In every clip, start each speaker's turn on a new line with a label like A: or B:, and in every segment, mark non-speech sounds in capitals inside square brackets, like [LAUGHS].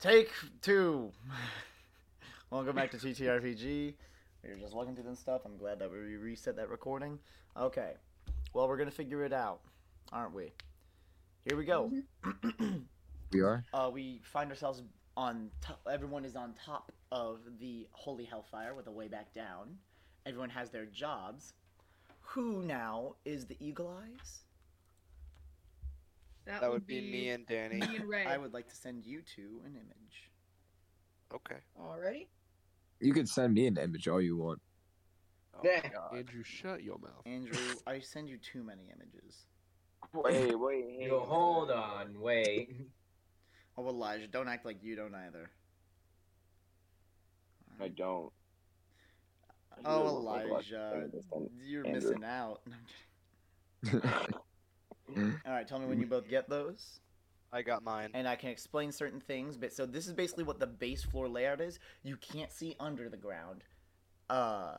A: Take two. [SIGHS] Welcome back to TTRPG. We were just looking through this stuff. I'm glad that we reset that recording. Okay. Well, we're gonna figure it out, aren't we? Here we go.
B: We are.
A: uh, we find ourselves on top. Everyone is on top of the holy hellfire with a way back down. Everyone has their jobs. Who now is the eagle eyes?
C: That,
D: That would be me and Danny.
C: me and Ray.
A: I would like to send you two an image.
D: Okay.
E: Alrighty.
B: You can send me an image all you want. [LAUGHS]
D: Oh
E: Yeah.
D: my God.
F: Andrew, shut your mouth.
A: Andrew, I send you too many images.
G: Wait, wait, hey,
E: Yo, hold on, wait.
A: Oh, Elijah, don't act like you don't either.
G: I don't. [LAUGHS] I
A: Oh,
G: don't look like
A: Elijah,
G: Elijah.
A: you're
G: Andrew.
A: missing out. No, I'm kidding. All right, tell me when you both get those,
D: I got mine.
A: and I can explain certain things. But so this is basically what the base floor layout is. You can't see under the ground, uh,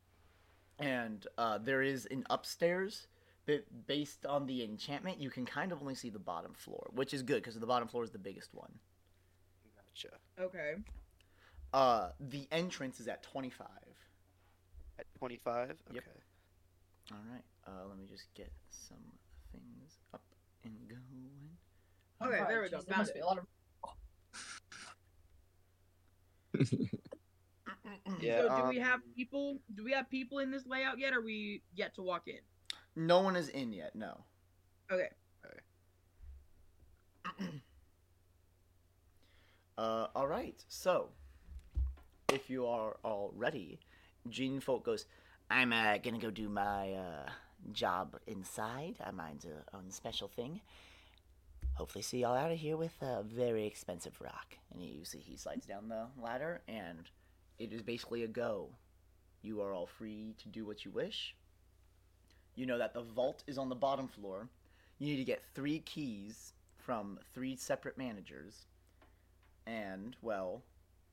A: [CLEARS THROAT] and uh, there is an upstairs. But based on the enchantment, you can kind of only see the bottom floor, which is good because the bottom floor is the biggest one.
D: Gotcha.
E: Okay.
A: Uh, the entrance is at 25.
D: At 25? Okay.
A: Yep. All right. Uh, let me just get some things up and going.
C: Okay, there we go.
E: Jeez,
C: Found
E: must
C: it.
E: be a lot of-
D: Yeah.
C: so do we
D: um,
C: have people? Do we have people in this layout yet? Or are we yet to walk in?
A: No one is in yet. No.
C: Okay.
A: Uh, all right. So, if you are all ready, Gene Folk goes. I'm uh, gonna go do my uh, job inside. Uh, mine's a own special thing. Hopefully, see y'all out of here with a very expensive rock. And you see, he slides down the ladder, and it is basically a go. You are all free to do what you wish. You know that the vault is on the bottom floor. You need to get three keys from three separate managers. And, well,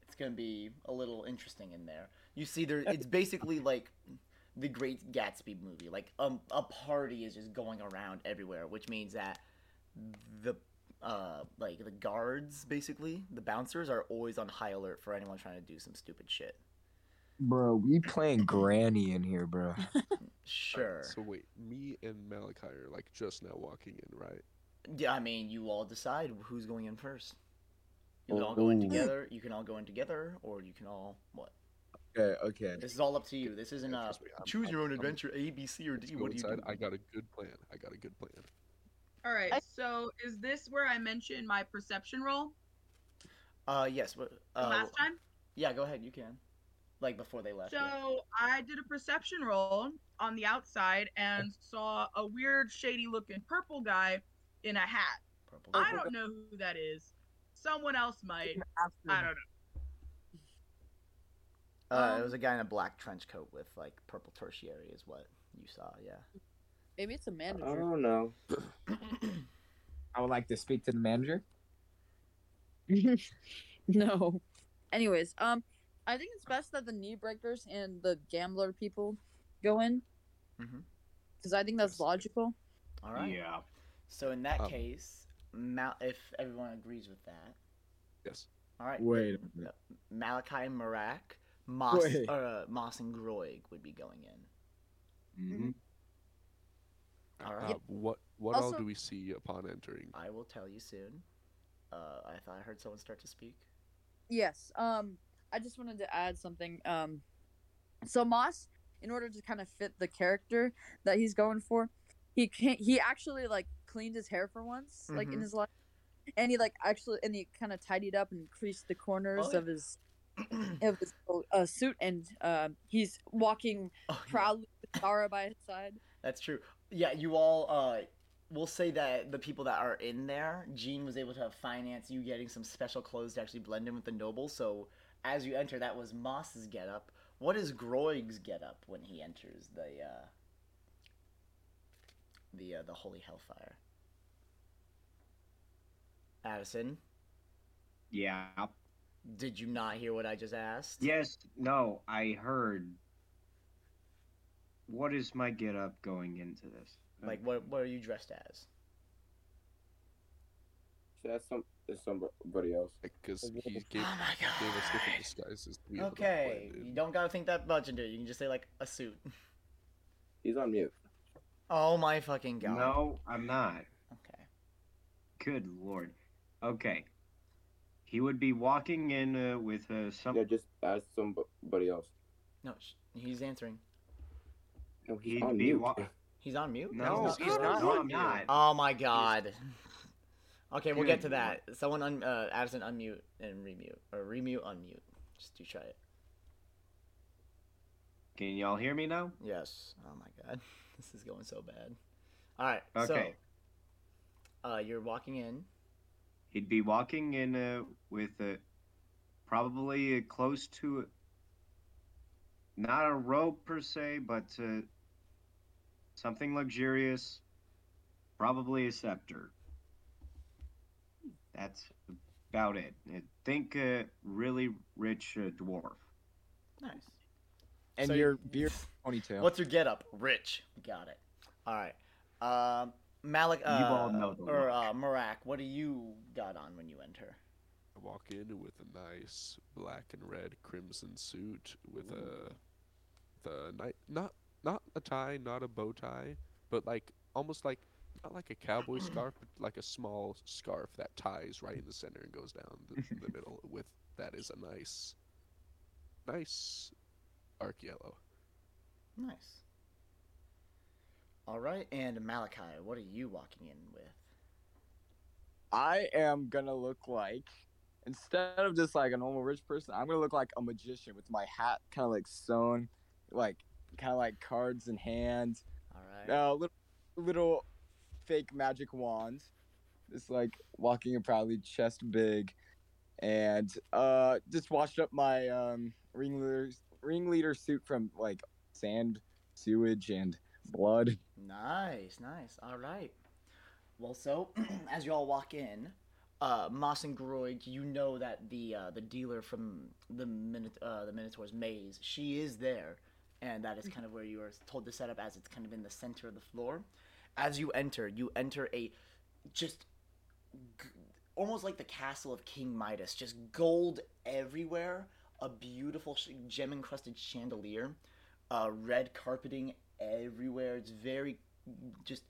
A: it's going to be a little interesting in there. You see, there
F: [LAUGHS]
A: it's basically like the Great Gatsby movie. Like, um, a party is just going around everywhere, which means that the. Uh, like the guards, basically, the bouncers are always on high alert for anyone trying to do some stupid shit.
B: Bro, we playing granny in here, bro.
A: Sure.
F: So wait, me and Malachi are like just now walking in, right?
A: Yeah, I mean, you all decide who's going in first. You can all go in
B: Ooh.
A: together. You can all go in together, or you can all what?
B: Okay, okay.
A: This is all up to you. This isn't uh, a
F: Yeah, trust me, I'm-
A: choose your own
F: I'm-
A: adventure A, B, C, or
F: Let's
A: D.
F: go
A: What do you
F: inside.
A: do?
F: I got a good plan. I got a good plan.
C: All right.
E: I-
C: So is this where I mentioned my perception roll
A: Uh, yes. But,
C: from
D: Oh,
A: uh,
C: last time?
A: yeah, go ahead. You can. Like before they left. yeah.
C: So I did a perception roll on the outside and saw a weird, shady looking purple guy in a hat.
A: Purple.
C: I don't know who that is. Someone else might. I don't know.
A: Uh, it
C: um,
A: was a guy in a black trench coat with like purple tertiary, is what you saw. Yeah.
E: Maybe it's a manager.
G: I
A: [COUGHS]
G: don't know.
B: I would like to speak to the manager.
E: no. Anyways, um, I think it's best that the knee breakers and the gambler people go in.
A: Mhm.
E: Because I think that's
F: Interesting.
E: logical.
A: All right.
G: Yeah.
A: So in that
F: Um,
A: case, Mal- if everyone agrees with that,
F: Yes.
A: all right.
B: Wait a minute.
A: Malachi Marak, Moss,
B: Wait.
A: or, uh, Moss and Groig would be going in. All right.
F: Uh, what what all
E: Also-
F: do we see upon entering?
A: I will tell you soon. Uh, I thought I heard someone start to speak.
E: Yes. Um, I just wanted to add something. Um, so Moss, in order to kind of fit the character that he's going for, he can't. He actually like cleaned his hair for once, like in
A: Mhm.
E: his life, and he like actually and he kind of tidied up and creased the corners
A: Oh, yeah.
E: of his of his uh, suit, and uh, he's walking
A: [LAUGHS] Oh, yeah,
E: proudly with Zara by his side.
A: That's true. Yeah, you all. Uh, we'll say that the people that are in there, Gene was able to finance you getting some special clothes to actually blend in with the nobles. So as you enter, that was Moss's getup. What is Groig's getup when he enters the uh, the uh, the Holy Hellfire? Addison,
H: Yeah.
A: did you not hear what I just asked?
H: Yes. No. I heard. What is my get up going into this?
A: Like, what what are you dressed as?
G: So that's some. it's somebody else.
F: because
G: Okay.
F: he gave,
A: Oh
F: gave
A: my
F: us different
A: god.
F: disguises. To be able to blend
A: Okay,
F: in.
A: you don't gotta think that much into it. You can just say like a suit. [LAUGHS]
G: He's on mute.
A: Oh my fucking god.
H: No, I'm not.
A: Okay.
H: Good lord. Okay. He would be walking in uh, with uh, some.
G: Yeah, just ask somebody else.
A: No, sh- he's answering.
G: No, he's
H: He'd
G: on
H: be
G: mute. [LAUGHS]
H: wa-
A: He's on mute.
H: No,
D: No, he's not
H: No,
D: on
H: I'm
D: mute.
H: not.
A: Oh my god. [LAUGHS] Okay, we'll get to
H: Good
A: that. Someone un- uh, Addison unmute and remute or remute unmute. Just do try it.
H: Can y'all hear me now?
A: Yes. Oh my god. [LAUGHS] This is going so bad. All right.
H: Okay.
A: So, uh, you're walking in.
H: He'd be walking in uh, with uh, probably uh, close to. Not a robe per se, but uh, something luxurious. Probably a scepter. That's about it. Uh, Think uh, really rich uh, dwarf.
A: Nice.
B: And
A: So you-
B: your
A: [LAUGHS]
B: beard ponytail.
A: What's your getup? Rich. Got it. All right. Um, Malik. Uh,
H: all know the
A: or
H: look.
A: uh, Marak. What do you got on when you enter?
F: I walk in with a nice black and red crimson suit with a the night not not a tie, not a bow tie, but like almost like not like
A: [CLEARS THROAT]
F: a cowboy scarf, but like a small scarf that ties right in the center and goes down the, the
A: [LAUGHS]
F: middle. With that is a nice, nice arc yellow.
A: Nice. All right, and Malachi, what are you walking in with?
B: I am gonna look like instead of just like a normal rich person, I'm gonna look like a magician with my hat kind of like sewn, like kind of like cards in hand,
A: All
B: Uh, a
A: right.
B: little, little fake magic wand, just like walking and proudly, chest big, and uh, just washed up my um ringleader ringleader suit from like sand, sewage, and blood.
A: Nice, nice. All right. Well, so [CLEARS THROAT] as you all walk in, uh, Moss and Groig, you know that the uh, the dealer from the Minot- uh, the Minotaur's maze, she is there, and that is kind of where you are told to set up, as it's kind of in the center of the floor. As you enter, you enter a just g- almost like the castle of King Midas, just gold everywhere, a beautiful sh- gem encrusted chandelier, uh, red carpeting everywhere. It's very just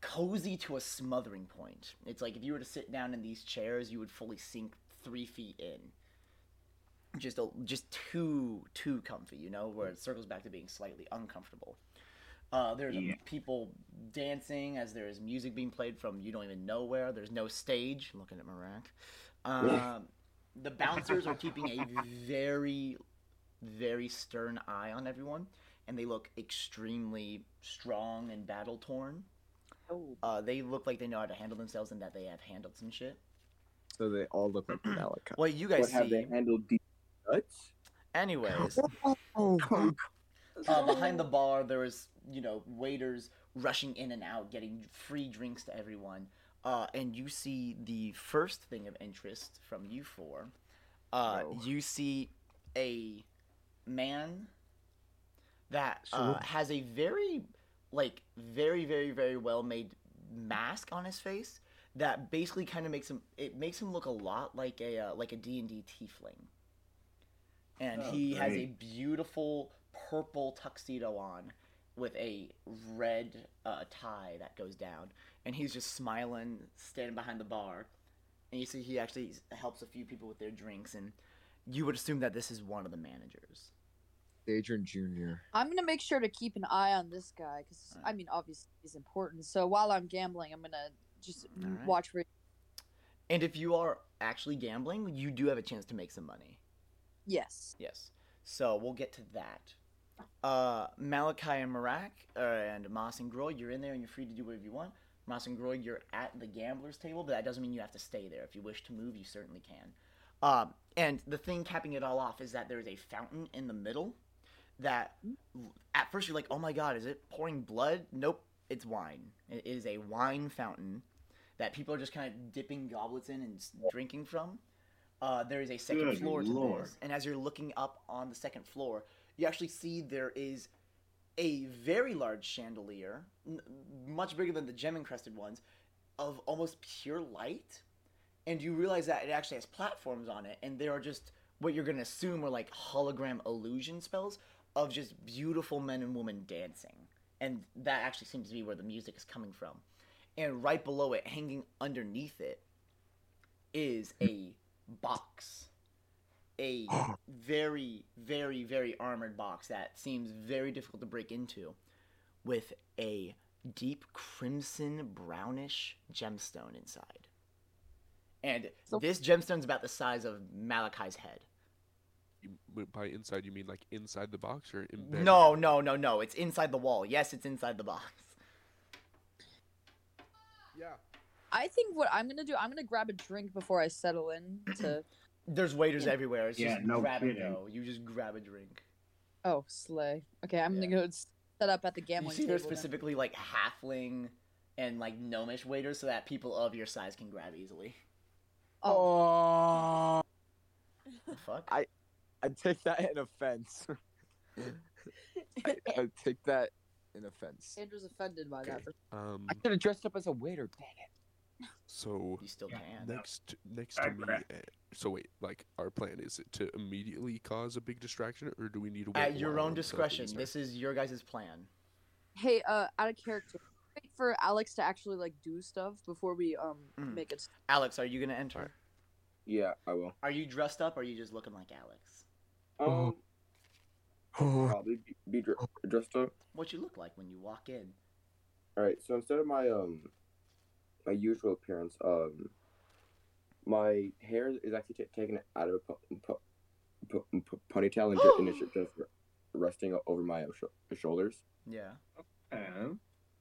A: cozy to a smothering point. It's like if you were to sit down in these chairs, you would fully sink three feet in. Just a, just too too comfy, you know, where it circles back to being slightly uncomfortable. Uh, there's
H: Yeah.
A: people dancing as there is music being played from you don't even know where. There's no stage. Looking at Marak. Um, the bouncers are keeping a very, very stern eye on everyone, and they look extremely strong and battle torn.
E: Oh.
A: Uh, they look like they know how to handle themselves and that they have handled some shit.
B: So they all
A: [CLEARS THROAT]
B: look like Malachi.
A: What you
G: What
A: guys
G: have they
A: see,
G: handled these nuts?
A: anyways,
B: Oh,
A: uh, behind the bar there is you know waiters rushing in and out, getting free drinks to everyone. Uh, and you see the first thing of interest from you four. Uh,
B: Oh.
A: You see a man that uh, has a very like very very very well made mask on his face that basically kind of makes him it makes him look a lot like a uh, like a D&D tiefling. And
H: Oh,
A: he has a
H: great.
A: beautiful purple tuxedo on with a red uh, tie that goes down and he's just smiling standing behind the bar and you see he actually helps a few people with their drinks and you would assume that this is one of the managers.
B: Adrian Jr.
E: I'm gonna make sure to keep an eye on this guy because I
A: Alright.
E: mean, obviously he's important. So while I'm gambling, I'm gonna just
A: Alright.
E: watch for.
A: And if you are actually gambling, you do have a chance to make some money.
E: Yes.
A: Yes. So we'll get to that. Uh, Malachi and Marak uh, and Moss and Groy, you're in there and you're free to do whatever you want. Moss and Groy, you're at the gambler's table, but that doesn't mean you have to stay there. If you wish to move, you certainly can. Um, and the thing capping it all off is that there is a fountain in the middle that at first you're like, oh my god, is it pouring blood? Nope, it's wine. It is a wine fountain that people are just kind of dipping goblets in and s- drinking from. Uh, there is a second
H: Good
A: floor to
H: lord.
A: this, and as you're looking up on the second floor, you actually see there is a very large chandelier, n- much bigger than the gem encrusted ones, of almost pure light, and you realize that it actually has platforms on it, and there are just what you're gonna assume are like hologram illusion spells of just beautiful men and women dancing, and that actually seems to be where the music is coming from. And right below it, hanging underneath it, is a box. A very, very, very armored box that seems very difficult to break into with a deep crimson brownish gemstone inside. And
E: So-
A: this gemstone's about the size of Malachi's head.
F: You, but by inside, you mean like inside the box or embedded?
A: No, no, no, no. It's inside the wall. Yes, it's inside the box. [LAUGHS]
F: Yeah.
E: I think what I'm gonna do, I'm gonna grab a drink before I settle in.
F: [CLEARS THROAT]
E: To
A: There's waiters everywhere. It's
H: Yeah,
A: just
H: no
A: grab and
H: kidding.
A: go. You just grab a drink.
E: oh, slay. Okay, I'm
A: Yeah.
E: gonna go s- set up at the
A: you
E: gambling
A: see,
E: table.
A: there's
E: then.
A: specifically like halfling and like gnomish waiters so that people of your size can grab easily.
E: Oh,
A: The fuck?
B: I- I take that
A: [LAUGHS]
B: in offense. I, I take that in offense.
E: [LAUGHS] Andrew's offended by that.
F: Okay. Um.
B: I could have dressed up as a waiter. Dang it.
F: So
A: you still
H: Yeah,
A: can.
F: next, next to
H: Sorry,
F: me.
H: Brett.
F: eh, So wait, like our plan is it to immediately cause a big distraction, or do we need to wait
A: At
F: a
A: your
F: while
A: own
F: until things
A: discretion.
F: are-
A: This is your guys' plan.
E: Hey, uh, out of character. Wait for Alex to actually like do stuff before we um
A: Mm.
E: make it.
A: Alex, are you gonna enter?
G: Yeah, I will.
A: Are you dressed up or are you just looking like Alex?
F: Uh-huh.
G: Um, probably be, be dre- dressed up.
A: What you look like when you walk in.
G: All right. So instead of my um, my usual appearance, um, my hair is actually ta taken out of a pu- pu- pu- pu- ponytail and, ju- and it's ju- just
A: [GASPS]
G: re- resting o- over my sh- shoulders.
A: Yeah.
H: Uh,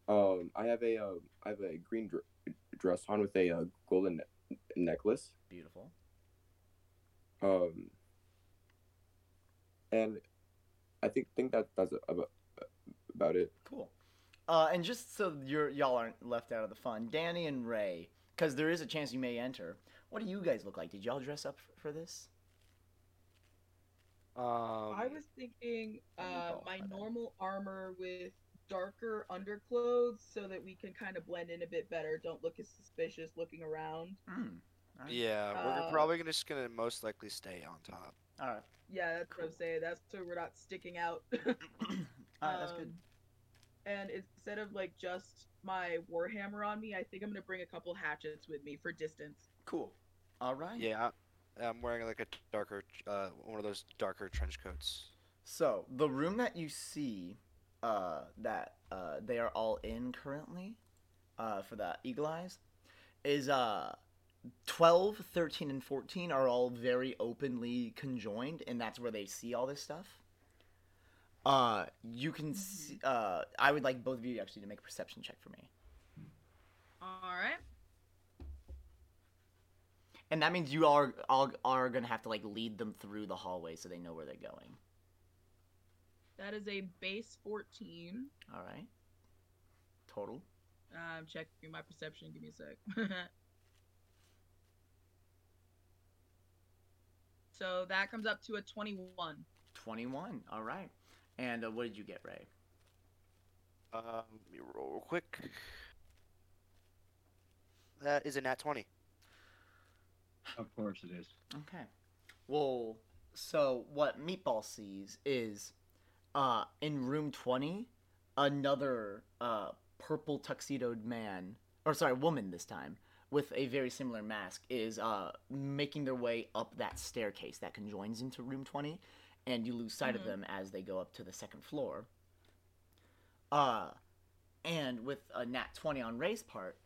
G: Um, I have a um, I have a green dr- dress on with a uh, golden ne- necklace.
A: Beautiful.
G: Um, and I think think that that's about about it.
A: Cool. Uh, and just so you're y'all aren't left out of the fun, Danny and Ray, because there is a chance you may enter. What do you guys look like? Did y'all dress up f- for this?
D: Um,
C: I was thinking
A: I
C: uh,
A: mean, oh, my
C: my
A: bad.
C: normal armor with darker underclothes so that we can kind of blend in a bit better. Don't look as suspicious looking around.
A: Mm. All right.
D: Yeah,
C: Uh,
D: we're probably gonna, just gonna most likely stay on top.
A: All right.
C: Yeah, that's what I'm saying. That's so we're not sticking
A: [CLEARS THROAT]
C: out.
A: All right. That's good.
C: Um, And instead of like just my warhammer on me, I think I'm gonna bring a couple hatchets with me for distance.
A: Cool. All right.
D: Yeah, I- I'm wearing like a darker, uh, one of those darker trench coats.
A: So the room that you see, uh, that uh, they are all in currently, uh, for the eagle eyes, is uh, 12, 13, and 14 are all very openly conjoined, and that's where they see all this stuff. Uh, you can see, uh, I would like both of you actually to make a perception check for me.
C: All right.
A: And that means you are, all are gonna have to like lead them through the hallway so they know where they're going.
C: That is a base 14.
A: All right. Total.
C: I'm checking Um, my perception. Give me a sec. [LAUGHS] so that comes up to a 21.
A: 21. All right. And uh, what did you get, Ray?
D: Um, let me roll real quick. That uh, is a nat twenty.
H: of course it is.
A: Okay. Well, so what Meatball sees is uh in room 20 another uh purple tuxedoed man or sorry, woman this time with a very similar mask is uh making their way up that staircase that conjoins into room 20 and you lose sight
C: Mhm.
A: of them as they go up to the second floor. Uh and with a nat 20 on Ray's part,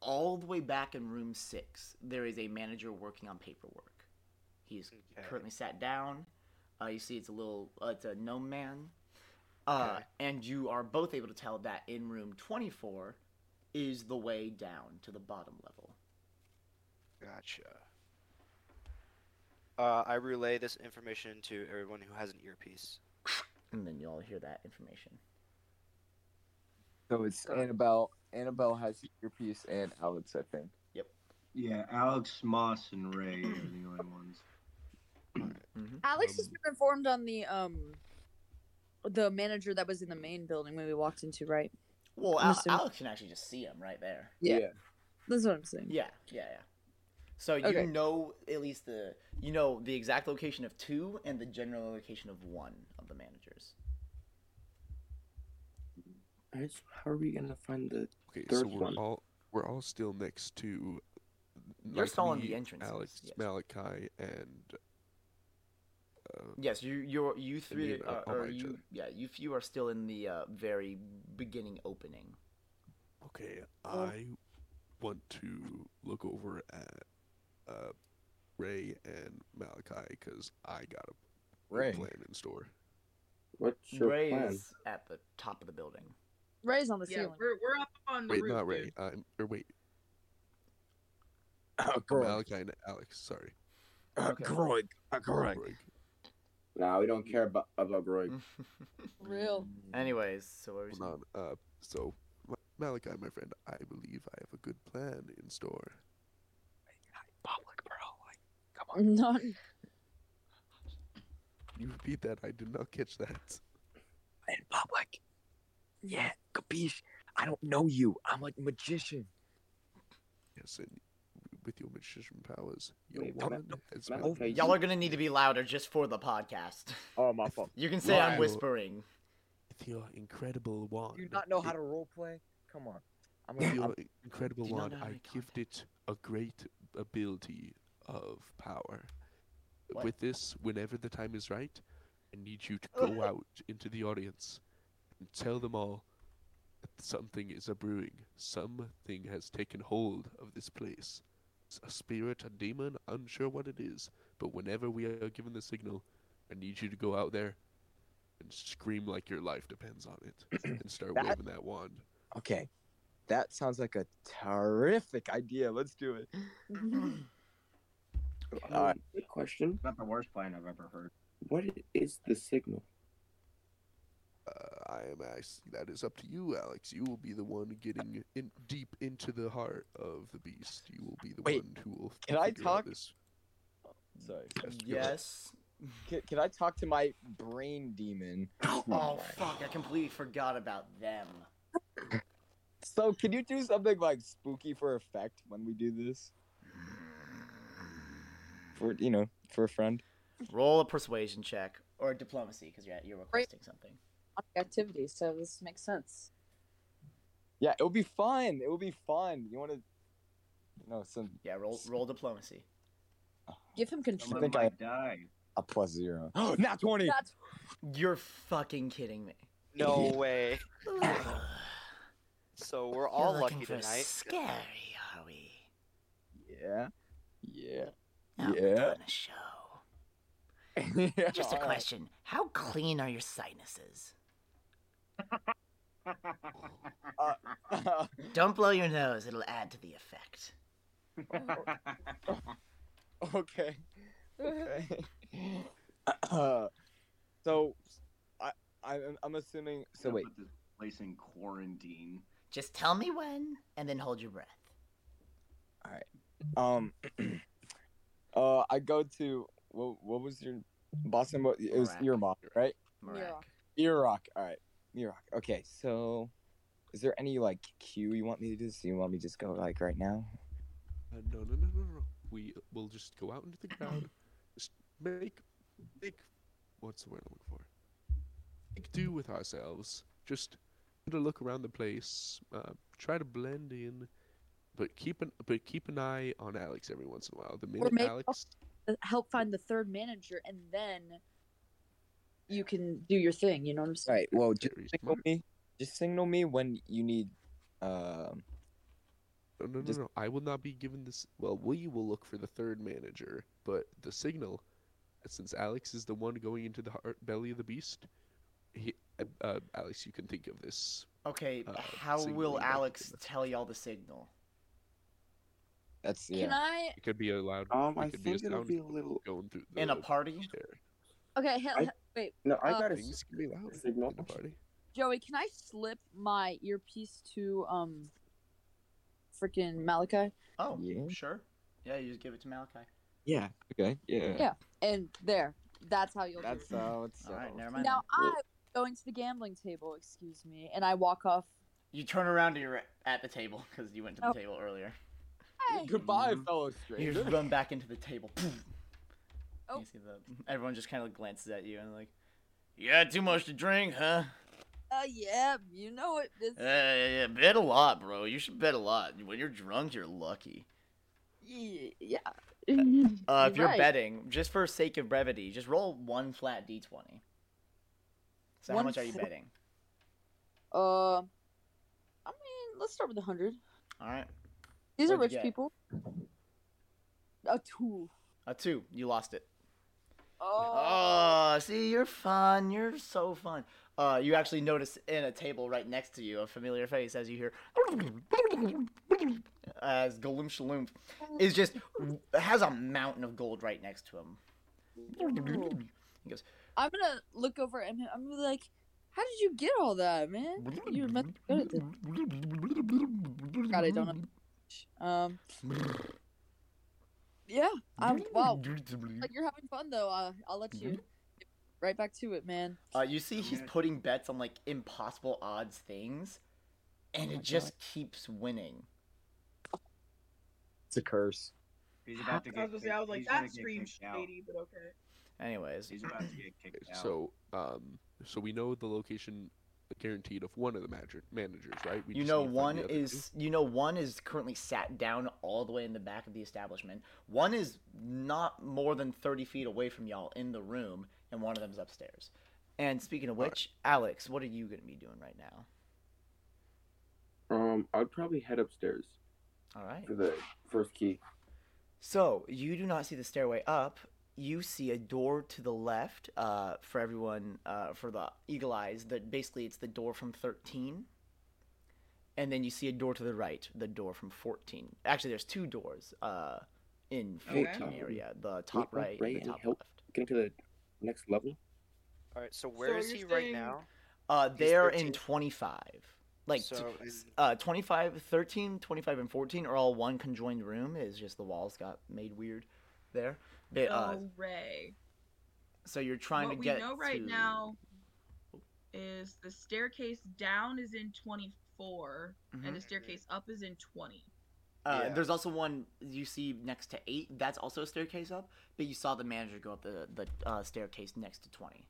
A: all the way back in room 6, there is a manager working on paperwork. He's
D: Okay.
A: currently sat down. Uh, you see, it's a little, uh, it's a gnome man. Uh,
D: Okay.
A: And you are both able to tell that in room 24 is the way down to the bottom level.
D: Gotcha. Uh, I relay this information to everyone who has an earpiece.
A: And then you all hear that information.
B: So it's Annabelle. Annabelle has your piece and Alex, I think.
H: Yeah, Alex, Moss, and
A: [LAUGHS]
H: Ray are the only ones.
E: Alex has
F: Um,
E: been informed on the um the manager that was in the main building when we walked into, right?
A: Well,
E: I'm
A: Al-
E: assuming-
A: Alex can actually just see him right there.
E: Yeah. That's what I'm saying.
A: Yeah, yeah, yeah. So
E: Okay.
A: you know at least the you know the exact location of two and the general location of one of the managers.
G: I just, how are we gonna find the?
F: Okay, so
G: Third
F: we're
G: one.
F: all we're all still next to.
A: You're
F: like,
A: still on the
F: me,
A: entrances,
F: Alex,
A: yes.
F: Malachi, and uh,
A: Yes, you you're, you three
F: mean,
A: are,
F: all
A: are
F: by each
A: you
F: other.
A: yeah you few are still in the uh, very beginning opening.
F: okay,
E: Well-
F: I want to look over at uh, Ray and Malachi because I got a big
B: Ray.
F: plan in store.
G: What's your
A: Ray
G: plan?
A: is at the top of the building.
E: Ray's on the
C: Yeah,
E: ceiling.
C: we're, we're up on the
F: Wait,
C: roof.
F: not Ray.
C: dude.
F: I'm
B: [LAUGHS]
F: or wait,
B: Uh, Groig.
F: Malachi and
G: [LAUGHS]
F: Alex. Sorry,
B: Uh,
A: Okay.
B: Groig. Uh, Groig.
F: Roig.
G: Nah, we don't care about about Roy.
E: Real.
A: Anyways, so what were you
F: Hold on. Uh, so Ma- Malachi, my friend, I believe I have a good plan in store. Public, bro. Like, come [LAUGHS]
E: Not
F: You repeat that. I did not catch that.
B: In public. Yeah, capiche? I don't know you. I'm a magician.
F: Yes, and with your magician powers, your
G: Wait,
F: wand
G: come
F: has
G: Malachi,
F: been-
G: you-
A: Y'all are gonna need to be louder just for the podcast.
B: Oh, my fault.
A: [LAUGHS] You can say I'm
F: Right.
A: whispering.
F: with your incredible wand.
I: Do you not know how to role play? Come on. I'm
F: With
I: gonna,
F: your
I: I'm,
F: incredible
A: Do you not
F: wand,
A: know how
F: I
A: to
F: gift it a great ability of power.
A: What?
F: With this, whenever the time is right, I need you to
A: [LAUGHS]
F: go out into the audience and tell them all that something is a brewing. Something has taken hold of this place. It's a spirit, a demon, unsure what it is. But whenever we are given the signal, I need you to go out there and scream like your life depends on
A: [CLEARS THROAT]
F: it and start
B: That-
F: waving that wand.
B: Okay. That sounds like a terrific idea. Let's do it.
E: Mm-hmm.
G: Uh, good question.
H: It's not the worst plan I've ever heard.
G: What is the signal?
F: Uh, I am asking. That is up to you, Alex. You will be the one getting in deep into the heart of the beast. You will be the
B: Wait,
F: one who will.
B: can I
F: figure out
B: talk?
F: This.
B: Sorry.
A: Yes.
B: Can, can I talk to my brain demon?
A: Oh fuck! I completely forgot about them.
B: So, can you do something like spooky for effect when we do this? For you know, for a friend.
A: Roll a persuasion check or diplomacy because you're you're requesting something.
E: activity, so this makes sense.
B: Yeah, it'll be fun. It will be fun. You want to? No, some
A: Yeah, roll roll diplomacy.
E: Give him control.
H: Someone
B: think I- [GASPS]
H: might die.
B: a plus zero. [GASPS] Not twenty. [LAUGHS]
E: That's
A: You're fucking kidding me.
J: No
B: [SIGHS]
J: way.
A: We're
J: So we're all lucky tonight.
A: Scary, are we?
B: Yeah. Yeah.
A: Now we're
B: Yeah.
A: doing a show.
B: [LAUGHS] [LAUGHS] yeah.
A: Just a
B: alright.
A: question. How clean are your sinuses?
J: Uh,
A: [LAUGHS] Don't blow your nose, it'll add to the effect.
J: [LAUGHS]
B: okay. Okay. uh, so, I, I I'm assuming. So
H: Gonna
B: wait.
H: Put this place in quarantine.
A: Just tell me when, and then hold your breath.
B: Um. [CLEARS THROAT] uh, I go to what? What was your Boston? What it was
A: Iraq.
B: Iraq, right?
A: Marak.
B: Iraq. All right. Iraq. Okay. So, is there any like cue you want me to do? So you want me to just go like right now?
F: Uh, no, no, no, no, no. We will just go out into the crowd. Just make, make, what's the word I'm looking for? Make do with ourselves. Just get a look around the place. Uh, try to blend in, but keep an but keep an eye on Alex every once in a while. The minute
E: make-
F: Alex
E: uh, help find the third manager, and then you can do your thing. You know what I'm
B: All
E: saying?
B: right. Well, just
F: Very
B: signal
F: smart.
B: me. Just signal me when you need. Um.
F: No, no, no,
B: Just-
F: no. I will not be given this. Well, we will look for the third manager, but the signal, since Alex is the one going into the heart belly of the beast, he, uh, uh, Alex, you can think of this.
A: Okay,
F: Uh,
A: how
F: signal
A: will
F: back to
A: Alex
F: the-
A: tell y'all the signal?
B: That's yeah.
E: Can I?
F: It could be a loud.
G: Um,
F: it
G: I
F: could be a
G: think it'll
F: sound
G: be a little.
F: going through the
A: In a party?
F: stair.
E: Okay, he-
G: I-
E: he- wait,
G: No, I
E: Uh,
G: got a
F: Things can be loud
G: signal.
F: in a party.
E: Joey. Can I slip my earpiece to um, freaking Malachi?
A: Oh,
B: Yeah.
A: sure. Yeah, you just give it to Malachi.
B: Yeah. Okay. Yeah.
E: Yeah. And there, that's how you'll.
B: That's
E: do it.
B: how it's.
A: All right,
B: uh,
A: never mind.
E: now
A: then.
E: I'm going to the gambling table. Excuse me, and I walk off.
A: You turn around and you're at the table because you went to the
E: Oh.
A: table earlier.
E: Hooray!
B: Goodbye,
A: Mhm.
B: fellow
A: You
B: stranger.
A: just run back into the table. [LAUGHS]
E: Oh.
A: You see the, everyone just kind of glances at you and like, you had too much to drink, huh?
E: Uh, yeah, you know it. It's,
A: Uh, yeah, yeah, bet a lot, bro. You should bet a lot. When you're drunk, you're lucky.
E: yeah. yeah.
A: Uh, if
E: You're
A: you're
E: right.
A: betting, just for sake of brevity, just roll one flat d20. So how
E: One
A: much are you
E: flat-
A: betting?
E: Uh, I mean, let's start with a hundred.
A: All right,
E: These are
A: What'd
E: rich
A: you get?
E: people. A two.
A: a two. You lost it.
E: Oh.
A: Oh, see, you're fun. You're so fun. Uh, you actually notice in a table right next to you a familiar face as you hear as Golum Shaloom is just has a mountain of gold right next to him.
E: I'm gonna look over at him. I'm gonna be like, "How did you get all that, man? You're meant to be good at this." God, I don't know. Um. Yeah. I'm, wow. Like you're having fun though. Uh, I'll let you.
A: Mm-hmm.
E: Right back to it, man.
A: Uh, you see, he's
H: Yeah.
A: putting bets on like impossible odds things, and
C: Oh
A: it just keeps winning.
B: It's a curse.
H: He's about to
C: I
H: get.
C: was gonna say I was
H: kicked-
C: like
H: he's gonna
C: that
H: get
C: screams
H: kicked out.
C: shady, but okay.
A: Anyways,
H: He's about to get kicked out.
F: So, um, so we know the location guaranteed of one of the manager, managers, right? We
A: you
F: just
A: know
F: need to find
A: one
F: the other two.
A: is you know one is currently sat down all the way in the back of the establishment. One is not more than thirty feet away from y'all in the room, and one of them's upstairs. And speaking of
F: Alright.
A: which, Alex, what are you gonna be doing right now?
G: Um, I'd probably head upstairs
A: All right.
G: for the first key.
A: So you do not see the stairway up. You see a door to the left. Uh, for everyone, uh, for the eagle eyes, that basically it's the door from thirteen. And then you see a door to the right, the door from fourteen. Actually, there's two doors uh, in
C: Okay.
A: fourteen area: the top
G: Wait,
A: right
G: Ray,
A: and the
G: any
A: top
G: help?
A: left.
G: Getting to the next level.
J: All right. So where
C: So
J: is
C: you're
J: he right
C: saying-
J: now?
A: Uh,
J: He's
A: they're in
J: 13.
A: 25. Like, t-
J: So
A: s-
J: in-
A: uh, 25, 13, 25, and 14 are all one conjoined room. It's just the walls got made weird there. They, uh,
C: So Ray,
A: so you're trying
C: Oh, what
A: to
C: we
A: get.
C: know right
A: to-
C: now is the staircase down is in 24
A: Mhm.
C: and
H: Mm-hmm.
C: the staircase up is in 20.
A: Uh,
J: Yeah.
A: There's also one you see next to eight. That's also a staircase up, but you saw the manager go up the the uh, staircase next to twenty.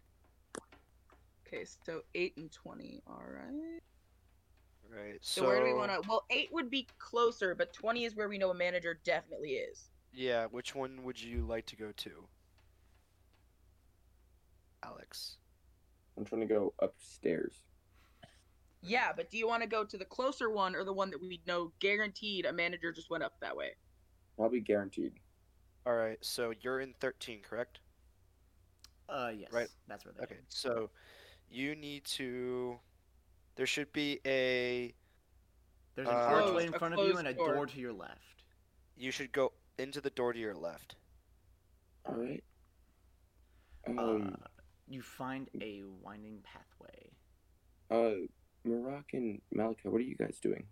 C: Okay, so 8 and 20. All right.
J: Right.
C: So,
J: So,
C: where do we want to? Well, 8 would be closer, but 20 is where we know a manager definitely is.
J: Yeah. Which one would you like to go to, Alex?
G: I'm trying to go upstairs.
C: Yeah, but do you want to go to the closer one or the one that we know guaranteed a manager just went up that way?
G: Probably guaranteed.
J: All right. So you're in 13, correct?
A: Uh, yes,
J: Right.
A: That's where they.
J: Okay. So you need to. There should be a.
A: There's an
J: Uh,
A: archway in
C: Closed- a
A: front of you
C: closed
A: and a
C: door.
A: door. to your left.
J: You should go into the door to your left.
G: All right.
A: Uh,
G: Um,
A: you find a winding pathway.
G: uh, Marak and Malika, what are you guys doing?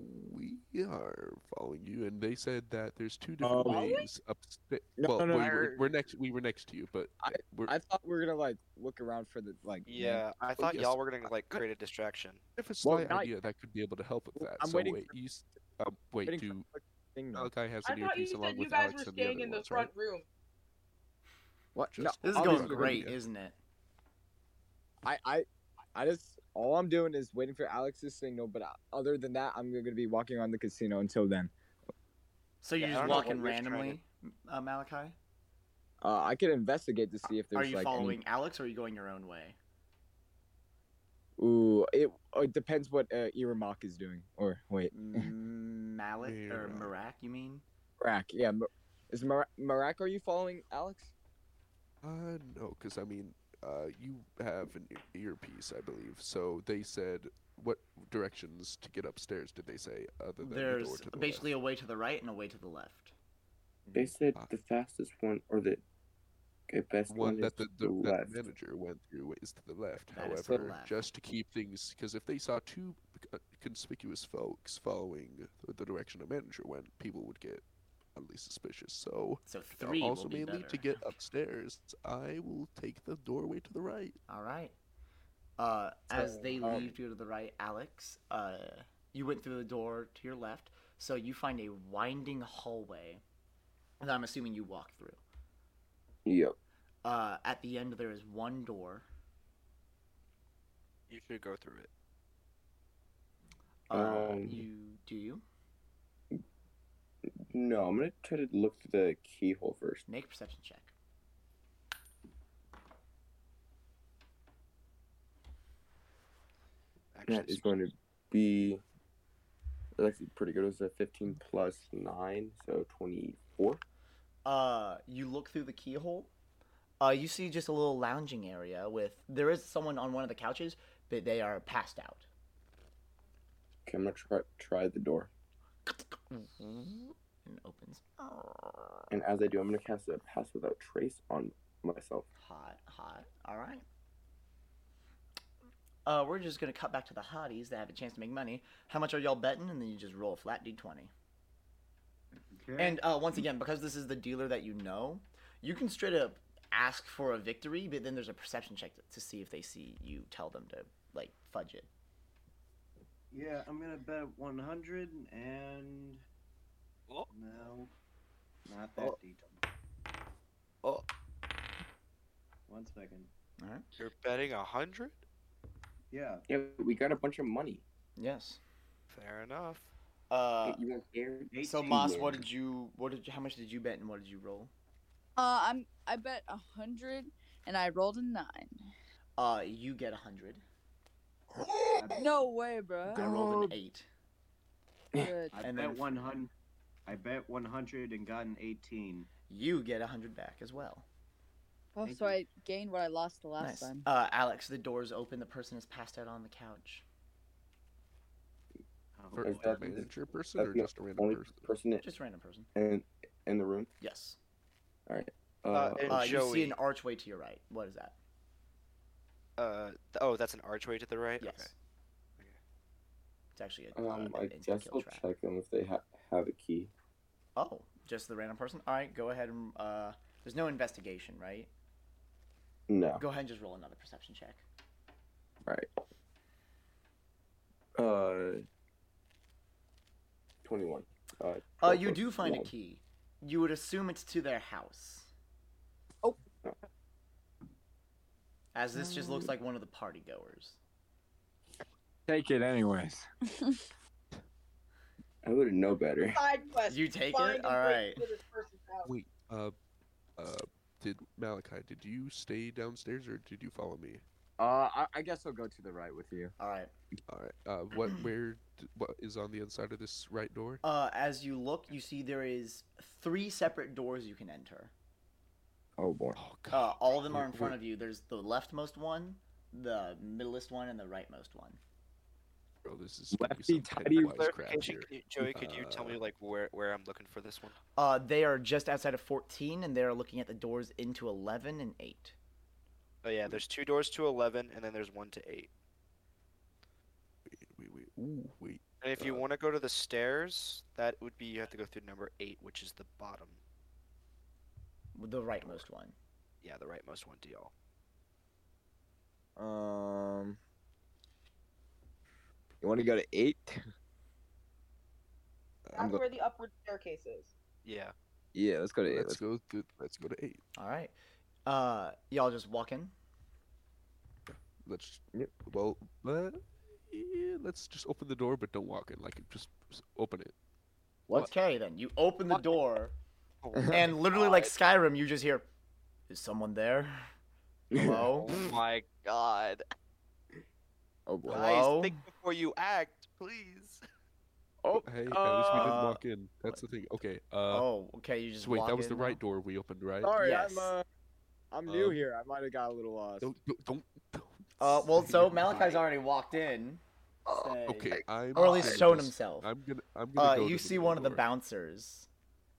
F: We are following you, and they said that there's two different
B: Um,
F: ways upstairs.
B: No,
F: well,
B: no, no,
F: we were,
B: I-
F: we're next. We were next to you, but yeah, we're
B: I thought we were gonna like look around for the like.
J: Yeah, I thought
F: yes.
J: y'all were gonna like
F: I-
J: create a distraction.
F: have a
B: well,
F: slight
B: not-
F: idea that could be able to help with
B: Well,
F: that.
B: I'm
F: so
B: waiting
F: wait,
B: for-
F: you, s- um, wait,
B: waiting for
F: do
B: the
A: Hmm.
B: thing, though.
F: Malachi has
C: I
F: an
C: thought you
F: earpiece along
C: said you
F: with
C: guys
F: Alex
C: were
F: and the
C: staying
F: other
C: in the
F: ones, right?
C: front room.
A: [LAUGHS]
B: What?
F: Just-
B: No,
A: This is
F: I'll
A: going
F: just-
A: great,
F: yeah.
A: isn't it?
B: I, I, I just all I'm doing is waiting for Alex's signal. But uh, other than that, I'm gonna be walking on the casino until then.
A: So you're
J: Yeah, I
A: just
J: don't know what
A: walking
J: we're trying to-
A: randomly, uh, Malachi.
B: Uh, I could investigate to see if there's
A: Are you
B: like any-
A: following Alex, or are you going your own way?
B: Ooh, it, uh, it depends what uh, Iramak is doing. Or wait,
A: Malik or
F: Yeah.
A: Marak? You mean?
B: Marak. Yeah, Mar- is Marak? Marak, are you following Alex?
F: Uh, no, because I mean, uh, you have an ear- earpiece, I believe. So they said what directions to get upstairs did they say other than the door
A: There's
F: to the
A: basically
F: left?
A: a way to the right and a way to the left.
G: They said
F: Ah.
G: the fastest one or the okay, best one,
F: one that the,
G: is
F: the, that
G: left.
F: the manager went through is to the left.
A: That is to the
F: However,
A: left.
F: just to keep things, because if they saw two uh, conspicuous folks following the, the direction the manager went, people would get at least suspicious. So
A: So
F: uh,
A: three
F: also
A: will be
F: mainly
A: better.
F: to get upstairs, I will take the doorway to the right.
A: All right. Uh, as
G: So,
A: they
G: um,
A: leave you to the right, Alex, uh, you went through the door to your left. So you find a winding hallway that I'm assuming you walk through.
G: Yep.
A: Uh, at the end, there is one door.
D: You should go through it.
A: Uh,
G: Um.
A: you do you
G: No, I'm gonna try to look through the keyhole first.
A: make a perception check?
G: That
D: Actually,
G: is going to be that's actually pretty good. It was a 15 plus nine, so 24.
A: uh, you look through the keyhole. Uh, you see just a little lounging area with there is someone on one of the couches, but they are passed out.
G: Okay, I'm gonna try try the door,
A: Mm-hmm. And opens. Hot,
G: and as I do, I'm gonna cast a pass without trace on myself.
A: hot. All right. Uh, we're just gonna cut back to the hotties that have a chance to make money. How much are y'all betting? And then you just roll a flat d20.
H: Okay.
A: And uh, once again, because this is the dealer that you know, you can straight up ask for a victory, but then there's a perception check to, to see if they see you tell them to like fudge it.
H: yeah, I'm gonna bet 100 and Oh. no, not that
D: Oh.
H: deep.
D: Oh.
H: One second.
D: you're betting a hundred.
H: Yeah.
G: Yeah, we got a bunch of money.
A: Yes.
D: Fair enough.
A: Uh,
G: you want air?
A: so
H: 18.
A: Moss, what did you? What did? You, how much did you bet and what did you roll?
E: Uh, I'm I bet a hundred and I rolled a nine.
A: [LAUGHS] Uh, you get a hundred.
E: No way, bro.
A: I rolled an eight.
E: Good.
H: I
A: And
H: bet
A: then-
H: 100. I bet 100 and got an 18.
A: You get a hundred back as well.
E: Oh, so I gained what I lost the last
A: nice.
E: time.
A: Uh, Alex, the door's open. The person is passed out on the couch.
H: Oh,
F: For
H: boy.
G: Is that-
F: a manager person
G: that's
F: or
G: the
F: just a random
G: Only
F: person?
G: person
A: Just random person.
G: in in the room.
A: Yes.
G: Uh,
D: Uh, and-
A: Uh, you see
D: Joey.
A: an archway to your right. What is that?
D: Uh, th- oh, that's an archway to the right.
A: Yes.
D: Okay.
A: It's actually a.
G: um,
A: uh,
G: I
A: an instant
G: guess
A: kill
G: I'll
A: trap.
G: check them if they ha- have a key.
A: Oh, just the random person. All right, go ahead and uh, there's no investigation, right?
G: No.
A: Go ahead and just roll another perception check.
G: Uh, 21. Uh,
A: Uh,
G: 12
A: you
G: plus
A: do find a
G: nine.
A: key. You would assume it's to their house.
E: Oh.
A: As this just looks like one of the party goers.
B: Take it anyways.
G: I wouldn't know better.
K: Side quest.
A: You take
K: Find
A: it.
K: a
A: All
K: way
A: right.
K: to get this person out.
F: Wait, uh, uh, did Malachi? Did you stay downstairs or did you follow me?
B: Uh, I, I guess I'll go to the right with you.
A: All right.
F: All right. Uh, what? Where? d- What is on the inside of this right door?
A: Uh, as you look, you see there is three separate doors you can enter.
G: Oh boy.
F: Oh
A: Uh,
F: God.
A: all of them are
F: Where-
A: in front of you. There's the leftmost one, the middlest one, and the rightmost one.
F: Bro, this is gonna be
B: Lefty
F: some
B: tighty
F: Pennywise crap
D: Clarification,
F: here.
D: could you- Joey, could you tell me
F: Uh,
D: like where where I'm looking for this one?
A: Uh, they are just outside of 14, and they are looking at the doors into 11 and 8.
D: Oh yeah, there's two doors to eleven, and then there's one to eight.
F: Wait, wait, wait. Ooh, wait.
D: And if you
F: Uh,
D: want to go to the stairs, that would be you have to go through number eight, which is the bottom.
A: The rightmost one.
D: Yeah, the rightmost one to y'all.
B: Um, you want to go to eight? I'm
K: That's
B: go-
K: where the upward staircase is.
D: Yeah.
B: yeah, let's go to eight.
F: Let's
B: Let's go.
F: go. To, let's go to eight.
A: All right. Uh, y'all just walk in.
F: Let's.
B: Yep.
F: Well, let, yeah, let's just open the door, but don't walk in. Like, just, just open it.
B: What?
A: Okay, then you open the
B: [LAUGHS]
A: door,
D: Oh,
A: and literally like Skyrim, you just hear, "Is someone there?
B: [LAUGHS]
A: Hello?
D: Oh my god.
B: Oh boy.
A: Guys, Hello? think
D: before you act, please.
B: Oh,
F: Hey, at least we didn't
A: Uh,
F: walk in. That's the thing. Okay. Uh,
A: oh, okay. You just
F: so wait,
A: walk
F: that was
A: in
F: the
A: now?
F: right door we opened, right?
B: sorry,
A: yes.
B: I'm uh, I'm new
F: Um,
B: here. I might have got a little lost.
F: Don't, don't, don't, don't
A: Uh, well,
F: say
A: so
F: anything.
A: Malachi's already walked in, say-
F: Okay, I'm.
A: or at
F: good
A: least
F: at
A: shown
F: this.
A: himself.
F: I'm gonna. I'm gonna.
A: Uh,
F: go
A: you
F: to the
A: see
F: middle
A: one of the
F: door.
A: bouncers.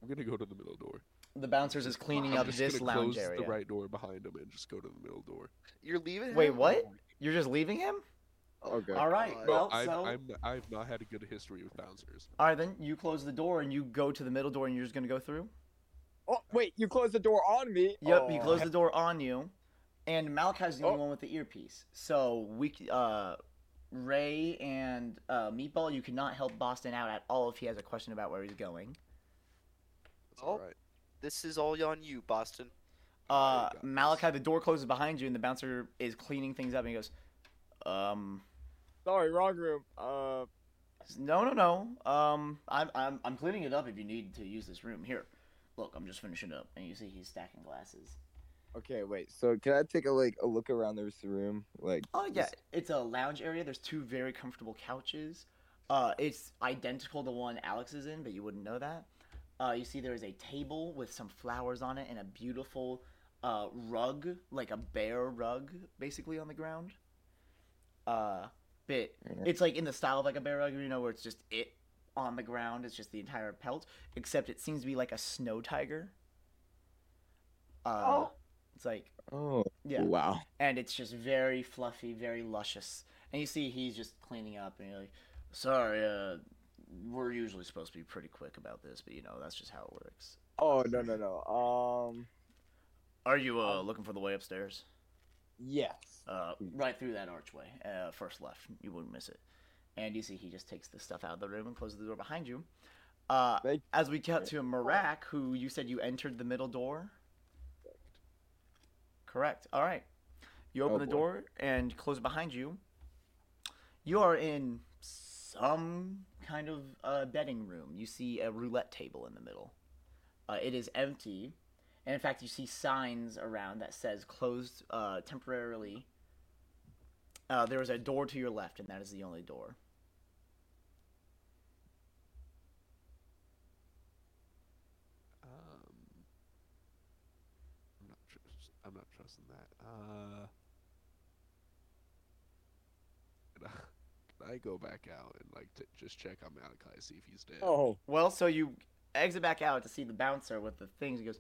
F: I'm gonna go to the middle door.
A: The bouncers is cleaning
F: I'm
A: up
F: just
A: this
F: gonna
A: lounge
F: close
A: area.
F: the right door behind him and just go to the middle door.
D: You're leaving
A: Wait,
D: him?
A: what? You're just leaving him?
B: Okay.
A: All right.
D: God.
A: Well,
F: I've,
A: so
F: I'm, I've not had a good history with bouncers.
A: all right, then you close the door and you go to the middle door and you're just gonna go through.
B: Oh wait, you closed the door on me.
A: Yep, you
B: Aw.
A: close the door on you, and Malachi's the only
B: Oh.
A: one with the earpiece. So we, c- uh, Ray and uh, Meatball, you cannot help Boston out at all if he has a question about where he's going.
J: Oh, this is all on you, Boston.
A: Uh, Malachi, the door closes behind you, and the bouncer is cleaning things up, and he goes, "Um,
B: sorry, wrong room. Uh,
A: no, no, no. Um, I'm, I'm, I'm cleaning it up. If you need to use this room, here, look, I'm just finishing up." And you see he's stacking glasses.
B: Okay, wait. So can I take a like a look around this room? Like,
A: Oh yeah,
B: just-
A: it's a lounge area. There's two very comfortable couches. Uh, it's identical to one Alex is in, but you wouldn't know that. Uh, you see, there is a table with some flowers on it and a beautiful uh, rug, like a bear rug, basically on the ground. Uh, bit. It's like in the style of like a bear rug, you know, where it's just it on the ground. It's just the entire pelt, except it seems to be like a snow tiger. Uh,
B: Oh.
A: It's like
B: oh
A: yeah.
B: wow.
A: And it's just very fluffy, very luscious. And you see he's just cleaning up and you're like, sorry, uh, we're usually supposed to be pretty quick about this, but you know, that's just how it works.
B: Oh no no no. Um,
A: Are you uh, looking for the way upstairs?
B: yes. Hmm.
A: Uh, right through that archway, uh, first left. You wouldn't miss it. And you see he just takes the stuff out of the room and closes the door behind you. Uh, as we cut to Marak, who you said you entered the middle door. Correct. All right. You open
B: Oh,
A: the
B: boy.
A: door and close it behind you. You are in some kind of uh, betting room. You see a roulette table in the middle. Uh, it is empty, and in fact, you see signs around that says "closed uh, temporarily." Uh, there is a door to your left, and that is the only door.
F: Um, I'm not trust. I'm not trusting that. Uh, can I, can I go back out and like t- just check on Malachi, see if he's dead?
A: Well, so you exit back out to see the bouncer with the things. He goes,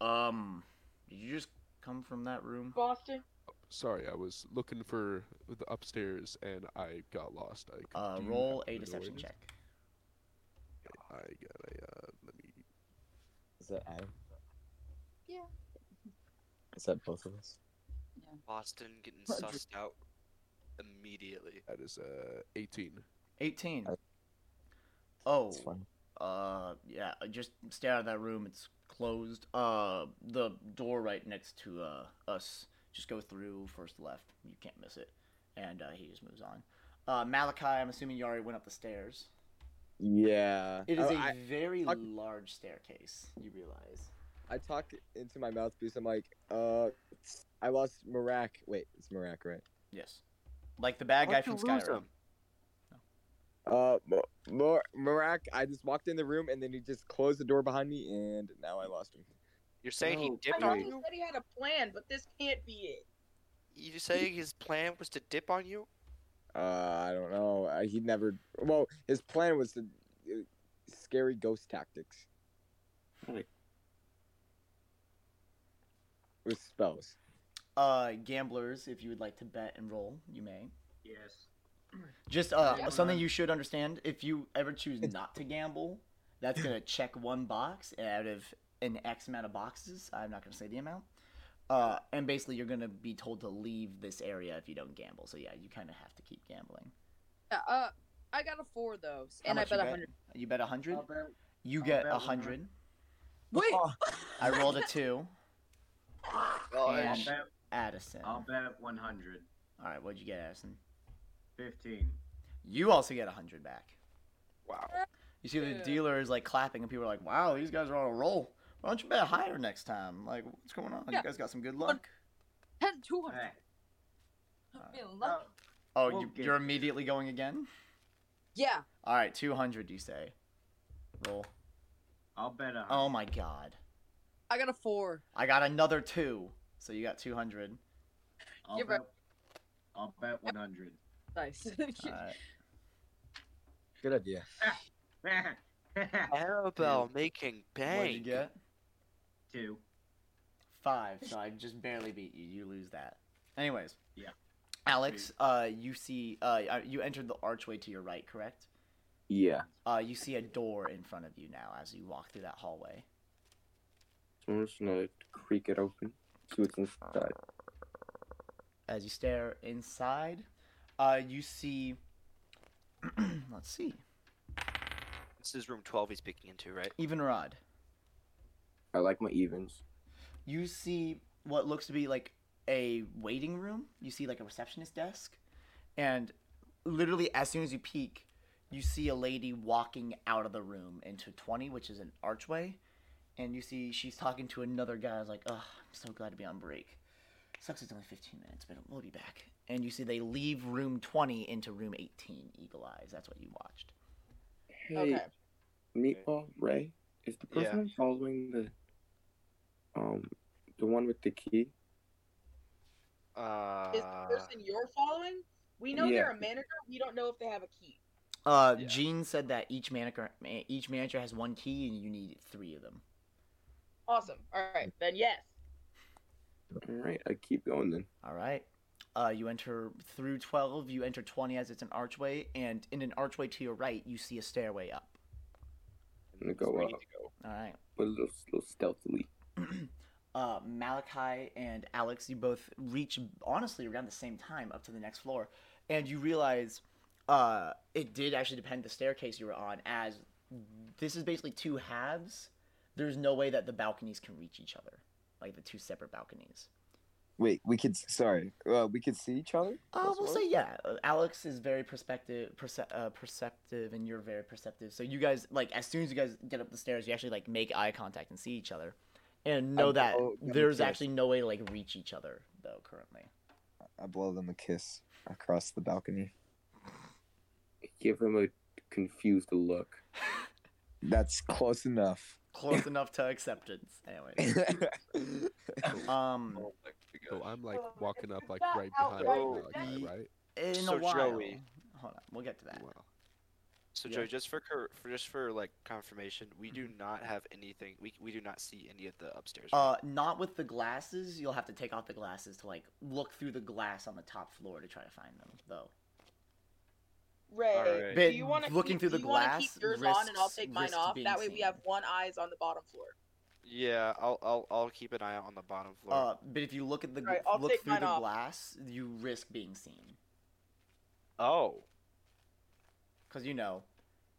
A: "Um, did you just come from that room?"
K: Boston.
F: Sorry, I was looking for the upstairs and I got lost. I, c-
A: Uh,
F: do you
A: roll
F: happen
A: a
F: to know where
A: deception
F: it is?
A: check.
F: I got a. Uh, let me.
I: Is that I?
E: Yeah.
I: Is that both of us?
J: Boston getting
E: Roger.
J: sussed out immediately.
F: That is uh 18.
A: 18. Oh.
I: fine.
A: Uh yeah, just stay out of that room. It's closed. Uh the door right next to uh us. Just go through first left. You can't miss it. And uh, he just moves on. Uh Malachi, I'm assuming you already went up the stairs.
B: Yeah.
A: It is
B: Uh, oh, I-
A: a
B: I-
A: very
B: I-
A: large staircase, you realize.
B: I talk into my mouthpiece. I'm like, uh, I lost Marak. Wait, it's Marak, right?
A: Yes. Like the bad guy
B: Why'd
A: from
B: you lose
A: Skyrim.
B: him? Uh, Mo- Mo- Marak, I just walked in the room and then he just closed the door behind me and now I lost him. Oh,
J: You're saying he
B: No,
J: dipped
B: I
J: on
B: don't-
J: you?
K: said he had a plan, but this can't be
A: [LAUGHS]
K: it.
J: You saying his plan was to dip on you?
B: Uh, I don't know. Uh, he never. Well, his plan was to uh, scary ghost tactics.
G: Right.
B: With spells.
A: Uh gamblers, if you would like to bet and roll, you may.
H: Yes.
A: Just uh,
H: Yeah.
A: something you should understand: if you ever choose not to gamble, that's gonna check one box out of an X amount of boxes. I'm not gonna say the amount. Uh, and basically, you're gonna be told to leave this area if you don't gamble. So yeah, you kind of have to keep gambling.
E: Yeah, uh, I got a four though,
A: How
E: and I
A: much
E: bet
A: you
E: a hundred.
A: You bet a hundred.
H: I'll bet-
A: You
H: I'll
A: get
H: bet
A: a
H: one hun-
A: hundred.
E: Wait.
A: I rolled a two.
H: I'll
A: and
H: bet-
A: Addison.
H: I'll bet 100.
A: All right, what'd you get, Addison?
H: 15.
A: You also get a hundred back.
F: Wow.
A: You see the
H: Yeah.
A: dealer is like clapping, and people are like, "Wow, these guys are on a roll. Why don't you bet higher next time? Like, what's going on?
E: Yeah.
A: You guys got some good luck."
E: Ten two hundred.
H: Uh,
A: Oh,
E: We'll
A: you,
E: get
A: you're immediately going again?
E: Yeah.
A: All right, 200, you say. Roll.
H: I'll bet a
A: Oh my god.
E: I got a four.
A: I got another two. So you got 200.
H: I'll
E: You're
H: bet,
E: right.
H: I'll bet 100.
E: Nice. [LAUGHS]
A: Alright.
B: Good idea.
J: Annabelle making
A: What'd you
J: bang.
A: get?
H: Two.
A: Five. So I just barely beat you. You lose that. Anyways.
H: Yeah.
A: Alex, uh, you see, uh, uh, you entered the archway to your right, correct?
G: Yeah.
A: Uh, you see a door in front of you now as you walk through that hallway.
G: I'm just gonna creak it open. See what's inside.
A: As you stare inside, Uh, you see. [CLEARS THROAT] Let's see.
J: This is room 12 he's peeking into, right?
A: Even Rod.
G: I like my evens.
A: You see what looks to be like a waiting room. You see like a receptionist desk. And literally, as soon as you peek, you see a lady walking out of the room into 20, which is an archway. And you see she's talking to another guy. I was like, oh, I'm so glad to be on break. Sucks it's only 15 minutes, but we'll be back. And you see they leave room 20 into room 18, Eagle Eyes. That's what you watched.
G: Hey, Meatball Ray, is the person
A: Yeah.
G: I'm following the um the one with the key?
J: Uh,
K: Is the person you're following? We know they're
A: Yeah.
K: a manager. We don't know if they have a key.
A: Uh, Gene said that each manager, ma- each manager has one key, and you need three of them.
K: Awesome. All right, then yes.
G: All right, I keep going then.
A: All right. Uh, you enter through 12, you enter 20 as it's an archway, and in an archway to your right, you see a stairway up.
G: I'm gonna go up,
A: All right.
G: but a little, little stealthily.
A: Uh, Malachi and Alex, you both reach honestly around the same time up to the next floor, and you realize uh, it did actually depend the staircase you were on, as this is basically two halves. There's no way that the balconies can reach each other, like the two separate balconies.
B: Wait, we could. Sorry, uh, we could see each other.
A: Oh,
B: That's
A: we'll
B: what?
A: say yeah. Uh, Alex is very perspective, perce- uh, perceptive, and you're very perceptive. So you guys, like, as soon as you guys get up the stairs, you actually like make eye contact and see each other, and know
B: I'm
A: that
B: all gonna
A: there's
B: kiss.
A: actually no way to like reach each other though currently.
B: I blow them a kiss across the balcony.
G: Give him a confused look.
B: [LAUGHS] That's close enough.
A: [LAUGHS] Close enough to acceptance, anyway. [LAUGHS] um,
F: so I'm like walking up like
A: that
F: right behind
A: outright
F: Malachi,
A: dead.
F: right?
A: in
J: So
A: a while.
J: Joey-
A: Hold on, we'll get to that.
J: So
A: Yeah. Mm-hmm.
J: Joe, just for, cor- for just for like confirmation, we do not have anything. We we do not see any of the upstairs. right?
A: Uh, not with the glasses. You'll have to take off the glasses to like look through the glass on the top floor to try to find them, though.
K: Ray,
J: Alright.
K: do
A: But
K: you want to
A: looking
K: keep,
A: through the
K: do you wanna
A: glass
K: Keep yours on, and I'll
A: risks-
K: take mine
A: risks
K: off.
A: being
K: That way, we
A: seen.
K: have one eyes on the bottom floor.
J: Yeah, I'll I'll I'll keep an eye out on the bottom floor.
A: Uh, but if you look at the
K: Alright, I'll
A: look
K: take
A: through
K: mine
A: the
K: off.
A: glass, you risk being seen.
J: Oh.
A: Cause you know,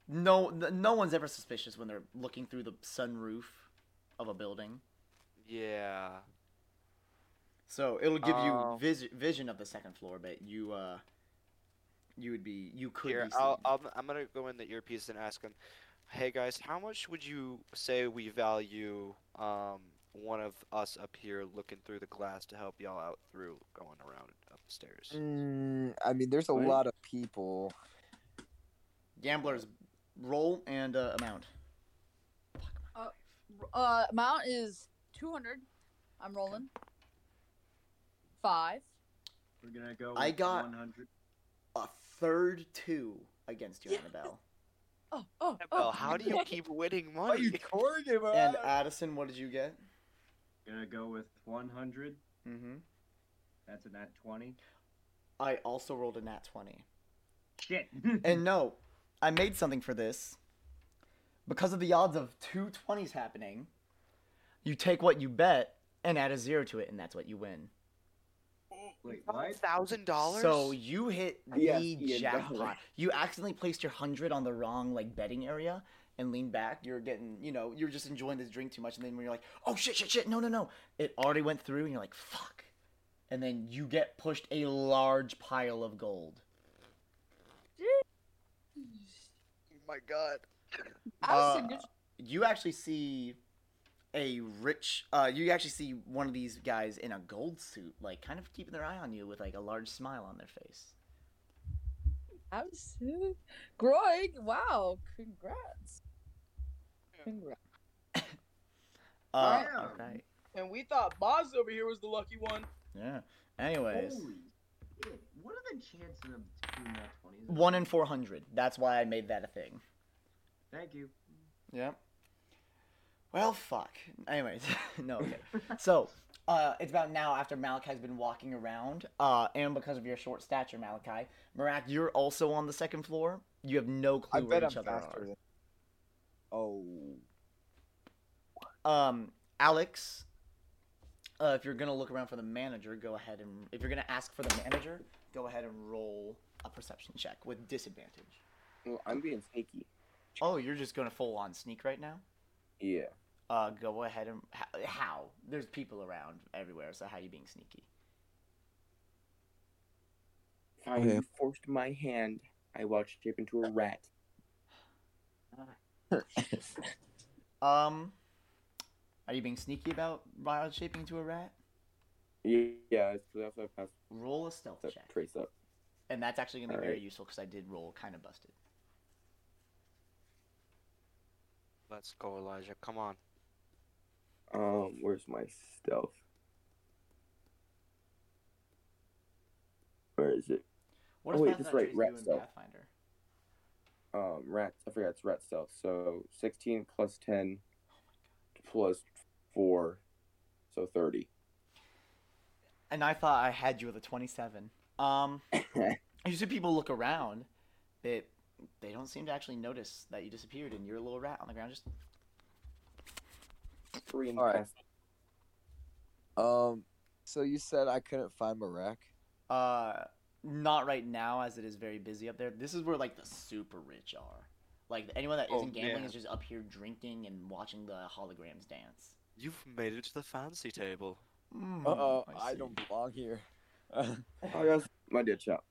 A: no, n- no one's ever suspicious when they're looking through the sunroof of a building.
J: yeah.
A: So it'll give
J: Oh.
A: you vis- vision of the second floor, but you, uh, you would be, you could
J: Here,
A: be seen.
J: I'll, I'll I'm gonna go in the earpiece and ask him. Hey guys, how much would you say we value um one of us up here looking through the glass to help y'all out through going around upstairs?
B: Mm, I mean, there's a
J: Right.
B: lot of people.
A: Gambler's roll and uh, amount.
E: Uh, amount is 200. I'm rolling. Five.
H: We're gonna go.
A: I
H: with
A: got-
H: 100.
A: A third two against you, Annabelle.
E: Oh, oh,
J: Well,
E: [LAUGHS]
J: how do you keep winning money?
A: And Addison, what did you get?
H: Uh, Gonna go with 100.
A: Mm-hmm.
H: That's a nat 20.
A: I also rolled a nat twenty.
H: [LAUGHS] Shit. [LAUGHS]
A: and no, I made something for this. Because of the odds of two 20s happening, you take what you bet and add a zero to it, and that's what you win.
H: Wait, what?
J: Thousand dollars.
A: So you hit the
G: Yes, Ian,
A: jackpot.
G: definitely.
A: You accidentally placed your hundred on the wrong like betting area and leaned back. You're getting, you know, you're just enjoying this drink too much, and then when you're like, oh shit, shit, shit, no, no, no, it already went through, and you're like, fuck. And then you get pushed a large pile of gold.
J: Oh my god.
E: Allison,
A: Uh,
E: good-
A: you actually see a rich uh you actually see one of these guys in a gold suit like kind of keeping their eye on you with like a large smile on their face
E: Allison. Groig, wow. Congrats. Congrats.
A: uh,
K: Damn.
A: okay
K: And we thought Boz over here was the lucky one.
A: yeah anyways
H: Holy shit. What are the chances of two nat 20s?
A: one in 400 that's why i made that a thing
H: Thank you.
A: Yep. Well, fuck. Anyways, [LAUGHS] no. Okay. so, uh, it's about now after Malachi's been walking around, uh, and because of your short stature, Malachi, Marak, you're also on the second floor. You have no
B: I
A: clue where
B: bet I'm
A: each other
B: faster. Than... Oh,
A: are. Um, Alex, uh, if you're gonna look around for the manager, go ahead and if you're gonna ask for the manager, go ahead and roll a perception check with disadvantage.
G: Well, I'm being sneaky.
A: Oh, you're just gonna full on sneak right now?
G: Yeah.
A: Uh, go ahead and h- how? There's people around everywhere, so how you being sneaky?
G: How
B: Okay.
G: you forced my hand, I watched shape into a rat.
A: [LAUGHS] Um, are you being sneaky about wild shaping into a rat?
G: Yeah, yeah that's what I passed.
A: Roll a stealth
G: that
A: check.
G: Trace up.
A: And that's actually gonna be very
G: Alright.
A: useful because I did roll kind of busted.
J: Let's go, Elijah. Come on.
G: Um, where's my stealth? Where is it?
A: What
G: oh
A: does
G: wait, that's right.
A: Pathfinder
G: Rat
A: do in
G: stealth.
A: Pathfinder?
G: Um, rat. I forgot it's rat stealth. So sixteen plus ten,
A: Oh
G: plus four, so thirty.
A: And I thought I had you with a twenty-seven.
I: [LAUGHS]
A: Um, you see people look around, but they don't seem to actually notice that you disappeared and you're a little rat on the ground. Just
G: Three and
I: All right.
G: cast-
I: Um, so you said I couldn't find my rack.
A: uh, not right now as it is very busy up there. This is where like the super rich are. Like anyone that
J: Oh,
A: isn't gambling
J: man.
A: is just up here drinking and watching the holograms dance.
J: You've made it to the fancy table.
A: Mm,
I: Uh oh,
A: I
I: I,
A: see.
I: don't belong here. [LAUGHS]
G: Oh, that's my dead shot.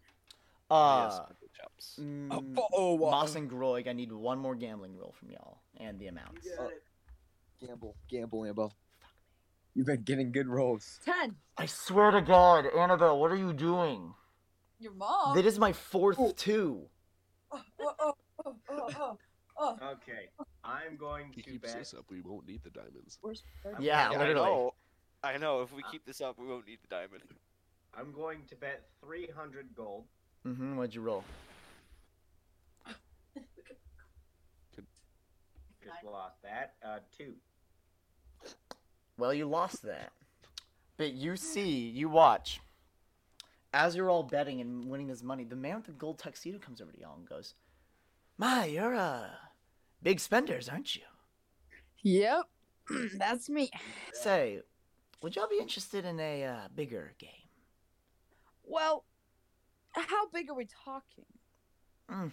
G: Ah.
A: Uh,
J: yes, good jobs.
A: mm,
I: oh, oh, wow.
A: Moss and Groig, I need one more gambling roll from y'all and the amounts.
K: You got it.
I: Uh, gamble, gamble, Ambo. You've been getting good rolls.
E: Ten.
A: I swear to God, Annabelle, what are you doing?
E: Your
K: Oh.
E: mom.
A: That is my fourth two.
E: Oh, oh, oh, oh, oh, oh, oh.
H: Okay, I'm going
F: He
H: to
F: keeps
H: bet.
F: this up. We won't need the diamonds.
E: Where's
H: I'm
A: Yeah,
H: going-
J: Yeah, I
A: literally.
J: know. I know. If we keep this up, we won't need
F: [LAUGHS]
J: the diamond.
H: I'm going to bet 300 gold.
A: Mm-hmm. What'd
K: [LAUGHS]
A: you roll?
H: Just lost that. Uh, two.
A: Well, you lost that. But you see, you watch. As you're all betting and winning this money, the man with the gold tuxedo comes over to y'all and goes, "My, you're uh, big spenders, aren't you?
E: Yep, [CLEARS THROAT] that's me.
A: Say, would y'all be interested in a uh, bigger game?"
E: Well, how big are we talking?
A: Hmm.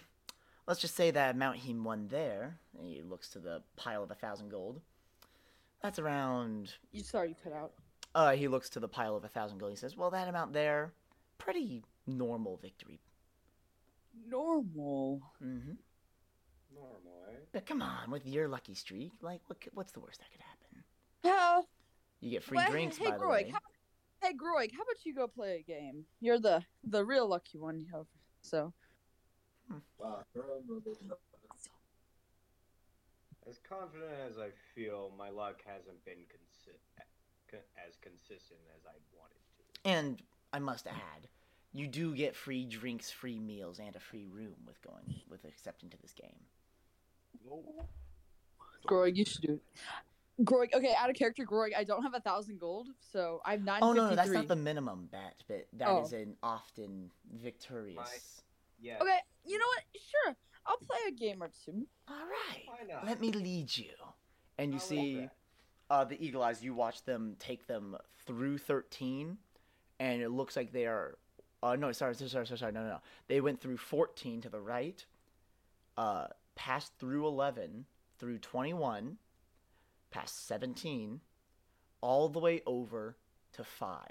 A: Let's just say that amount he won there, and he looks to the pile of a thousand gold. That's around.
E: You sorry, you cut out.
A: Uh, he looks to the pile of a thousand gold. He says, "Well, that amount there, pretty normal victory.
E: Normal.
A: Mm-hmm.
H: Normal, eh?
A: But come on, with your lucky streak, like, what? Could, what's the worst that could happen?
E: How?
A: You get free
E: Well,
A: drinks,
E: hey,
A: by the
E: Groig,
A: way.
E: how- hey, Groig, how about you go play a game? You're the the real lucky one. you have- So
H: As confident as I feel, my luck hasn't been consi- co- as consistent as I wanted to.
A: And I must add, you do get free drinks, free meals, and a free room with going with accepting to this game.
E: Groig, you should do it. Groig, okay, out of character, Groig. I don't have a thousand gold, so I'm nine.
A: Oh no, no, that's not the minimum bet, but that is
E: Oh.
A: an often victorious.
H: Yeah.
E: Okay, you know what? Sure, I'll play a game or two.
A: All right.
H: Why not?
A: Let me lead you. And you
H: I like
A: see
H: that.
A: uh, the eagle eyes, you watch them take them through 13, and it looks like they are. Uh, no, sorry, sorry, sorry, sorry, sorry, no, no, no. They went through 14 to the right, uh, passed through 11, through 21, past 17, all the way over to 5.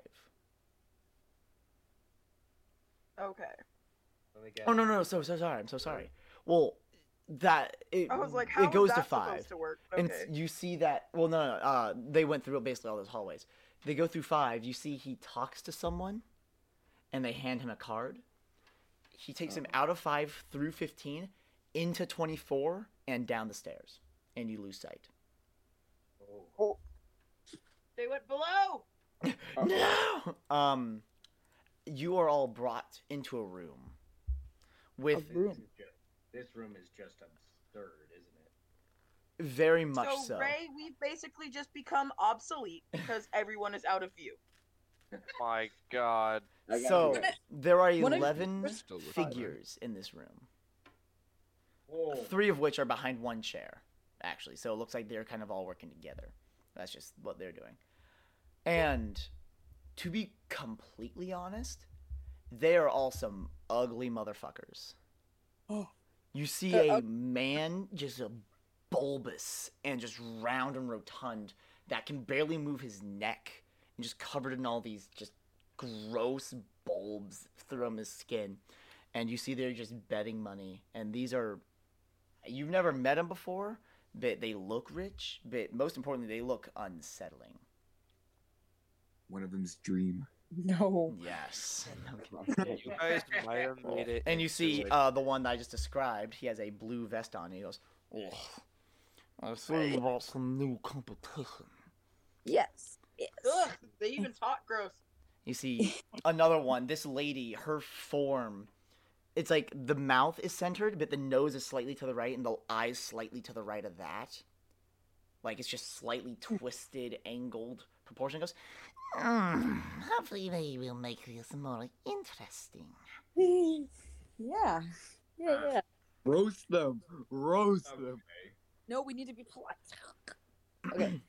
K: Okay.
H: Let me guess.
A: Oh, no, no, no, so, so sorry, I'm so sorry. Well, that. It,
K: I was like, how
A: it goes
K: is
A: to
K: that
A: 5.
K: supposed to work?
A: And
K: Okay.
A: s- you see that. Well, no, no. Uh, they went through basically all those hallways. They go through five. You see he talks to someone, and they hand him a card. He takes him
K: Oh.
A: out of five through fifteen, into twenty-four, and down the stairs, and you lose sight.
H: Oh.
K: They went below.
A: No. Um, you are all brought into a room. With
H: This, is ju- this room is just absurd, isn't it?
A: very much so.
K: so, Ray, we've basically just become
A: [LAUGHS]
K: obsolete because everyone is out of view.
J: My God.
G: I got
A: So
G: you.
A: there are
E: What if-
A: eleven
F: Still looking around.
A: figures in this room.
H: Whoa.
A: three of which are behind one chair, actually. So it looks like they're kind of all working together. That's just what they're doing. And to be completely honest, They are all some ugly motherfuckers. You see
L: Uh,
A: a man just a bulbous and just round and rotund that can barely move his neck and just covered in all these just gross bulbs from his skin. And you see they're just betting money. And these are you've never met them before, but they look rich, but most importantly they look unsettling.
I: One of them's dream.
E: No.
A: Yes.
B: [LAUGHS]
J: You guys might have made it.
A: And you
J: into,
A: see
J: like-
A: uh, the one that I just described. He has a blue vest on. And he goes, "Ugh, I think about some new competition."
E: Yes.
K: Ugh, they even talk gross.
A: You see another one. This lady, her form, it's like the mouth is centered, but the nose is slightly to the right, and the eyes slightly to the right of that. Like it's just slightly
J: Hmm.
A: twisted, angled proportion. Goes, "Mm, hopefully they will make this more interesting.
E: yeah. [LAUGHS] Yeah, yeah.
B: Roast them. Roast them.
E: No, we need to be polite.
A: [CLEARS THROAT]
E: Okay.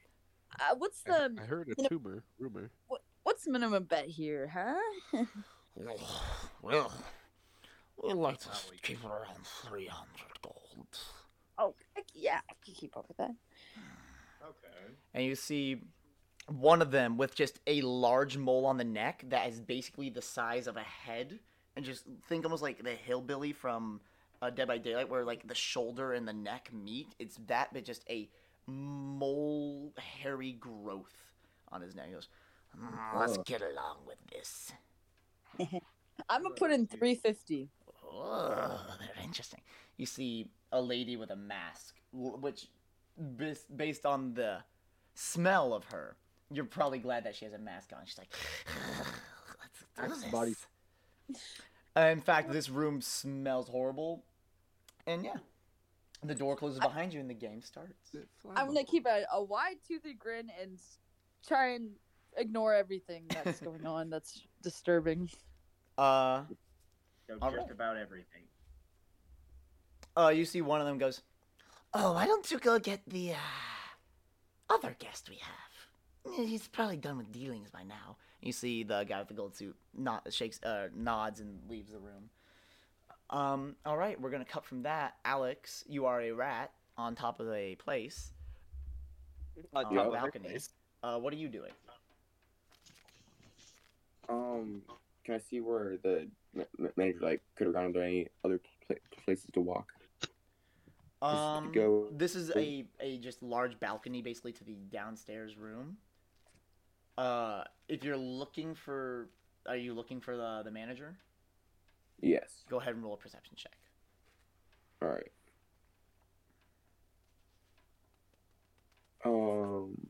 E: Uh, what's
F: I-
E: the
F: I heard a
E: minim-
F: tumor rumor.
E: what, what's the minimum bet here, huh? [LAUGHS]
A: Well, we'd like to keep around 300 gold.
E: oh, heck yeah, I can keep up with that.
M: Okay.
A: And you see one of them with just a large mole on the neck that is basically the size of a head. And just think almost like the hillbilly from uh, Dead by Daylight, where like the shoulder and the neck meet. It's that, but just a Mm, mole hairy growth on his neck. He goes, "Mm, let's
L: Oh.
A: get along with this.
E: I'm gonna put in 350.
A: Oh, they're interesting. You see a lady with a mask, w- which, bas- based on the smell of her, you're probably glad that she has a mask on. She's like, let's do this.
B: Body.
A: Uh, In fact, this room smells horrible, and yeah, the door closes behind you, and the game starts.
E: I'm gonna keep a, a wide toothed grin and s- try and ignore everything
A: [LAUGHS]
E: that's going on. That's disturbing.
A: Uh,
M: So
A: All
M: just
A: right.
M: about everything.
A: uh, you see one of them goes, "Oh, why don't you go get the uh, other guest we have? Eh, He's probably done with dealings by now." You see the guy with the gold suit not shakes, uh, nods, and leaves the room. Um, all right, we're gonna cut from that. Alex, you are a rat on top of a place,
J: On
A: on
J: top
A: a
J: of a
A: balcony.
J: place.
A: Uh, what are you doing?
G: Um, can I see where the ma- ma- manager like could have gone? Are there any other pla- places to walk?
A: Um,
G: go-
A: this is a, a just large balcony basically to the downstairs room. Uh, if you're looking for, are you looking for the the manager?
G: Yes.
A: Go ahead and roll a perception check.
G: All right. Um,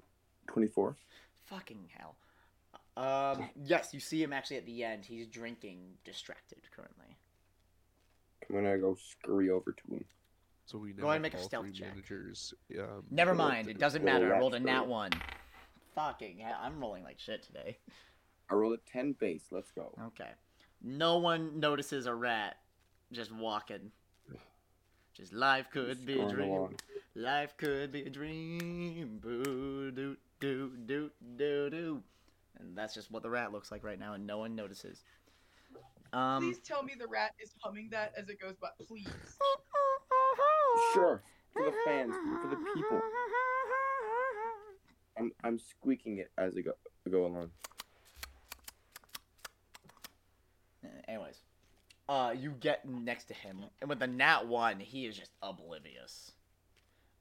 G: twenty-four.
A: Fucking hell. Um, yes, you see him actually at the end. He's drinking, distracted currently.
G: I'm gonna go scurry over to him.
F: So we
A: Go ahead and make a stealth check.
F: managers. Um,
A: Never
F: rolled
A: mind. It
F: the-
A: doesn't
G: roll
A: matter. I
G: that
A: rolled a nat
G: through.
A: one. Fucking hell. I'm rolling like shit today.
G: I rolled a ten base. Let's go.
A: Okay. No one notices a rat just walking. Just life could be a
G: going
A: dream.
G: along.
A: Life could be a dream. Boo doo doo doo doo doo. And that's just what the rat looks like right now, and no one notices. Um,
C: Please tell me the rat is humming that as it goes by. Please.
E: [LAUGHS]
G: Sure. For the fans, for the people. I'm I'm squeaking it as I go go along.
A: anyways, uh, you get next to him, and with the nat one, he is just oblivious.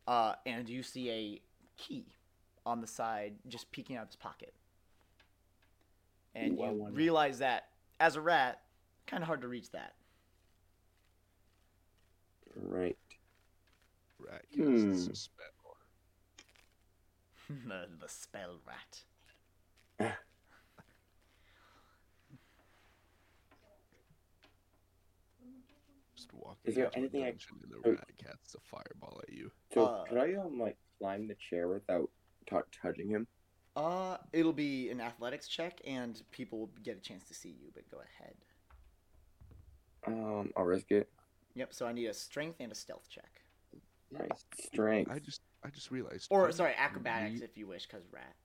A: Uh, and you see a key on the side, just peeking out of his pocket, and
G: Ooh, I
A: you
G: want it.
A: realize that as a rat, kind of hard to reach that. [LAUGHS]
G: Right.
F: Rat casts
G: Hmm.
F: a spell.
A: the, the spell rat.
F: Just walking.
G: Is there
F: into a
G: anything I-
F: dungeon and the
G: oh.
F: rat casts a fireball at you?
G: So
A: Uh,
G: could I um like climb the chair without tou touching him?
A: Uh, it'll be an athletics check, and people will get a chance to see you. But go ahead.
G: Um, I'll risk it.
A: Yep. So I need a strength and a stealth check,
G: Nice strength.
F: I just I just realized.
A: or
F: you
A: sorry, acrobatics
F: need-
A: if you wish, because rat.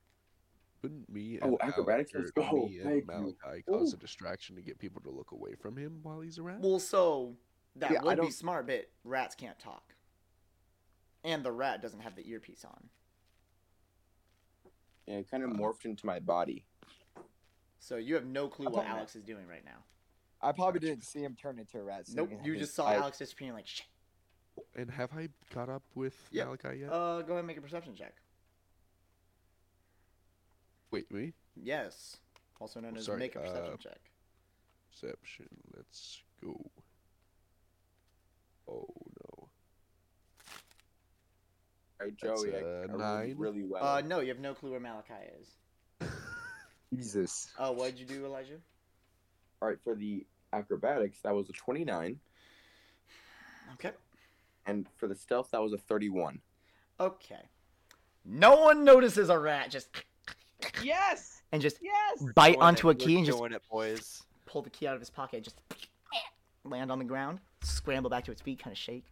F: Couldn't me
G: Oh,
F: and
G: acrobatics
F: Alec,
G: is-
F: or
G: oh,
F: me
G: thank
F: and
G: you. Oh.
F: Malachi cause
A: Ooh.
F: a distraction to get people to look away from him while he's around?
A: Well, so that
F: Yeah, I
A: would be
F: don't-
A: smart, but rats can't talk, and the rat doesn't have the earpiece on.
G: Yeah, it kind of morphed into my body.
A: So you have no clue
B: I
A: what
B: thought-
A: Alex is doing right now.
B: I probably didn't see him turn into a rat. so
A: Nope,
B: I
A: you
B: think-
A: just saw
B: I-
A: Alex disappearing like shit.
F: And have I caught up with
A: Yep.
F: Malachi yet?
A: Uh, go ahead and make a perception check.
F: Wait, me?
A: Yes, also known
F: Oh,
A: as
F: sorry,
A: make a perception
F: uh,
A: check.
F: Perception. Let's go. Oh no.
G: All right,
F: That's,
G: Joey, I-
F: uh,
G: I rolled
F: nine.
G: really well.
A: Uh, no, you have no clue where Malachi is.
G: Jesus.
A: Oh, what'd you do, Elijah?
G: All right, for the acrobatics, that was a 29,
A: Okay.
G: and for the stealth, that was a 31.
A: Okay. No one notices a rat just
C: Yes.
A: and just
C: Yes.
A: bite
D: Doing
A: onto
D: it.
A: a key
D: We're
A: and just
D: doing it, boys.
A: pull the key out of his pocket and just [SNIFFS] land on the ground, scramble back to its feet, kind of shake,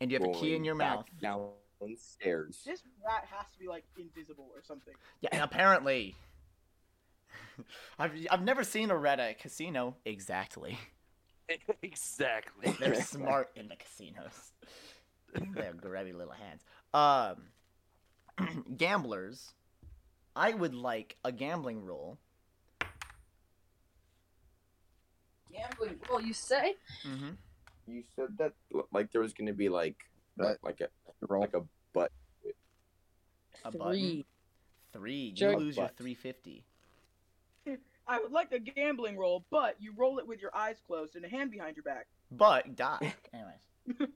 A: and you have a key in
G: Going
A: your
G: back
A: mouth.
G: Downstairs.
C: This rat has to be like invisible or something.
A: Yeah, and apparently, [LAUGHS] I've I've never seen a rat at a casino. Exactly.
J: exactly.
A: They're smart in the casinos. [LAUGHS] They're grabby little hands. Um, [CLEARS THROAT] gamblers, I would like a gambling roll.
E: Gambling. Well, you say
A: Mm-hmm.
G: You said that l- like there was going to be like like, like a like a butt.
A: A
E: Three.
A: button. Three. You
E: Jerk.
A: lose your
G: Butt.
A: 350.
C: I would like a gambling roll, but you roll it with your eyes closed and a hand behind your back.
E: [LAUGHS]
A: But die. Anyways.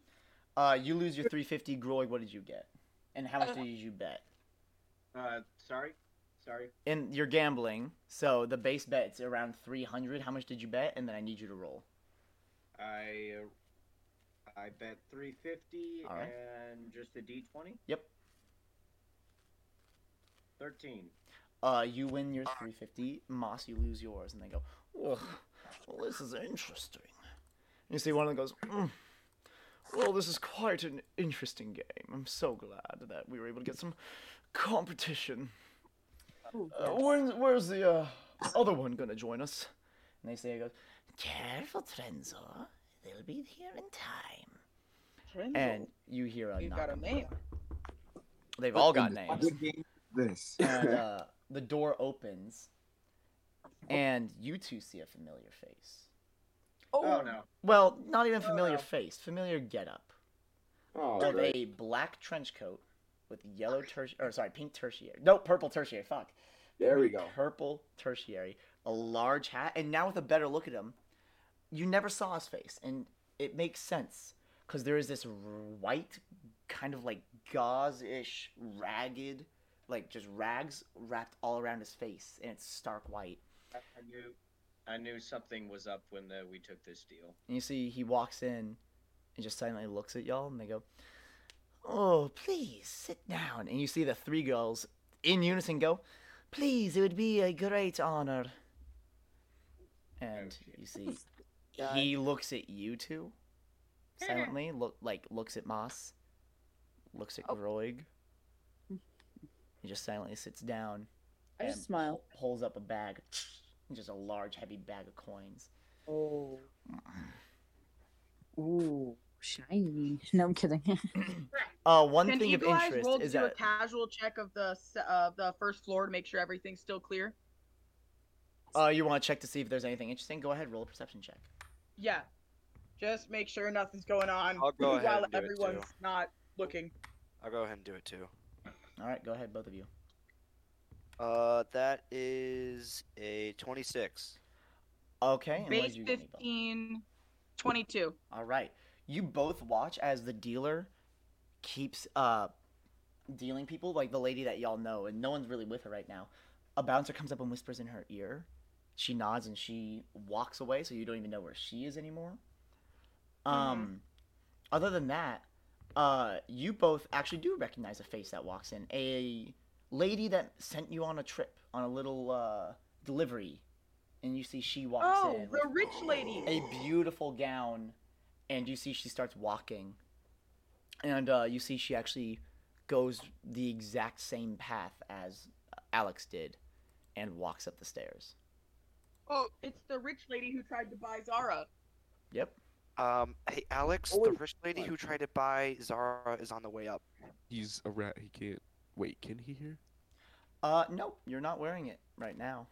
A: Uh, you lose your 350. Groig, what did you get? And how much did you bet?
M: Uh, sorry, sorry.
A: And you're gambling, so the base bet's around 300. How much did you bet? And then I need you to roll.
M: I uh, I bet 350
A: All right.
M: and just a d20.
A: Yep.
M: 13.
A: Uh, you win your 350. Moss, you lose yours. And they go, well, well this is interesting. And you see one of them goes, "Mm, well, this is quite an interesting game. I'm so glad that we were able to get some competition.
C: Oh,
A: Uh, when's, where's the uh, other one going to join us? And they say, it goes, careful, Trenzo. They'll be here in time. And you hear a
C: you
A: knock
C: got a
A: on the door.
C: name.
A: They've all got names
I: What game is this? [LAUGHS]
A: and uh, the door opens, and you two see a familiar face.
M: Oh, no.
A: Well, not even familiar face, familiar getup
G: Oh,
A: of
G: great.
A: a black trench coat with yellow tertiary, or sorry, pink tertiary. No, purple tertiary. Fuck.
G: there we go.
A: Purple tertiary, a large hat, and now with a better look at him, you never saw his face, and it makes sense because there is this r- white, kind of like gauze-ish, ragged, like just rags wrapped all around his face, and it's stark white.
M: I I knew I knew something was up when uh we took this deal.
A: And you see he walks in and just silently looks at y'all, and they go, "Oh, please sit down." And you see the three girls in unison go, "Please, it would be a great honor." And
E: [LAUGHS]
A: you see he looks at you two
E: [LAUGHS]
A: silently. Look like looks at Moss, looks at
E: Oh.
A: Groig. He just silently sits down.
E: I just
A: and
E: smile.
A: pu- Pulls up a bag, [SNIFFS] just a large, heavy bag of coins.
E: Oh. Ooh, shiny. No, I'm kidding. [LAUGHS]
A: [CLEARS THROAT] Uh, one
C: Can
A: thing of
C: Eagle Eyes
A: interest
C: roll
A: is
C: to do
A: that
C: a casual check of the s- uh, the first floor to make sure everything's still clear?
A: uh, you want to check to see if there's anything interesting. Go ahead, roll a perception check.
C: Yeah. Just make sure nothing's going on
J: I'll go
C: [LAUGHS]
J: ahead
C: while
J: and do it,
C: everyone's
J: too.
C: not looking.
J: I'll go ahead and do it too.
A: All right, go ahead, both of you.
J: Uh, that is a 26.
A: Okay. And what did
C: Base
A: you get, Nebo?
C: 15, 22.
A: All right. You both watch as the dealer keeps uh dealing people like the lady that y'all know and no one's really with her right now. A bouncer comes up and whispers in her ear. She nods and she walks away so you don't even know where she is anymore. Um other than that, uh you both actually do recognize a face that walks in. A lady that sent you on a trip on a little uh delivery and you see she walks
C: Oh,
A: in. with-
C: the rich lady.
A: a beautiful gown, and you see she starts walking, and uh, you see she actually goes the exact same path as uh, Alex did, and walks up the stairs.
C: Oh, it's the rich lady who tried to buy Zara.
A: Yep.
J: Um, hey Alex, the rich lady who tried to buy Zara is on the way up.
F: He's a rat. He can't. Wait, can he hear?
A: Uh, no, you're not wearing it right now.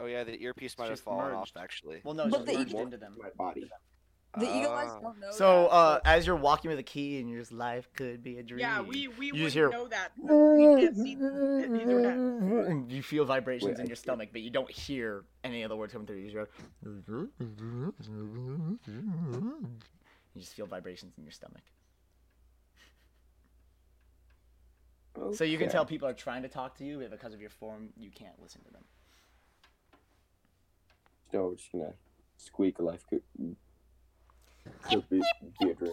J: Oh yeah, the earpiece might have
A: just
J: fallen
A: merged.
J: off actually.
A: Well, no, it's
J: But
A: just
J: the
A: merged
J: eagle-
A: into them.
G: My body.
E: The eagle eyes
J: Ah.
E: don't know.
A: So, uh, as you're walking with a key and your life could be a dream.
C: Yeah, we we
A: you
C: wouldn't
A: just hear,
C: know that. 'cause We can't see
A: and Mm-hmm. you feel vibrations
C: Wait,
A: in
C: I
A: your stomach, but you don't hear any other words coming through. You just, go, you just feel vibrations in your stomach. So you can
L: Okay.
A: tell people are trying to talk to you, but because of your form, you can't listen to them.
G: No, we're just gonna squeak a life could, could be, be a dream.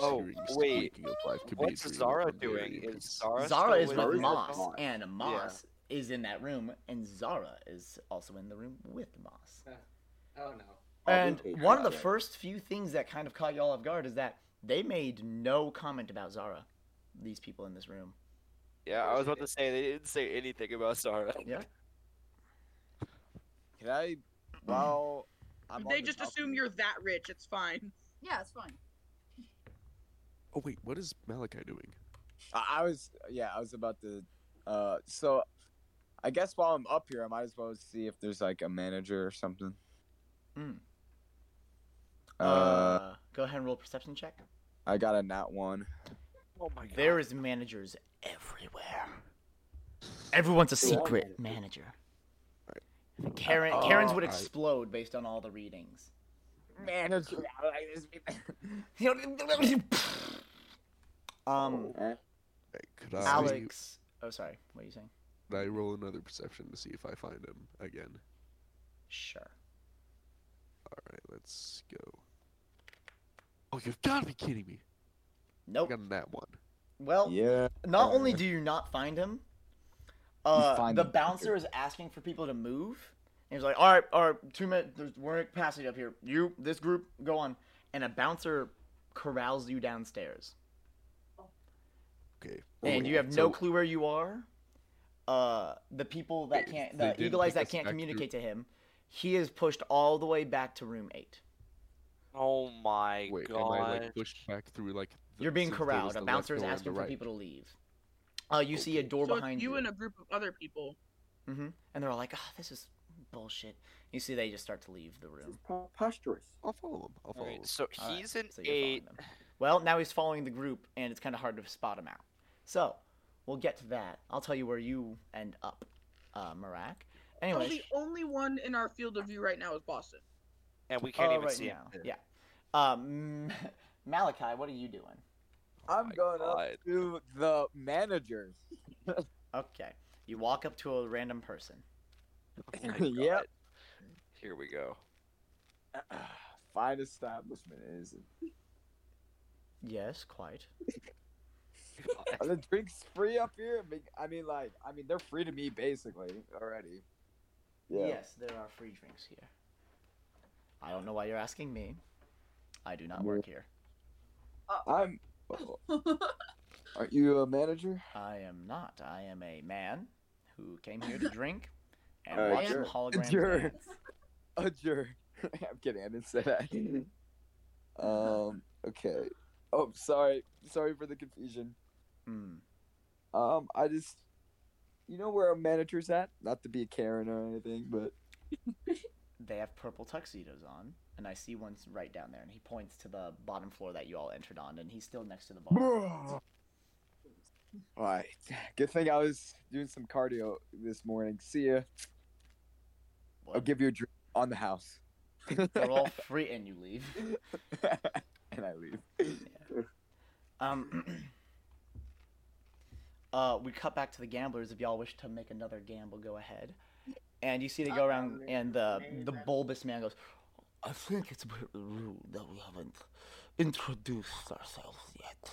J: Oh wait,
F: could be
J: what's
F: dream
J: Zara
F: of Mary
J: doing? Is Zara
A: Zara
J: still
A: is
J: with
A: with
J: her?
A: Moss,
J: Oh.
A: and Moss is in that room, and Zara is also in the room with Moss.
N: Oh no.
A: And
N: Okay,
A: one of the
N: got it.
A: first few things that kind of caught y'all off guard is that they made no comment about Zara, these people in this room.
J: Yeah, I was about to say they didn't say anything about Zara. [LAUGHS]
A: Yeah.
B: Can I? Well, I'm on
C: They
B: the
C: just
B: top
C: assume you're that rich. It's fine.
E: Yeah, it's fine.
F: Oh wait, what is Malachi doing?
B: I, I was yeah, I was about to. Uh, so I guess while I'm up here, I might as well see if there's like a manager or something.
A: Hmm.
B: Uh,
A: Uh, go ahead and roll a perception check.
B: I got a nat one.
J: Oh my
A: There is managers everywhere. Everyone's a
B: They're all
A: secret manager. Karen,
B: Uh,
A: Karen's would
B: I-
A: explode based on all the readings.
B: Manager.
A: [LAUGHS] um,
F: Could I,
A: Alex. Oh, sorry. What are you saying?
F: could I roll another perception to see if I find him again?
A: Sure.
F: All right, let's go. Oh, you've got to be kidding me!
A: Nope.
F: I got that one.
A: Well,
F: Yeah.
A: not only do you not find him, uh,
F: find
A: the
F: him.
A: bouncer is asking for people to move. And he's like, all right, all right, two minutes, there's, we're in capacity up here. You, this group, go on. And a bouncer corrals you downstairs.
F: Okay.
A: And you have no clue where you are. Uh, the people that can't,
F: They
A: the
F: didn't
A: eagle eyes
F: take
A: that
F: us
A: can't
F: back to-
A: communicate to him, he is pushed all the way back to room eight.
J: Oh my
F: Wait,
J: god.
F: am I like pushed back through like?
A: You're being
F: since there was
A: corralled.
F: the
A: A
F: left
A: bouncer is
F: door and
A: asking
F: the
A: for
F: right?
A: people to leave. Uh, you see a door
C: So it's
A: behind
C: you and a group of other people.
A: hmm And they're all like, oh, this is bullshit. You see, they just start to leave the room.
G: Posturous.
F: I'll follow him. I'll follow him.
J: So
A: Alright,
J: he's in
A: so you're following
J: eight.
A: them. Well, now he's following the group, and it's kind of hard to spot him out. So, we'll get to that. I'll tell you where you end up, uh, Marak.
F: Oh,
C: So
A: Anyways,
C: the only one in our field of view right now is Boston.
J: and we can't
A: uh,
J: even
A: right
J: see
A: now,
J: him.
A: Yeah. Um, [LAUGHS] Malachi, what are you doing?
B: I'm going
F: Uh,
B: up to the manager.
A: [LAUGHS] Okay. You walk up to a random person.
B: [LAUGHS]
F: Oh
B: yep.
J: Here we go.
B: Fine uh, establishment is.
A: Yes,
B: [LAUGHS]
A: quite.
B: Are the drinks free up here? I mean, I mean, like, I mean, they're free to me basically already. Yeah.
A: Yes, there are free drinks here. I don't know why you're asking me. I do not work here.
B: I'm. Aren't you a manager?
A: I am not. I am a man who came here to drink and
B: Uh,
A: watch some
B: jerk.
A: holograms.
B: Jerk.
A: dance.
B: [LAUGHS] A jerk. [LAUGHS] I'm kidding. I didn't say that. um. Okay. Oh, sorry. Sorry for the confusion.
A: Hmm.
B: Um. I just. You know where a manager's at? Not to be a Karen or anything, but
A: They have purple tuxedos on, and I see one's right down there. And he points to the bottom floor that you all entered on, and he's still next to the bar.
B: all right. Good thing I was doing some cardio this morning. See ya. I'll give you a drink on the house.
A: They're
I: [LAUGHS]
B: [LAUGHS]
A: all [LAUGHS] free, and you leave.
B: and I leave.
A: Um. [CLEARS THROAT] uh, we cut back to the gamblers. If y'all wish to make another gamble, go ahead. And you see they go around, and the the bulbous man goes,
L: I think it's a bit rude that we haven't introduced ourselves yet.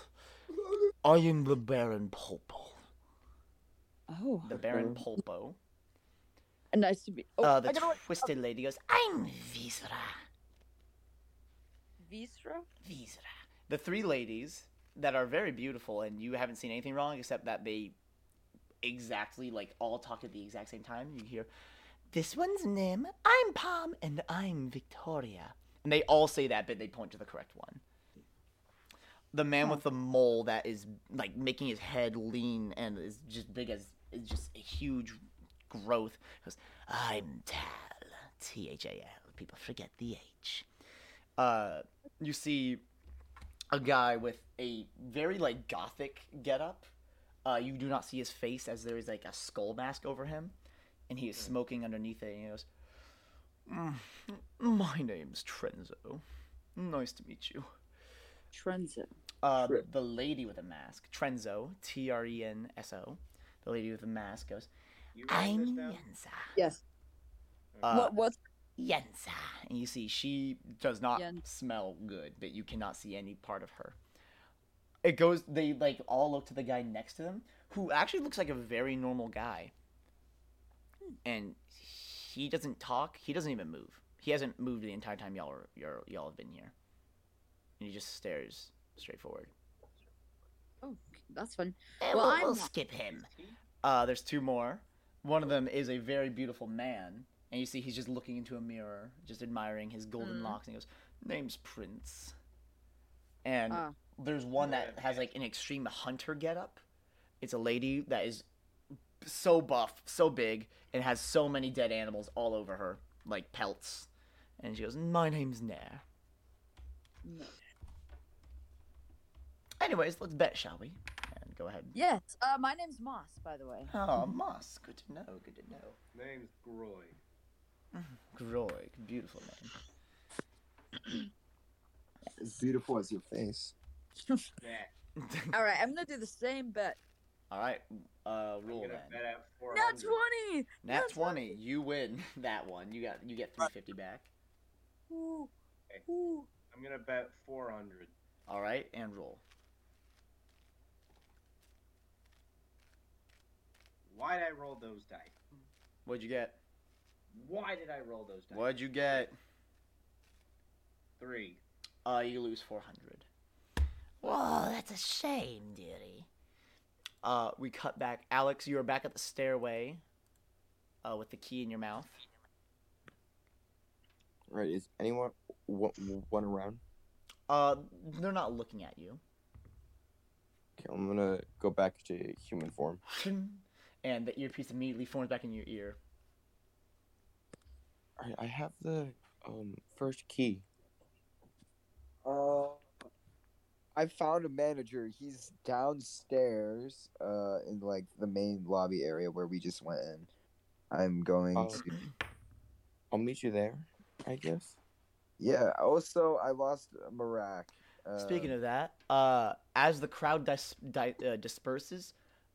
L: I am the Baron Popol.
E: Oh.
A: "The Baron Polpo."
E: Nice to be. Oh,
A: uh, the
E: I gotta
A: twisted lady goes, "I'm Visra."
E: Visra.
A: Visra. The three ladies that are very beautiful, and you haven't seen anything wrong except that they exactly like all talk at the exact same time. You hear, "This one's Nim, I'm Palm, and I'm Victoria," and they all say that, but they point to the correct one. The man with the mole that is like making his head lean and is just big as is just a huge growth goes, "I'm Tal, T H A L." People forget the H. Uh, you see a guy with a very like gothic getup. Uh, you do not see his face as there is like a skull mask over him, and he is smoking underneath it. And he goes, "Mm, "My name's Trenzo. Nice to meet you."
E: Trenzo.
A: Uh, the lady with a mask, Trenzo, T R E N S O. The lady with the mask goes, "I'm Yenza."
E: Yes. What- what's
A: Yenza? And you see, she does not
E: Yen-
A: smell good, but you cannot see any part of her. It goes. They like all look to the guy next to them, who actually looks like a very normal guy, and he doesn't talk. He doesn't even move. He hasn't moved the entire time y'all are, y'all, y'all have been here, and he just stares straight forward.
E: Oh, that's fun.
A: Eh,
E: well,
A: we'll-
E: I'm
A: we'll
E: not-
A: skip him. Uh, there's two more. One of them is a very beautiful man, and you see he's just looking into a mirror, just admiring his golden
L: Mm.
A: locks, and he goes, "Name's Prince." And
L: Ah.
A: there's one that has like an extreme hunter getup. It's a lady that is so buff, so big, and has so many dead animals all over her, like pelts. And she goes, "My name's Nair." Anyways, let's bet, shall we? And go ahead.
E: Yes. Uh, my name's Moss, by the way. [LAUGHS]
A: Oh, Moss. Good to know. Good to know.
M: Name's Groy.
A: Groig, beautiful name.
I: [CLEARS THROAT] As beautiful as your face.
E: All right, I'm gonna do the same bet.
A: All right, uh, rule then.
E: Not twenty.
A: Nat twenty, you win [LAUGHS] that one. You got you get three fifty back.
M: Okay. I'm gonna bet 400.
A: All right, and roll.
M: Why did I roll those dice?
A: What'd you get?
M: Why did I roll those dice?
A: What'd you get?
M: Three.
A: Uh, you lose four hundred. Whoa, that's a shame, dearie. Uh, we cut back. Alex, you are back at the stairway, uh, with the key in your mouth.
I: Right? Is anyone one, one around?
A: Uh, they're not looking at you. [LAUGHS]
I: Okay, I'm gonna go back to human form.
A: and the earpiece immediately forms back in your ear.
I: Alright, I have the um first key.
B: Uh,
I: I found a manager. He's downstairs, uh, in like the main lobby area where we just went in. I'm going
A: Oh,
I: to.
G: I'll meet you there, I guess.
I: Yeah. Also, I lost Marak. Uh,
A: Speaking of that, uh, as the crowd dis- di- uh, disperses,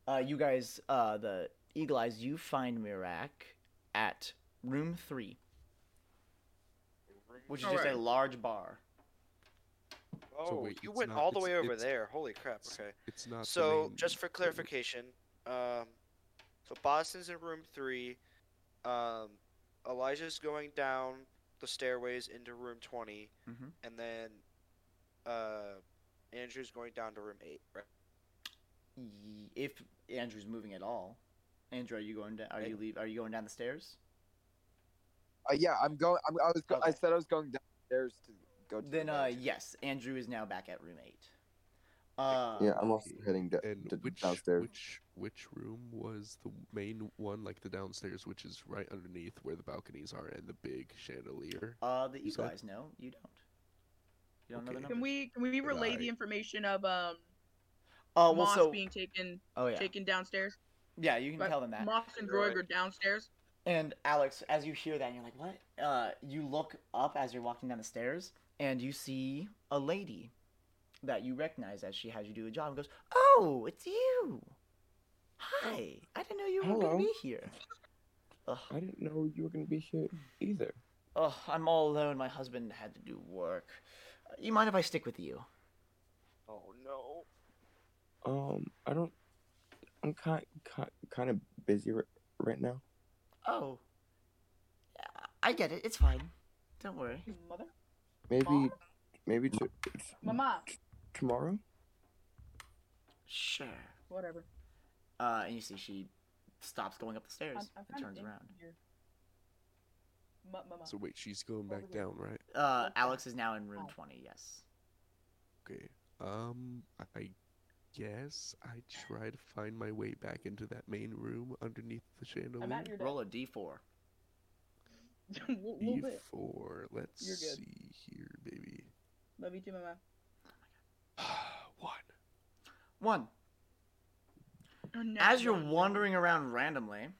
A: uh, you guys, uh, the Eagle Eyes, you find Mirak at room three, which is just a
D: Alright.
A: large bar.
D: Oh,
F: wait,
D: you
F: it's
D: went
F: not-
D: all the
F: it's-
D: way over
F: it's-
D: there. Holy crap. Okay.
F: it's not the
D: So,
F: main
D: just for clarification, um, so Boston's in room three. Um, Elijah's going down the stairways into room 20.
A: Mhm.
D: And then uh, Andrew's going down to room eight, right?
A: Y- If Andrew's moving at all, Andrew, are you going? Da- are you leave? Are you going down the stairs?
I: uh, yeah, I'm going. I'm, I was. Go- I said I was going downstairs to go. To
A: Then,
I: the
A: uh,
I: manager.
A: yes, Andrew is now back at room eight. Uh,
I: yeah, I'm also heading da-
F: And
I: d-
F: which
I: downstairs.
F: which which room was the main one, like the downstairs, which is right underneath where the balconies are and the big chandelier?
A: Uh, the
F: you
A: Eagle
F: said?
A: Eyes. No, you don't. You don't know the number.
C: Can we can we relay the information of um
A: Uh, well,
C: Moss
A: so
C: being taken
A: Oh, yeah.
C: taken downstairs?
A: yeah, you can
C: But
A: tell them that.
C: Moss and Groig are downstairs.
A: And Alex, as you hear that, you're like, "What?" Uh, you look up as you're walking down the stairs, and you see a lady that you recognize as she has you do a job. And goes, "Oh, it's you! Hi, I didn't know you were
G: Hello.
A: gonna be here.
G: I didn't know you were gonna be here either.
A: Oh, I'm all alone. My husband had to do work. Uh, You mind if I stick with you?"
D: Oh, no.
G: Um, I don't. I'm kind kind, kind of busy r- right now.
A: Oh, I get it. It's fine. Don't worry. Mother.
G: Maybe maybe to,
C: Mama.
G: tomorrow.
A: Sure.
C: Whatever.
A: Uh, and you see she stops going up the stairs
C: I'm- I'm
A: and
C: kinda
A: turns
C: in
A: around.
C: here. Ma- ma- ma.
F: So wait, she's going back down, right?
J: Oh,
A: Uh, Alex is now in room 20, yes.
F: Okay. Um, I guess I try to find my way back into that main room underneath the chandelier.
A: your Roll a d4.
C: [LAUGHS] Little- little bit.
F: D4. E Let's
C: You're good.
F: see here, baby.
C: Love you too, mama.
A: One. Oh, As you're wandering around randomly,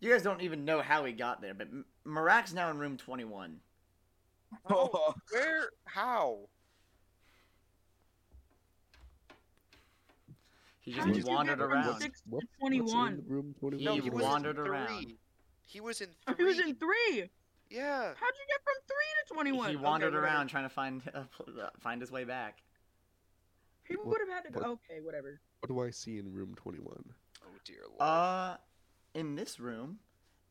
A: you guys don't even know how he got there, but M- Marak's now in room 21.
J: Oh, where? How?
A: He
J: How
A: just
J: did you get
A: wandered
J: from
A: around.
J: six
F: to What's-
C: what's in 21?
F: room
A: He
F: 21?
J: was in
A: wandered
J: three.
A: around.
J: He was in
C: Oh, He was in three.
J: Yeah.
C: How'd you get from three to twenty-one?
A: He
C: Okay,
A: wandered
C: whatever.
A: around trying to find [LAUGHS] uh, pl- uh, find his way back.
C: He
F: What-
C: would have had to go.
F: what-
C: Okay, whatever.
F: What do I see in room 21?
J: Oh dear lord.
A: Uh, in this room,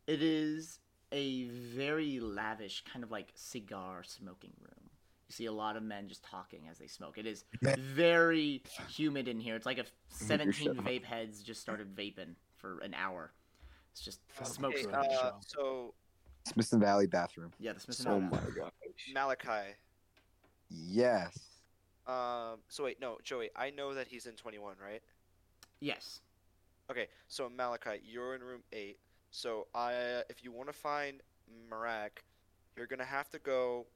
A: it is a very lavish kind of like cigar smoking room. You see a lot of men just talking as they smoke. It is very humid in here. It's like if
M: Move your shit
A: 17
M: up.
A: vape heads just started vaping for an hour. It's just smoke.
J: Okay,
A: smoke.
J: uh, so
I: Smithson Valley bathroom.
A: yeah, the Smithson
I: Oh
A: Valley
I: my
A: bathroom.
I: god.
J: Malachi.
I: Yes.
J: Um. So wait, no, Joey. I know that he's in 21, right?
A: yes.
J: Okay. So Malachi, you're in room eight. So I, if you want to find Marak, you're gonna have to go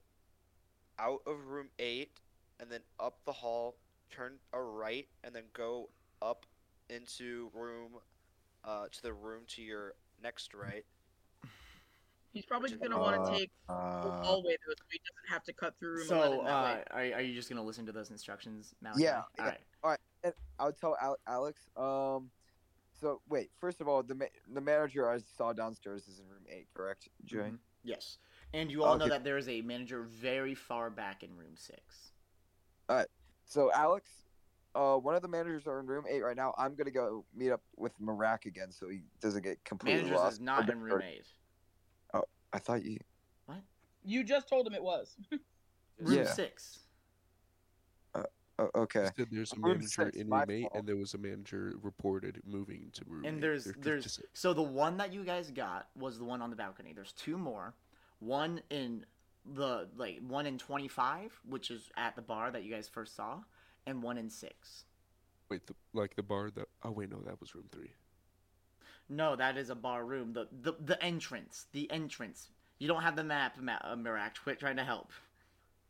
J: out of room eight and then up the hall, turn a right, and then go up into room, uh, to the room to your next right.
C: He's probably gonna want
A: Uh,
C: to take the
A: uh,
C: hallway though, so he doesn't have to cut through room
A: So,
C: 11 that
A: uh,
C: way.
A: are, are you just going to listen to those instructions, Malachi?
I: Yeah.
A: All right.
I: All right. And I'll tell Al- Alex. Um. So wait. First of all, the ma- the manager I saw downstairs is in room eight, correct, Jay? Oh,
A: Mhm. Yes. And you all know
I: Okay.
A: that there is a manager very far back in room six.
I: All right. So Alex, uh, one of the managers are in room eight right now. I'm gonna go meet up with Marak again, so he doesn't get completely
A: Managers
I: lost.
A: is not
I: Or-
A: in room eight.
I: Oh, I thought you.
C: You just told him it was. [LAUGHS]
A: Room
I: Yeah.
A: six.
I: Oh, okay.
F: Said there's a
I: Room
F: manager
I: six,
F: in
I: my
F: room eight,
I: fault.
F: and there was a manager reported moving to room. eight.
A: And there's
F: just-
A: there's
F: just-
A: so the one that you guys got was the one on the balcony. There's two more. One in the like one in twenty five, which is at the bar that you guys first saw, and one in six.
F: wait, the, like the bar that. Oh wait, no, that was room three.
A: No, that is a bar room. The the, the entrance. The entrance. You don't have the map, Ma- uh, Mirak. Quit trying to help.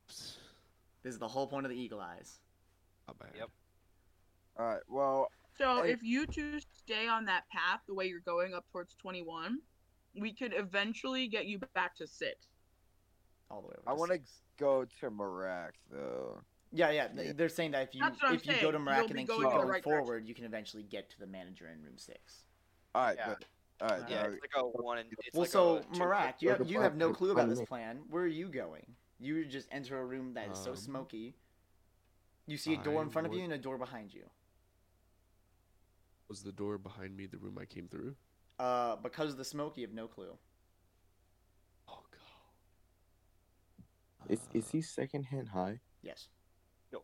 A: This is the whole point of the eagle eyes.
F: Not bad.
J: Yep.
I: All right. Well,
C: So
I: Hey.
C: if you two stay on that path the way you're going up towards 21, we could eventually get you back to six.
A: All the way over.
I: I
A: to
I: want to
A: six.
I: go to Marak though.
A: Yeah, yeah. th-
I: Yeah.
A: They're saying that if you
C: That's what I'm
A: if you go
C: saying,
A: to
C: you'll
A: Marak
C: be
A: and then keep
C: going
A: going
C: in the right direction.
A: forward, you can eventually get to the manager in room six.
I: All right.
J: Yeah.
I: Good. All right.
J: Yeah,
I: now-
J: it's like a one. and- It's
A: well,
J: like
A: so
J: a two-
A: Marak, you
I: like
A: have,
I: a
A: you have no
I: five-
A: clue about
I: five
A: this
I: minute-
A: plan. Where are you going? You just enter a room that is so
F: Um,
A: smoky. You see a door in
F: I
A: front of
F: would-
A: you and a door behind you.
F: Was the door behind me the room I came through?
A: Uh, because of the smoke, you have no clue.
F: Oh god.
G: Is is
F: Uh,
G: he secondhand high?
A: Yes.
G: [LAUGHS]
J: No.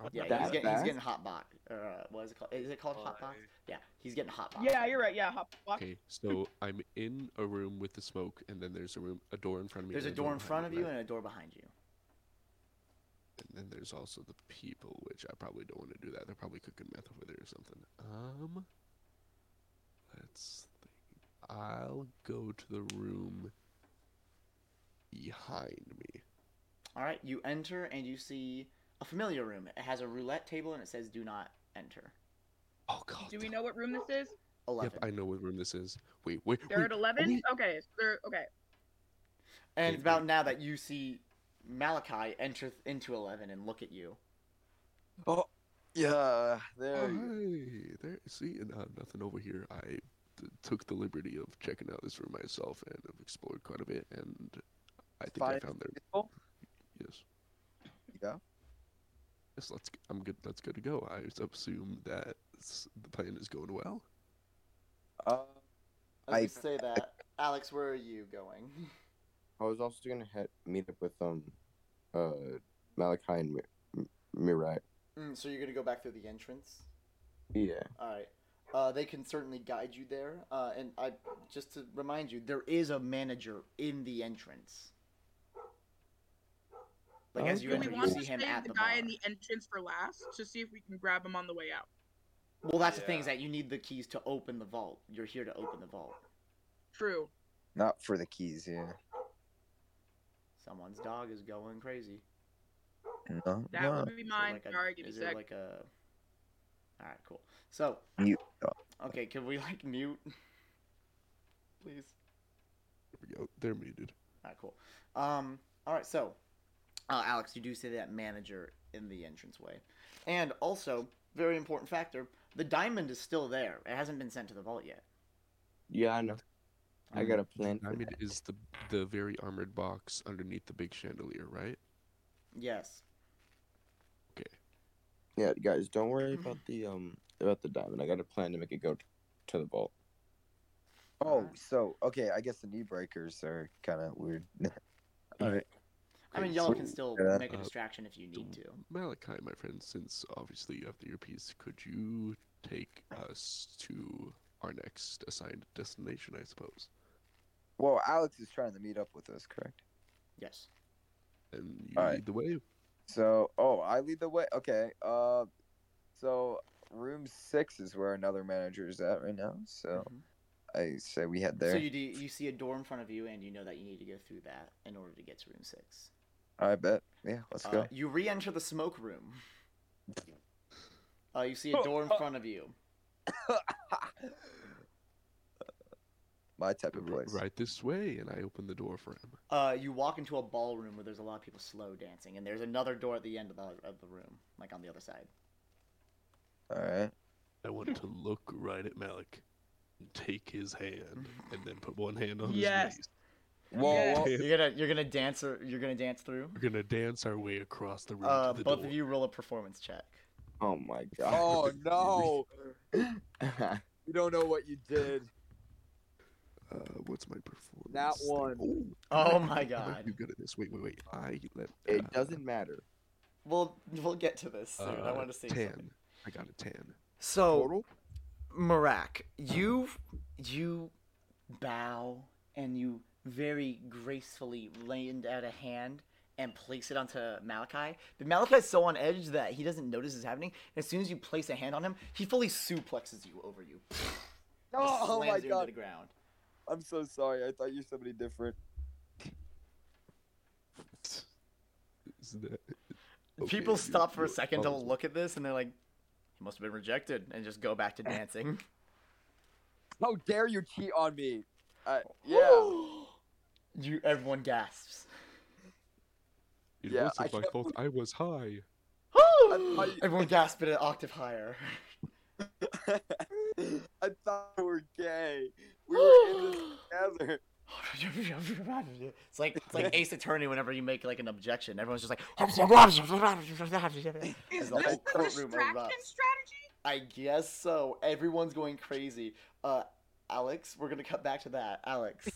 F: I'll
A: Yeah,
G: That
A: he's, getting, he's
G: fast?
A: getting hot box. Uh, what is it called? Is it called hot box?
J: Why?
A: Yeah, he's getting hot box.
C: Yeah, you're right. Yeah, hop, walk.
F: Okay, so I'm in a room with the smoke, and then there's a room, a door in front of me.
A: There's a
F: and
A: door in
F: behind
A: front of
F: me,
A: you
F: right?
A: and a door behind you.
F: And then there's also the people, which I probably don't want to do that. They're probably cooking meth over there or something. Um, let's think. I'll go to the room behind me.
A: All right, you enter and you see a familiar room. It has a roulette table and it says "Do not enter."
F: Oh god.
C: Do we know what room this is?
A: Eleven.
F: Yep, I know what room this is. Wait, wait.
C: They're
F: wait,
C: at
F: are
C: 11?
F: we-
C: Okay, so they're okay.
A: And it's
F: Wait, wait.
A: about now that you see Malachi enter th- into Eleven and look at you.
I: Oh, yeah.
F: Oh,
I: There. you go.
F: hey, there. See, and, uh, nothing over here. I t- took the liberty of checking out this room myself, and I've explored quite a bit, and I think I
I: Find
F: found their
I: people?
F: yes.
I: Yeah.
F: Yes, let's. g- I'm good. Let's good to go. I s- assume that s- the plan is going well.
I: Uh,
A: I
I: I-
A: would say that. Alex, where are you going?
G: I was also gonna head meet up with um, uh, Malachi and Mi- M- Mirai.
A: Mm, so you're gonna go back through the entrance.
G: Yeah.
A: All right. Uh, they can certainly guide you there. Uh, and I just to remind you, there is a manager in the entrance. Like as you
C: Do
A: enter,
C: we
A: you
C: want
A: see
C: to save
A: him at
C: the,
A: the
C: guy
A: bar.
C: in the entrance for last to see if we can grab him on the way out?
A: Well, that's the thing is that you need the keys to open the vault. You're here to open the vault.
C: True.
I: Not for the keys, yeah.
A: Someone's dog is going crazy.
I: No,
C: That
I: no.
C: would be mine.
A: like a-
C: Sorry, give me a
A: is there
C: sec.
A: like a? All right, cool. So
I: Mute.
A: okay, can we like mute, [LAUGHS] please?
F: There we go. They're muted.
A: All right, cool. Um, all right, so uh, Alex, you do see that manager in the entranceway, and also very important factor: the diamond is still there. It hasn't been sent to the vault yet.
G: Yeah, I know. I got a plan.
F: Mm, I mean, is the the very armored box underneath the big chandelier, right?
A: Yes.
G: Yeah, guys, don't worry about the um about the diamond. I got a plan to make it go t- to the vault.
I: Oh, so okay. I guess the knee breakers are kind of weird. [LAUGHS] All right.
A: I mean,
F: Okay,
A: y'all
F: so-
A: can still
I: Yeah.
A: make a
F: Uh,
A: distraction if you need to.
F: Malachi, my friend, since obviously you have the earpiece, could you take us to our next assigned destination, I suppose?
I: Well, Alex is trying to meet up with us, correct?
A: Yes.
F: And you
I: All right.
F: lead the way.
I: So, oh, I lead the way. Okay. Uh, so room six is where another manager is at right now. So, I say we head there.
A: Mm-hmm. So you do, you see a door in front of you, and you know that you need to go through that in order to get to room six.
I: I bet. Yeah, let's
A: Uh,
I: go.
A: You re-enter the smoke
I: [LAUGHS]
A: room. Uh, you see a door in front of
I: [LAUGHS]
A: you.
I: My type
F: of place. Right this way, and I open the door for him.
A: Uh, you walk into a ballroom where there's a lot of people slow dancing, and there's another door at the end of the of the room, like on the other side.
I: All right.
F: I want to look right at Malik, and take his hand, and then put one hand on his knees.
I: Whoa,
F: Yes.
A: [LAUGHS]
F: whoa.
A: You're gonna you're gonna dance or you're gonna dance through.
F: We're gonna dance our way across the room
A: Uh,
F: to the
A: both
F: door.
A: of you roll a performance check.
G: Oh my god.
I: [LAUGHS] Oh no!
F: Oh.
I: you don't know what you did.
F: Uh, what's my performance?
I: That
F: thing?
I: one.
A: Oh my
F: I'm
A: god.
F: You good at this? Wait, wait, wait. I let.
G: It
F: uh,
G: doesn't matter.
A: We'll we'll get to this soon. I
F: uh,
A: want to see
F: ten.
A: something.
F: I got a ten.
A: So, Marak, you you bow and you very gracefully land out a hand and place it onto Malachi. But Malachi's so on edge that he doesn't notice it's happening. And as soon as you place a hand on him, he fully suplexes you over you.
I: Oh,
A: Just
I: oh
A: slams
I: my
A: you into
I: God.
A: the ground.
I: I'm so sorry. I thought you were somebody different.
F: Is that...
A: [LAUGHS] People
F: Okay, you-
A: stop for a
F: you-
A: second to
F: oh,
A: look at this and they're like, he must have been rejected, and just go
I: [LAUGHS]
A: back to dancing.
I: How dare you cheat on me?
G: [GASPS]
I: Uh, yeah.
A: you everyone gasps.
F: It
I: Yeah,
F: wasn't
I: I
F: my
I: can't
F: fault. I was high.
A: everyone gasped at an octave higher.
I: I thought we were gay. We were
G: [GASPS]
I: in this
G: [LAUGHS]
I: together.
A: It's like it's like Ace Attorney whenever you make like an objection, everyone's just like [LAUGHS]
C: Is
A: Is
C: this the distraction strategy?
A: I guess so. Everyone's going crazy. Uh Alex, we're gonna cut back to that.
G: [LAUGHS]
A: Alex.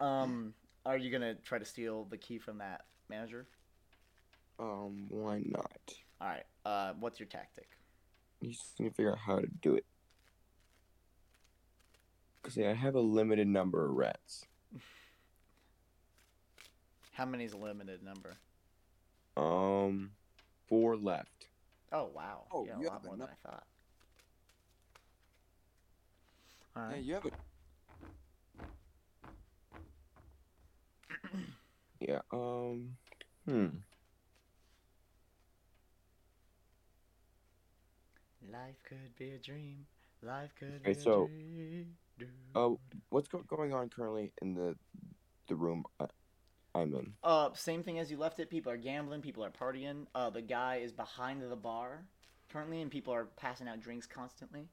A: um are you gonna try to steal the key from that manager?
G: Um, why not?
A: Alright. Uh what's your tactic?
G: You just need to figure out how to do it. Cause yeah, I have a limited number of rats.
A: How many is a limited number?
G: Um, four left.
A: Oh wow.
I: Oh,
A: yeah,
I: you
A: a lot
I: have
A: more than
I: enough.
A: I thought.
I: Yeah,
A: Alright.
I: you have a
G: [CLEARS THROAT] Yeah. Um. Hmm.
A: Life could be a dream. Life could
G: Okay,
A: be
G: so-
A: a dream.
G: Uh, what's go- going on currently in the the room I- I'm in?
A: Uh, same thing as you left it. People are gambling. People are partying. Uh, the guy is behind the bar currently, and people are passing out drinks constantly.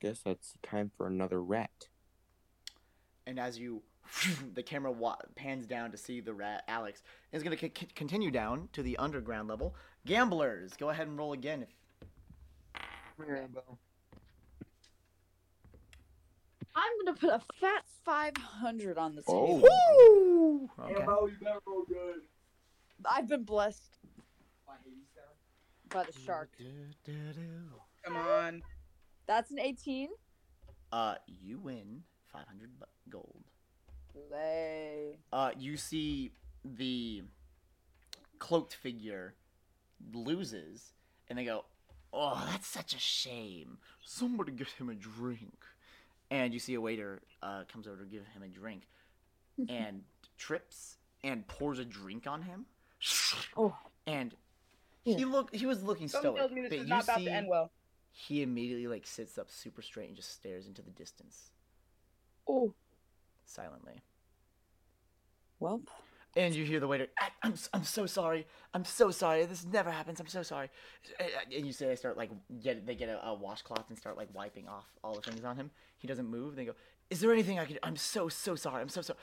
G: Guess that's time for another rat.
A: And as you, [LAUGHS] the camera wa- pans down to see the rat Alex. It's gonna c- c- continue down to the underground level. Gamblers, go ahead and roll again. If
I: Rambo.
E: I'm gonna put a fat 500 on this.
G: Oh.
E: table.
A: Woo! Okay.
I: you got real good.
E: I've been blessed. by the shark.
C: Come on.
E: That's an 18.
A: Uh, you win 500 bu- gold.
E: Lay.
A: Uh, you see the cloaked figure loses, and they go, "Oh, that's such a shame. Somebody give him a drink." And you see a waiter uh, comes over to give him a drink, and trips and pours a drink on him.
E: Oh.
A: And he look he was looking
C: Something
A: stoic,
C: tells me this
A: but
C: is
A: you
C: not about
A: see
C: to end well.
A: he immediately like sits up super straight and just stares into the distance
E: Oh.
A: silently.
E: Well.
A: And you hear the waiter, "I- I'm, s- I'm so sorry. I'm so sorry. This never happens. I'm so sorry. And you say they start like get they get a, a washcloth and start like wiping off all the things on him. He doesn't move. They go, "Is there anything I can? I'm so so sorry. I'm so [SIGHS] sorry."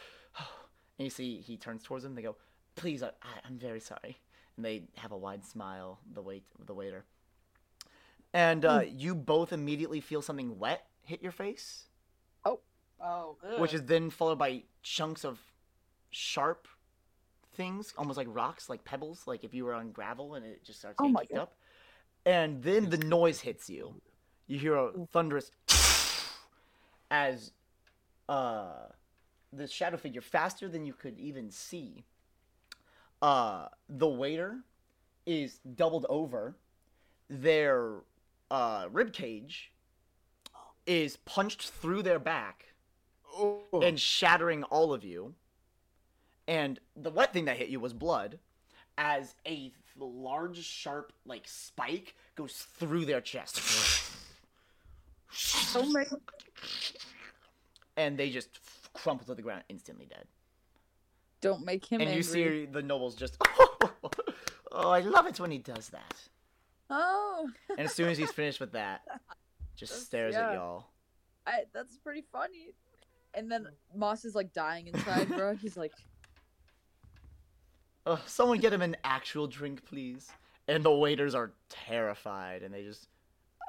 A: And you see he turns towards them. They go, "Please, I, I, I'm very sorry." And they have a wide smile. The wait the waiter. And uh, you both immediately feel something wet hit your face,
E: Oh.
A: which is then followed by chunks of sharp things, almost like rocks, like pebbles, like if you were on gravel and it just starts
E: Oh
A: getting
E: my
A: kicked
E: God.
A: up. And then the noise hits you. You hear a thunderous [SNIFFS] as uh, the shadow figure, faster than you could even see, uh, the waiter is doubled over. Their uh,
E: [GASPS]
A: rib cage is punched through their back and shattering all of you. And the wet thing that hit you was blood, as a large, sharp, like spike goes through their chest.
E: Oh my.
A: and they just crumple to the ground, instantly dead.
E: Don't make him
A: and
E: angry.
A: you see the nobles just, [LAUGHS] oh, I love it when he does that.
E: Oh. [LAUGHS]
A: And as soon as he's finished with that, just
E: That's-
A: stares at
E: yeah.
A: y'all.
E: I, that's pretty funny. And then Moss is like dying inside, bro. He's like, [LAUGHS]
A: Ugh, someone get him an actual drink, please. And the waiters are terrified, and they just,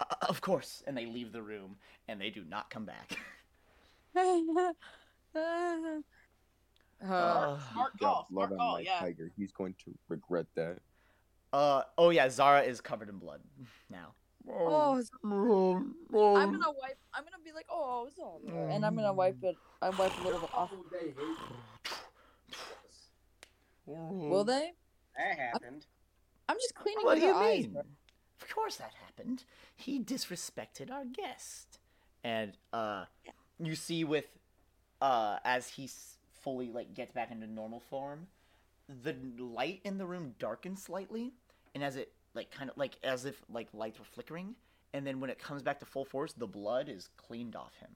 A: "Uh, of course, and they leave the room, and they do not come back.
E: uh,
I: Uh,
C: smart
G: God
C: call, smart
G: love
C: call,
G: on my
C: yeah.
G: tiger. He's going to regret that.
A: Uh oh yeah, Zara is covered in blood now.
E: oh, it's-
C: Oh.
E: I'm gonna wipe. I'm gonna be like, oh, it's all there," and I'm gonna wipe it. I wipe a little bit off.
C: Mm-hmm.
E: Will they?
M: That happened.
E: I'm just cleaning
A: What
E: up
A: do you
E: their eyes,
A: mean?
E: bro.
A: Of course that happened. He disrespected our guest. And uh you see with uh as he s- fully like gets back into normal form, the light in the room darkens slightly and as it like kind of like as if like lights were flickering and then when it comes back to full force, the blood is cleaned off him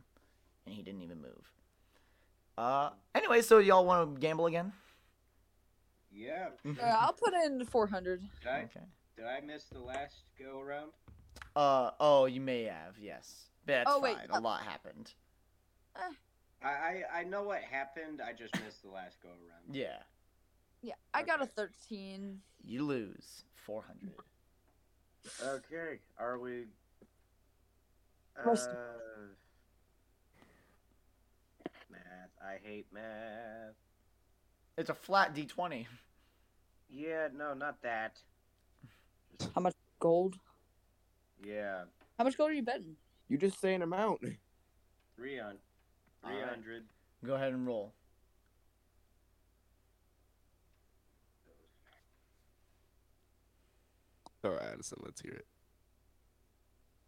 A: and he didn't even move. Uh anyway, so y'all want to gamble again?
M: Yeah.
E: Yeah, I'll put in 400.
M: Did I,
A: Mm-hmm. Okay.
M: did I miss the last go around?
A: Uh oh, you may have yes. That's
E: Oh,
A: fine.
E: wait,
A: A
E: oh.
A: lot happened.
M: I, I I know what happened. I just missed the last go around.
A: Yeah,
E: Yeah, I got a 13.
A: you lose four hundred.
M: Okay. Are we? Uh,
E: Roast.
M: math. I hate math.
A: It's a flat D twenty.
M: Yeah. No, not that.
E: How much gold?
M: Yeah.
E: How much gold are you betting?
B: You just say
G: [LAUGHS]
B: an amount.
M: Three on.
A: All
M: Three
A: right.
M: hundred.
A: Go ahead and roll.
F: All right, Addison, let's hear it.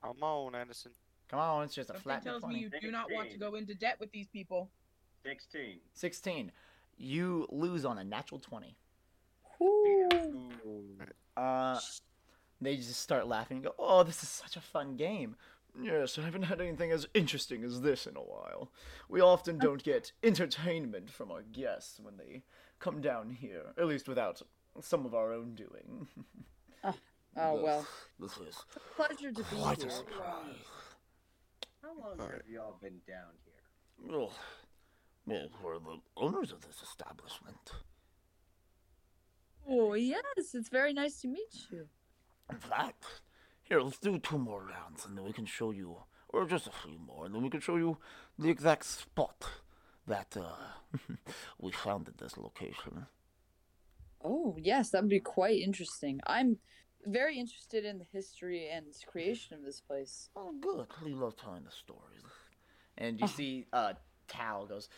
J: Come on, Anderson.
A: Come on, it's just a
C: Something
A: flat D
C: tells me
A: twenty.
C: you do not want to go into debt with these people.
M: Sixteen.
A: Sixteen. You lose on a natural twenty.
M: Ooh.
A: Uh, they just start laughing and go, "Oh, this is such a fun game." Yes, I haven't had anything as interesting as this in a while. We often don't get entertainment from our guests when they come down here, at least without some of our own doing.
E: [LAUGHS] Oh, well.
L: This is
E: Pleasure to be
L: quite
E: here.
L: a surprise.
M: How long have y'all been down here?
L: Well, well, we're the owners of this establishment.
E: Oh, yes. It's very nice to meet you.
L: In fact, here, let's do two more rounds and then we can show you, or just a few more, and then we can show you the exact spot that uh, [LAUGHS] we found at this location.
E: Oh, yes. That would be quite interesting. I'm very interested in the history and its creation of this place.
A: Oh, good. We love telling the stories. And you see, uh, Tal goes,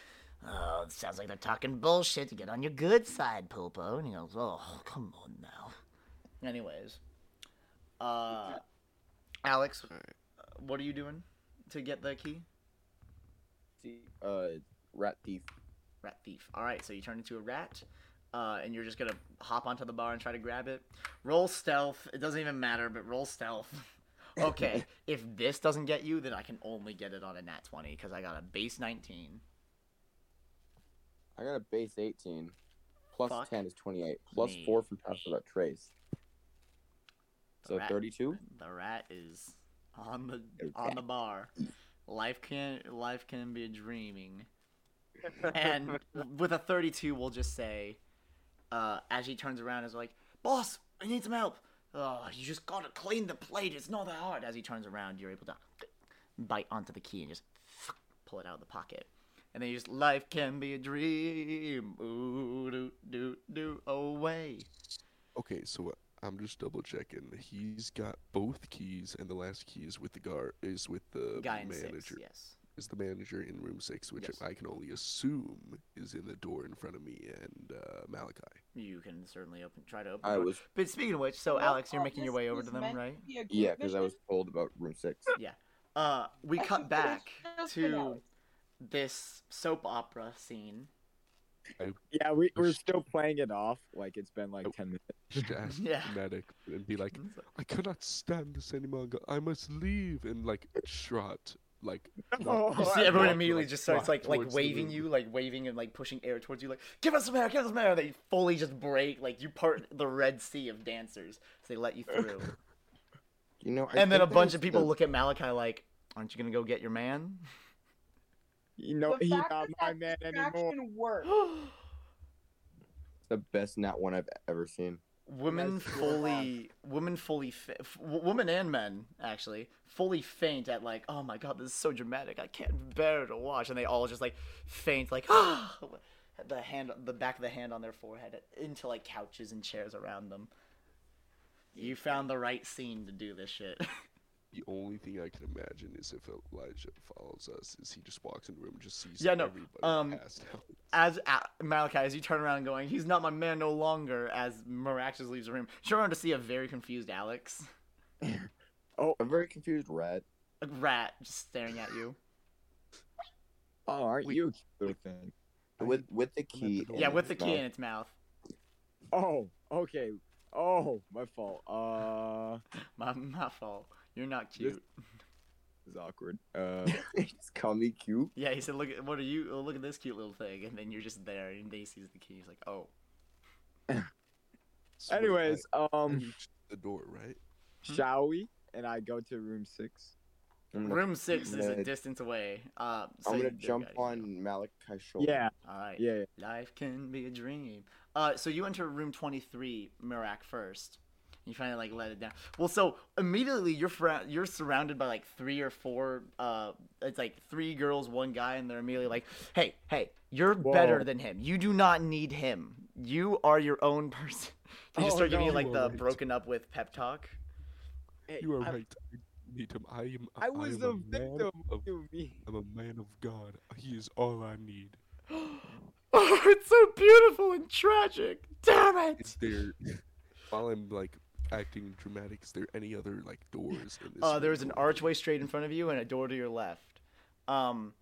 A: "Oh, it sounds like they're talking bullshit. To get on your good side, Popo." And he goes, "Oh, come on now." Anyways, uh, Alex, uh, what are you doing to get the key?
B: See, uh, rat thief.
A: Rat thief. All right, so you turn into a rat, uh, and you're just gonna hop onto the bar and try to grab it. Roll stealth. It doesn't even matter, but roll stealth. [LAUGHS]
B: [LAUGHS]
A: okay, if this doesn't get you, then I can only get it on a nat twenty because I got a base nineteen.
G: I got a base 18. Plus
A: Fuck
G: 10 is 28. Plus
A: me.
G: 4 from Pass Without Trace. So
A: rat-
G: 32?
A: The rat is on the on the bar. Life can life can be a dreaming. And with a 32, we'll just say, uh, as he turns around, is like, "Boss, I need some help. Oh, you just gotta clean the plate. It's not that hard." As he turns around, you're able to bite onto the key and just pull it out of the pocket. And then you just, "Life can be a dream. Ooh, do do do away."
F: Okay, so uh, I'm just double checking. He's got both keys, and the last key is with the guard is with the
A: Guy in six,
F: manager.
A: yes.
F: Is the manager in room six, which
A: Yes.
F: I can only assume is in the door in front of me and uh, Malachi.
A: You can certainly open, try to open.
G: I
A: the door.
G: was-
A: But speaking of which, so Alex,
K: uh,
C: oh,
A: you're making your way over to them, right?
G: Yeah, because I was told about room 6.
A: [LAUGHS] Yeah. Uh, we cut back
K: Just
A: to this soap opera scene.
B: Yeah, we, we're still playing it off like it's been like 10 minutes.
F: To ask
A: [LAUGHS] Yeah.
F: the medic and
A: [LAUGHS]
F: be like, I cannot stand this any longer. I must leave. And like, trot,
A: [LAUGHS]
F: like, walk-
A: You see, everyone
F: walk,
A: immediately
F: like,
A: just starts
F: trot
A: like like
F: towards the
A: waving
F: room.
A: you, like waving and like pushing air towards you, like give us some air, give us some air. They fully just break, like you part the red sea of dancers. So they let you through,
G: [LAUGHS] You know, I
A: and then a
G: think that
A: bunch
G: is
A: of people
G: the-
A: look at Malachi like, "Aren't you gonna go get your man?"
B: You know,
K: The
B: he's
K: fact
B: not
K: that
B: my
K: that
B: man anymore.
K: distraction
A: [GASPS] [LAUGHS]
K: worked.
G: the best nat one I've ever seen.
A: Women
G: Nice.
A: fully, women fully, fa- f- w- women and men actually fully faint at like, oh my god, this is so dramatic. I can't bear to watch, and they all just like faint, like [GASPS] ah, the hand, the back of the hand on their forehead into like couches and chairs around them. You found the right scene to do this shit. [LAUGHS]
F: The only thing I can imagine is if Elijah follows us, is he just walks into the room and just sees
A: yeah, no.
F: everybody
A: Um,
F: passed out.
A: as uh, Malachi, as you turn around and going, he's not my man no longer. As Miraxis leaves the room, sure on to see a very confused Alex.
B: Oh,
G: I'm very confused, Red.
A: A rat just staring at you.
B: Oh, aren't you a cute little thing?
G: [LAUGHS] With with the key.
A: Yeah,
G: in
A: with the
G: his
A: key in
G: mouth.
A: its mouth.
B: Oh, okay. Oh, my fault. Uh,
A: [LAUGHS] My, my fault. You're not
B: This-
A: cute.
B: it's awkward. Uh,
G: [LAUGHS] Just call me cute.
A: Yeah, he said, "Look at what are you? Oh, look at this cute little thing." And then you're just there, and then he sees the key. He's like, "Oh,
F: So what,
B: anyways,
F: I- I
B: um,
F: reached the door, right?
A: Hmm?
B: shall we? And I go to room six.
G: I'm gonna-
A: room 6
G: I'm
A: is
G: gonna-
A: a distance away." Uh, so
G: I'm
A: you-
G: gonna
A: there you
G: jump
A: go.
G: on Malachi's shoulder.
B: Yeah,
A: All right.
B: yeah. yeah.
A: Life can be a dream. Uh, so you enter room 23, Mirak first. You kind of like let it down. Well, so immediately you're fra- you're surrounded by like three or four. Uh, it's like three girls, one guy, and they're immediately like, "Hey, hey, you're better
B: Whoa.
A: than him. You do not need him. You are your own person." [LAUGHS] They just
B: Oh,
A: start giving you
B: no.
A: like
F: You are
A: the
F: right.
A: broken up with pep talk.
B: Hey,
F: You are
B: I,
F: right. I need him. I am.
B: I was
F: am
B: the
F: man
B: victim.
F: Of,
B: You mean?
F: I'm a man of God. He is all I need.
A: [GASPS] Oh, it's so beautiful and tragic. Damn it!
F: Is there, [LAUGHS] while I'm like acting dramatic, is there any other like doors in this?
A: Uh, there's an
F: room?
A: archway straight in front of you and a door to your left. Um,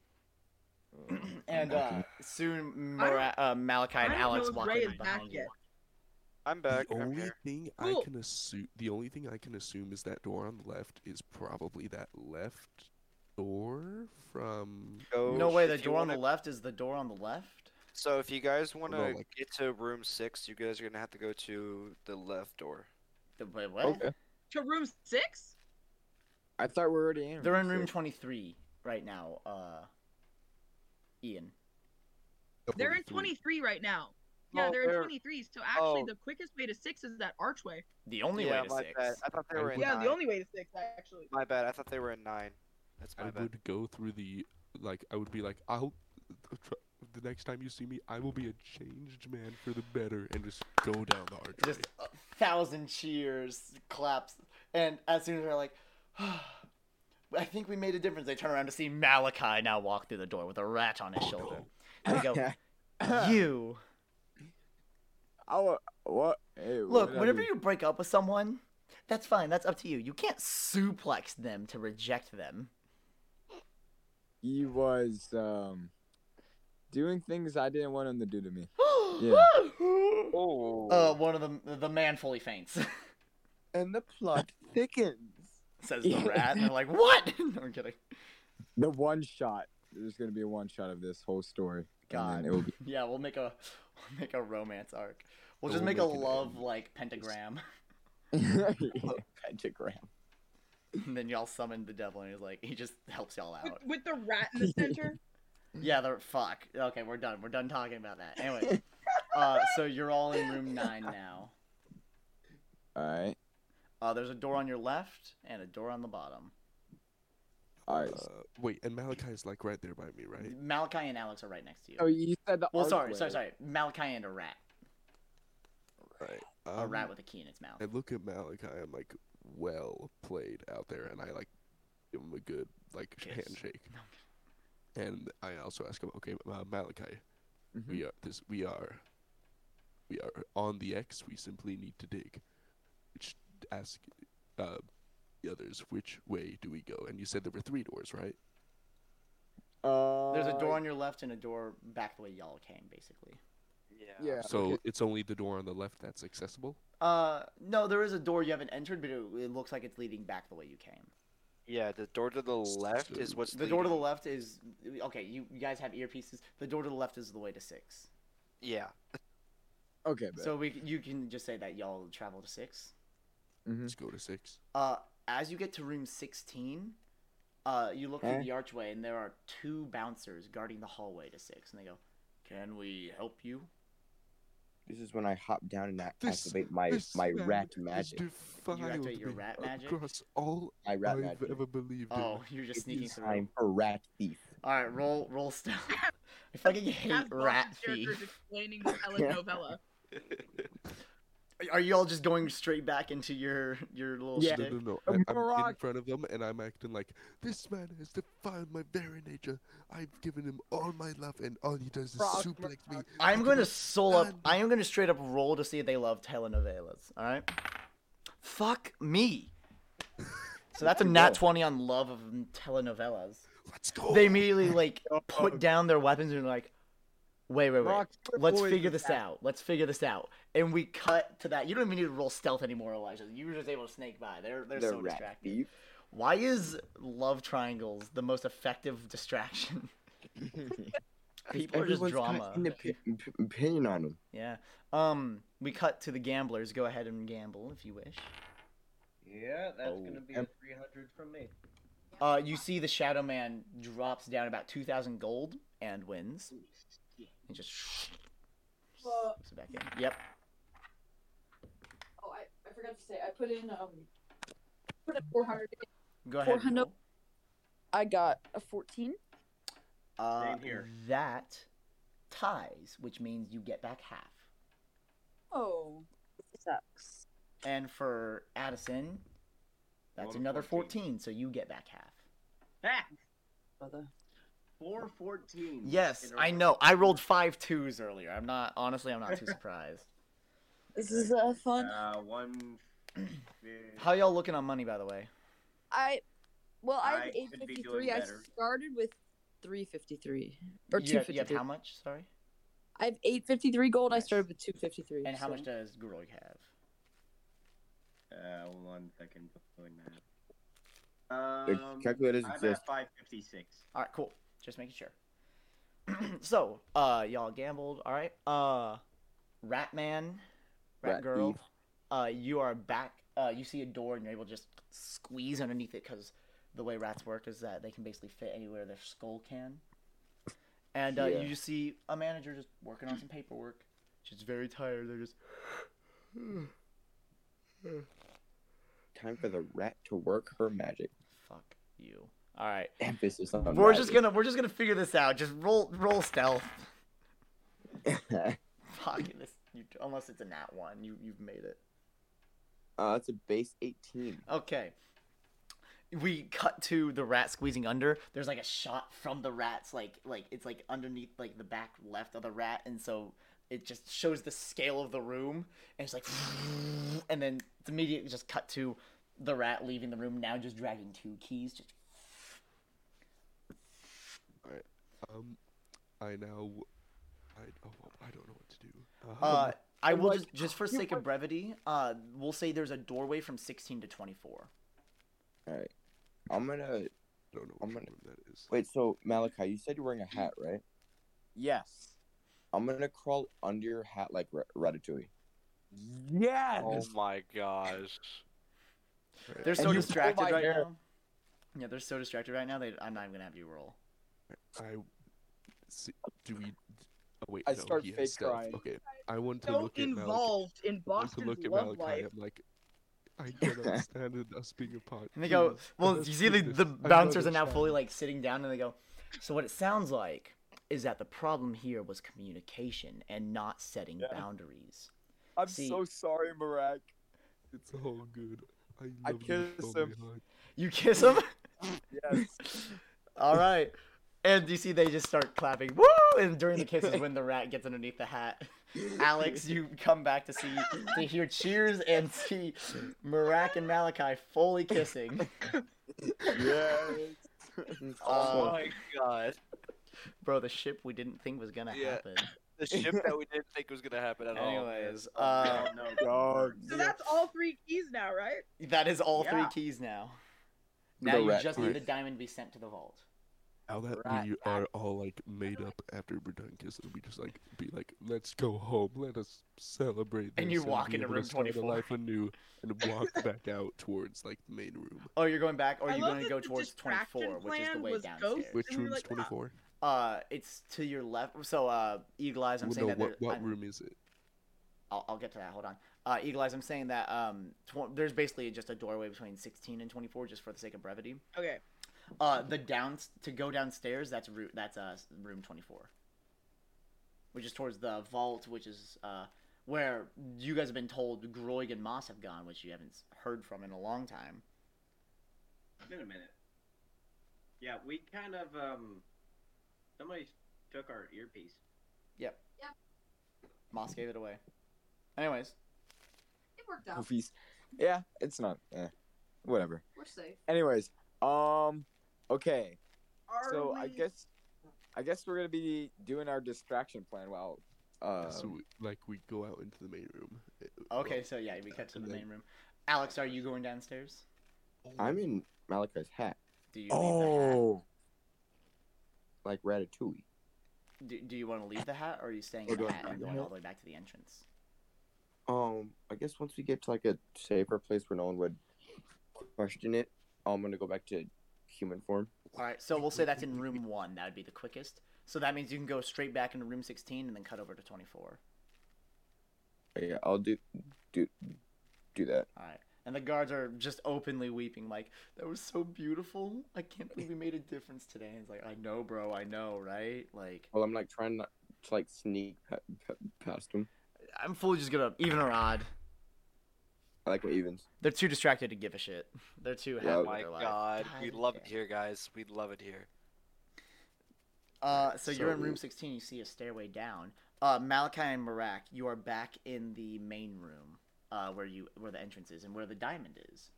A: [CLEARS THROAT] and uh, soon Mara- uh, Malachi and
K: I don't
A: Alex
K: know if
A: walk
K: Ray
A: in
K: is back
A: behind you.
K: yet.
J: I'm back.
F: The
J: I'm
F: only
J: here.
F: thing
K: Cool.
F: I can assume, the only thing I can assume is that door on the left is probably that left door from.
J: Go
A: No way,
J: if
A: the
J: you
A: door on the
J: wanna-
A: left is the door on the left?
J: So if you guys want to
F: like-
J: get to room six, you guys are gonna have to go to the left door.
A: The- wait, what?
B: Okay.
K: To room six?
B: I thought we were already in.
A: They're in room
B: six.
A: 23 right now, uh, Ian.
K: They're in
F: 23.
K: 23 right now. Yeah,
J: Oh,
K: they're in
J: they're-
K: 23. So actually,
J: oh.
K: the quickest way to six is that archway.
A: The only
J: yeah,
A: way to
J: my
A: six.
J: bad. I thought they
F: I
J: were in
F: would-
K: Yeah,
J: nine.
K: the only way to six, actually.
J: My bad. I thought they were in nine. That's
F: I
J: my bad.
F: would go through the like. I would be like, I'll. tr- the next time you see me, I will be a changed man for the better, and just go down the archway.
A: Just a thousand cheers, claps, and as soon as they're like, [SIGHS] I think we made a difference, they turn around to see Malachi now walk through the door with a rat on his shoulder. And [LAUGHS] they go, [GASPS] you.
B: I'll, what? Hey, what
A: Look,
B: did I
A: whenever
B: do?
A: you break up with someone, that's fine. That's up to you. You can't suplex them to reject them.
B: he was um doing things I didn't want him to do
A: [GASPS]
B: to me. yeah.
A: oh. Uh, one of them, the man fully [LAUGHS] faints.
I: and the plot thickens.
A: Says the rat, and they're [LAUGHS] like, "What?" no, I'm kidding.
B: The one shot. There's gonna be a one shot of this whole story.
A: God.
B: And then it will be
A: [LAUGHS] Yeah, we'll make a we'll make a romance arc. We'll
B: Oh,
A: just
B: we'll
A: make a
B: make an
A: love like pentagram. [LAUGHS]
B: pentagram.
A: and then y'all summon the devil, and he's like, he just helps y'all out.
C: with the rat
A: [LAUGHS]
C: in the center.
A: Yeah, they're fuck. Okay, we're done. We're done talking about that. Anyway, uh, so you're all in room nine now.
B: Alright.
A: Uh, there's a door on your left and a door on the bottom.
B: Alright.
F: Uh, wait, and Malachi's like right there by me, right?
A: Malachi and Alex are right next to you.
B: Oh, you said the
A: Well, sorry,
B: archway.
A: sorry, sorry. Malachi and a rat.
F: Right.
A: a
F: Um,
A: rat with a key in its mouth.
F: I look at Malachi. I'm like, well played out there, and I like give him a good like sh-
A: Kiss.
F: handshake. And I also ask him, okay, uh, Malachi,
A: Mm-hmm.
F: we are this. We are. We are on the X. We simply need to dig. Which ask uh, the others which way do we go? And you said there were three doors, right?
B: Uh,
A: There's a door on your left and a door back the way y'all came, basically.
B: Yeah.
F: so it's only the door on the left that's accessible.
A: Uh, no, there is a door you haven't entered, but it, it looks like it's leading back the way you came.
J: Yeah, the door to the left is what's
A: The door to the left is okay. You, you guys have earpieces. The door to the left is the way to six.
J: Yeah.
B: Okay, but
A: So we you can just say that y'all travel to six.
B: Mm-hmm.
F: Let's go to six.
A: Uh, as you get to room sixteen, uh, you look
F: Huh?
A: through the archway and there are two bouncers guarding the hallway to six, and they go, "Can we help you?"
G: This is when I hop down and I
F: This-
G: activate my
F: this
G: my
F: man
G: rat
F: is
G: magic.
A: You
F: defiled
A: activate your
F: me
A: rat magic?
F: Across all
G: My rat
F: I've
G: magic.
F: ever believed in.
A: Oh, you're just sneaking through.
G: I'm a rat thief.
A: All right, roll roll stealth. [LAUGHS] I fucking hate
C: As Bob's
A: rat
C: character's
A: thief.
C: Explaining the telenovela.
A: Are you all just going straight back into your your little
F: Yeah. No,
A: shtick?
F: no, no. I, I'm in front of them and I'm acting like this man has defined my very nature. I've given him all my love, and all he does is suplex me.
A: I'm
F: Like
A: going
F: a
A: to soul up.
F: man.
A: I am going to straight up roll to see if they love telenovelas. All right. Fuck me. So that's a nat twenty on love of telenovelas.
F: Let's go.
A: They immediately like
F: [LAUGHS]
A: put down their weapons and are like, wait, wait, wait.
B: Rock, we're
A: Let's
B: boys
A: figure
B: with
A: this
B: that.
A: out. Let's figure this out. And we cut to that. You don't even need to roll stealth anymore, Elijah. You were just able to snake by. They're they're,
G: The
A: so
G: rat
A: distracted.
G: thief.
A: Why is love triangles the most effective [LAUGHS] distraction? [LAUGHS] People are just
G: Everyone's got
A: drama.
G: An opi- p- opinion on him.
A: Yeah. Um, we cut to the gamblers. Go ahead and gamble if you wish.
M: Yeah, that's
A: Oh,
M: gonna be
A: em-
M: a 300 from me.
A: Uh, you see the Shadow Man drops down about two thousand gold and wins. He just puts it back in. Yep.
E: Oh, I, I forgot to say. I put in um, put in 400.
A: Go ahead. and
E: 400.
A: roll.
E: I got a 14.
A: Uh,
M: Same here.
A: that ties, which means you get back half.
E: Oh, sucks.
A: And for Addison, that's
M: Rolled a
A: another
M: 14.
A: 14, so you get back half.
M: Ah,
E: Brother.
M: 414.
A: Yes,
M: in a
A: I
M: row.
A: know. I rolled five twos earlier. I'm not, honestly, I'm not
M: [LAUGHS]
A: too surprised.
E: This is uh, fun.
M: Uh, one.
A: How y'all looking on money, by the way?
E: I well, I,
M: I
E: had
M: could be doing
E: 853. I
M: better.
E: started with 353 or
A: you, have, you have
E: 253.
A: how much? Sorry.
E: I have 853 gold.
A: Nice.
E: I started with 253.
A: And how
E: so-
A: much does Grog have?
M: Uh, one second. Doing that.
G: The
M: Um,
G: calculators
M: I'm
G: exist.
M: at 556.
A: All right, cool. Just making sure. [CLEARS THROAT] so, uh, y'all gambled. All right. Uh, Rat Man, Rat,
G: Rat
A: Girl.
G: thief.
A: Uh, you are back. Uh, you see a door and you're able to just squeeze underneath it because the way rats work is that they can basically fit anywhere their skull can. And uh,
G: Yeah.
A: you just see a manager just working on some paperwork. She's very tired. They're just
G: Time for the rat to work her magic.
A: fuck you. All right.
G: Emphasis on
A: We're just
G: magic.
A: gonna we're just gonna figure this out. Just roll roll stealth. Fuck this. You, unless it's a nat one, you you've made it.
G: Uh, it's a base 18.
A: Okay. We cut to the rat squeezing under. There's like a shot from the rat's like like it's like underneath like the back left of the rat, and so it just shows the scale of the room, and it's like, [LAUGHS] and then it's immediately just cut to the rat leaving the room now, just dragging two keys. Just
F: All right. Um, I now. I, oh, well, I don't know what to do. Um,
A: Uh, I
F: I'm
A: will
F: like-
A: just, just
F: [GASPS]
A: for sake of brevity, uh, we'll say there's a doorway from 16 to 24.
G: All right. I'm gonna.
F: don't know
G: I'm gonna. Wait, so Malachi, you said you're wearing a hat, right?
B: Yes.
G: I'm gonna crawl under your hat like ra- Ratatouille.
B: Yes.
J: Oh my gosh.
A: They're so
F: oh
G: And you pull
A: distracted
G: my
A: right
G: hair.
A: now. Yeah, they're so distracted right now. They, I'm not even gonna have you roll.
F: I see, do we? Oh wait,
B: I
F: no,
B: start
F: he has
B: fake
F: stealth.
B: crying.
F: Okay, I want to
C: so
F: look at Malachi.
C: involved in
F: I want to
C: Boston's
F: look at
C: love
F: Malachi.
C: life.
F: I'm like, I cannot stand it, us being apart.
A: And they go,
F: Please,
A: well,
F: let us
A: you see
F: do
A: the,
F: this
A: the bouncers are
F: another
A: now fully
F: time."
A: like sitting down, and they go, so what it sounds like is that the problem here was communication and not setting
B: Yeah.
A: boundaries.
B: I'm
A: See-
B: so sorry, Marak.
F: It's all good. I, love
B: I
F: you
B: kiss
F: so
B: him.
F: much.
A: You kiss them.
B: Yes.
A: [LAUGHS] All right. And you see they just start clapping. Woo! And during the kiss is when the rat gets underneath the hat. Alex, you come back to see to hear cheers and see Marak and Malachi fully kissing. [LAUGHS]
B: yes.
A: Oh
J: my god.
A: Bro, the ship we didn't think was gonna
J: Yeah.
A: happen.
J: [LAUGHS] The ship that
A: [LAUGHS]
J: we didn't think was gonna happen at all.
A: Anyways, uh,
B: no, dog.
C: So that's all three keys now, right?
A: that is all
C: Yeah.
A: three keys now.
G: The
A: Now you
G: rat
A: just
F: part.
A: need the diamond to be sent to the vault.
F: Now that
B: Right,
F: we are all like made up after we're done kissing, we just like be like, let's go home, let us celebrate.
A: And
F: this,"
A: you walk
F: be
A: into
F: able to
A: room
F: start a
A: 24.
F: life anew, and walk back out towards like the main room.
A: Oh, you're going back, or
C: I
A: you're
C: love
A: going to
C: that
A: go
C: the
A: towards
C: distraction
A: 24, which is the
C: plan
A: way
C: was
A: downstairs.
C: ghosts.
F: Which
C: Oh, And we were
F: room's
C: like, "Ah."
F: twenty four?
A: Uh, it's to your left. So, uh, Eagle Eyes, I'm
F: Well,
A: saying
F: no,
A: that
F: what,
A: there-
F: what
A: I'm-
F: room is it?
A: I'll, I'll get to that. Hold on. Uh, Eagle Eyes, I'm saying that um, tw- there's basically just a doorway between 16 and 24, just for the sake of brevity.
C: Okay.
A: Uh, the down to go downstairs. That's room. That's uh, room 24, which is towards the vault, which is uh, where you guys have been told Groig and Moss have gone, which you haven't s- heard from in a long time.
M: It's been a minute. Yeah, we kind of um. Somebody took our earpiece.
A: Yep.
K: Yep.
A: Moss gave it away. Anyways,
K: It worked out.
B: Goofies. Yeah, it's not. Eh, whatever.
K: We're safe.
B: Anyways, um, okay.
C: Are
B: so I
C: we-
B: guess, I guess we're gonna be doing our distraction plan while, uh,
F: so we, like we go out into the main room. Uh, It-
A: Um, okay,
F: well,
A: so yeah, we cut to the
F: And then-
A: main room. Alex, are you going downstairs?
G: I'm in Malachi's hat,
A: Do you leave the hat?
G: like Ratatouille.
A: Do, do you want to leave the hat, or are you staying
G: We're
A: in the
G: going
A: hat
G: back
A: and
G: to the
A: going all
G: hat.
A: the way back to the entrance?
G: Um, I guess once we get to like a safer place where no one would question it, I'm gonna go back to human form.
A: All right, so we'll say that's in room one. That would be the quickest. So that means you can go straight back into room 16 and then cut over to 24.
G: Yeah, I'll do, do, do that.
A: All right. And the guards are just openly weeping, like, that was so beautiful. I can't believe we made a difference today. And it's like, I know, bro, I know, right? Like,
G: Well, I'm like trying not to like sneak pa- pa- past him.
A: I'm fully just gonna even or odd.
G: I like my evens.
A: They're too distracted to give a shit. They're too happy
G: Yeah,
A: with
G: Oh
J: my
A: their life.
J: god, we
A: God
J: love it
A: damn.
J: here, guys. We love it here.
A: Uh, so, you're in
G: So-
A: room 16. You see a stairway down. Uh, Malachi and Marak, you are back in the main room, uh, where you where the entrance is and where the diamond is.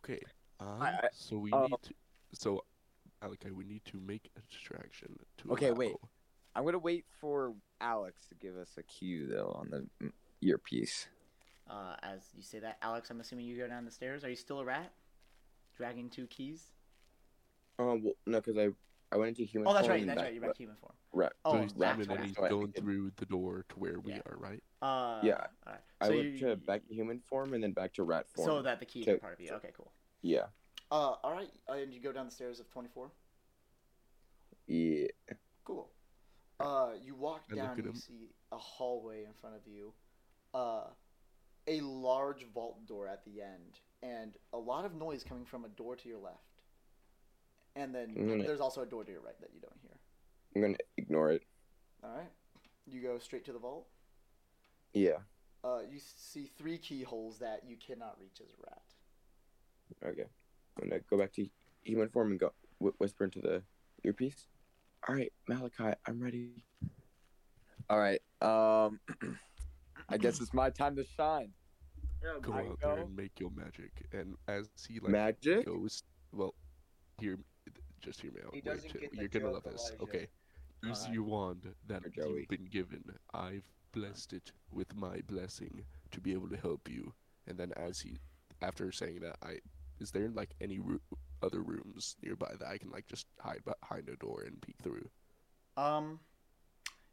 F: Okay. Um,
B: I-
F: so we
B: uh,
F: need to. So, Alakai, we need to make a distraction. To
B: Okay, wait.
F: allow-
B: I'm gonna wait for Alex to give us a cue though on the mm, earpiece.
A: Uh, as you say that, Alex, I'm assuming you go down the stairs. Are you still a rat? Dragging two keys.
G: Um, well, no, because I I went into human.
A: Oh, that's
G: form
A: right.
G: and
A: That's
G: back-
A: right. You're back to human form.
G: Right.
A: Oh,
F: so he's
A: that's
F: and then
A: right.
F: he's
G: Oh, I
F: going
G: did.
F: through the door to where we
A: Yeah.
F: are, right?
A: Uh,
G: Yeah,
A: All right.
G: I
A: so
G: went
A: you,
G: to back to human form and then back to rat form.
A: So that the keys
G: to-
A: are part of you. Okay, cool.
G: yeah,
A: Uh, all right. Uh, and you go down the stairs of 24.
G: yeah.
A: Cool. Uh, you walk
F: I look
A: down
F: at
A: and you
F: him.
A: see a hallway in front of you, uh, a large vault door at the end, and a lot of noise coming from a door to your left. And then
G: Mm.
F: Mm-hmm.
A: there's also a door to your right that you don't hear.
G: I'm gonna ignore it.
A: All right. You go straight to the vault.
G: Yeah.
A: Uh, you see three keyholes that you cannot reach as a rat.
G: Okay. I'm gonna go back to human form and go wh- whisper into the earpiece. All right, Malachi, I'm ready.
B: All right. Um, [CLEARS THROAT] I guess it's my time to shine.
F: Go
B: I
F: out there
B: go.
F: and make your magic. And as he like
G: Magic?
F: goes, well, hear, just hear me out.
G: He
F: Wait,
G: doesn't
F: t-
G: get the
F: you're gonna
G: joke,
F: love this.
G: Elijah.
F: Okay, use
G: Alright.
F: your wand that
G: Or Joey.
F: you've been given. I've blessed it with my blessing to be able to help you. And then as he, after saying that, I is there like any roo- other rooms nearby that I can like just hide behind a door and peek through?
A: Um,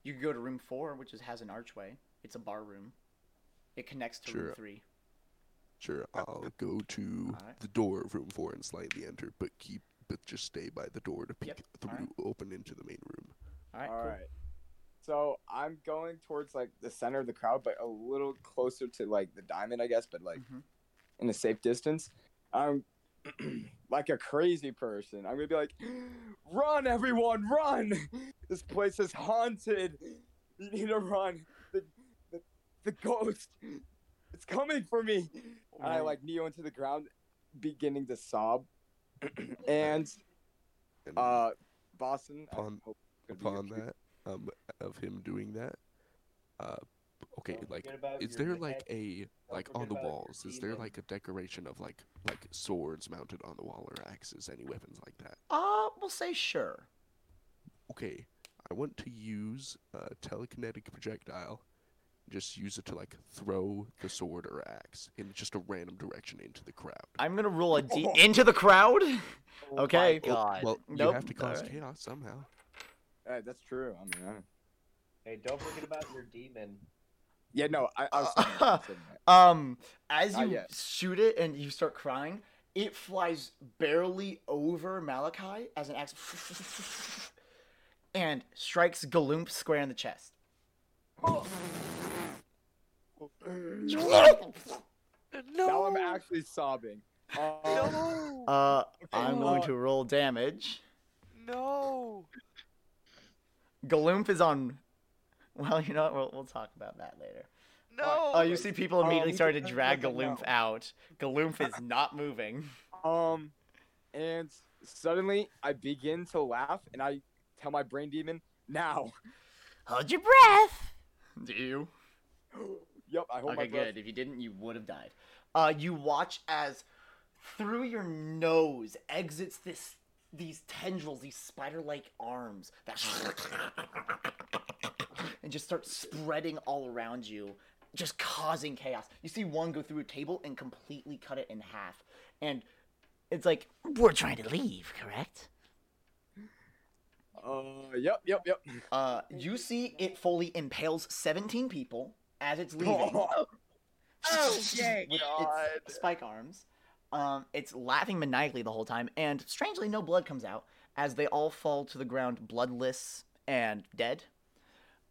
A: you could go to room four, which is, has an archway. It's a bar room. It connects to room
F: Sure.
A: three.
F: Sure, I'll go to
A: Alright.
F: the door of room four and slightly enter, but keep but just stay by the door to peek through, open into the main room.
A: All right.
B: All right. So I'm going towards like the center of the crowd, but a little closer to like the diamond, I guess, but like
A: Mm-hmm.
B: in a safe distance. I'm [CLEARS THROAT] like a crazy person. I'm gonna be like, [GASPS] "Run, everyone, run! [LAUGHS] This place is haunted. You need to run. The, the, the ghost, [LAUGHS] it's coming for me." And I
F: Right.
B: like kneel into the ground, beginning to sob. [CLEARS THROAT] and uh, Boston, I
F: Upon,
B: hope could be your
F: upon
B: cue.
F: that, um, of him doing that, uh, b- okay,
M: Don't
F: like,
M: forget about
F: is
M: your
F: there like
M: head.
F: a like
M: forget
F: on the
M: about your
F: walls? Is there
M: demon.
F: like a decoration of like like swords mounted on the wall or axes, any weapons like that?
A: Uh, we'll say sure.
F: okay, I want to use a telekinetic projectile. Just use it to like throw the sword or axe in just a random direction into the crowd.
A: I'm gonna roll a [LAUGHS] d into the crowd. okay.
F: Oh, Well, you
A: Nope.
F: have to cause
A: Alright. [LAUGHS]
F: chaos somehow.
B: Uh, that's true. I mean, I...
M: Hey, don't forget about your demon.
B: yeah, no, I, I was saying that, I was saying that.
A: um, as
B: Not
A: you
B: yet.
A: shoot it and you start crying, it flies barely over Malachi as an axe, [LAUGHS] and strikes Galump square in the chest.
I: [LAUGHS]
B: Now I'm actually sobbing. Um,
A: Uh, I'm
B: Okay.
A: going to roll damage.
J: No.
A: Galump is on. Well, you know what? We'll, we'll talk about that later.
J: No.
A: Oh, you see people immediately
B: Um,
A: starting to drag
B: okay, no.
A: Galump out. Galump is not moving.
B: Um, and suddenly I begin to laugh, and I tell my brain demon, "Now."
A: Hold your breath. Do you?
B: [GASPS] Yep, I hold
A: okay,
B: my breath.
A: good. If you didn't, you would have died. Uh, you watch as through your nose exits this these tendrils, these spider-like arms that [LAUGHS] and just start spreading all around you, just causing chaos. You see one go through a table and completely cut it in half, and it's like we're trying to leave, correct?
B: Uh, yep, yep, yep.
A: Uh, you see it fully impales 17 people as it's
B: [LAUGHS]
A: leaving.
C: Oh, yay.
A: [LAUGHS] with its spike arms. Um, it's laughing maniacally the whole time, and strangely, no blood comes out as they all fall to the ground, bloodless and dead.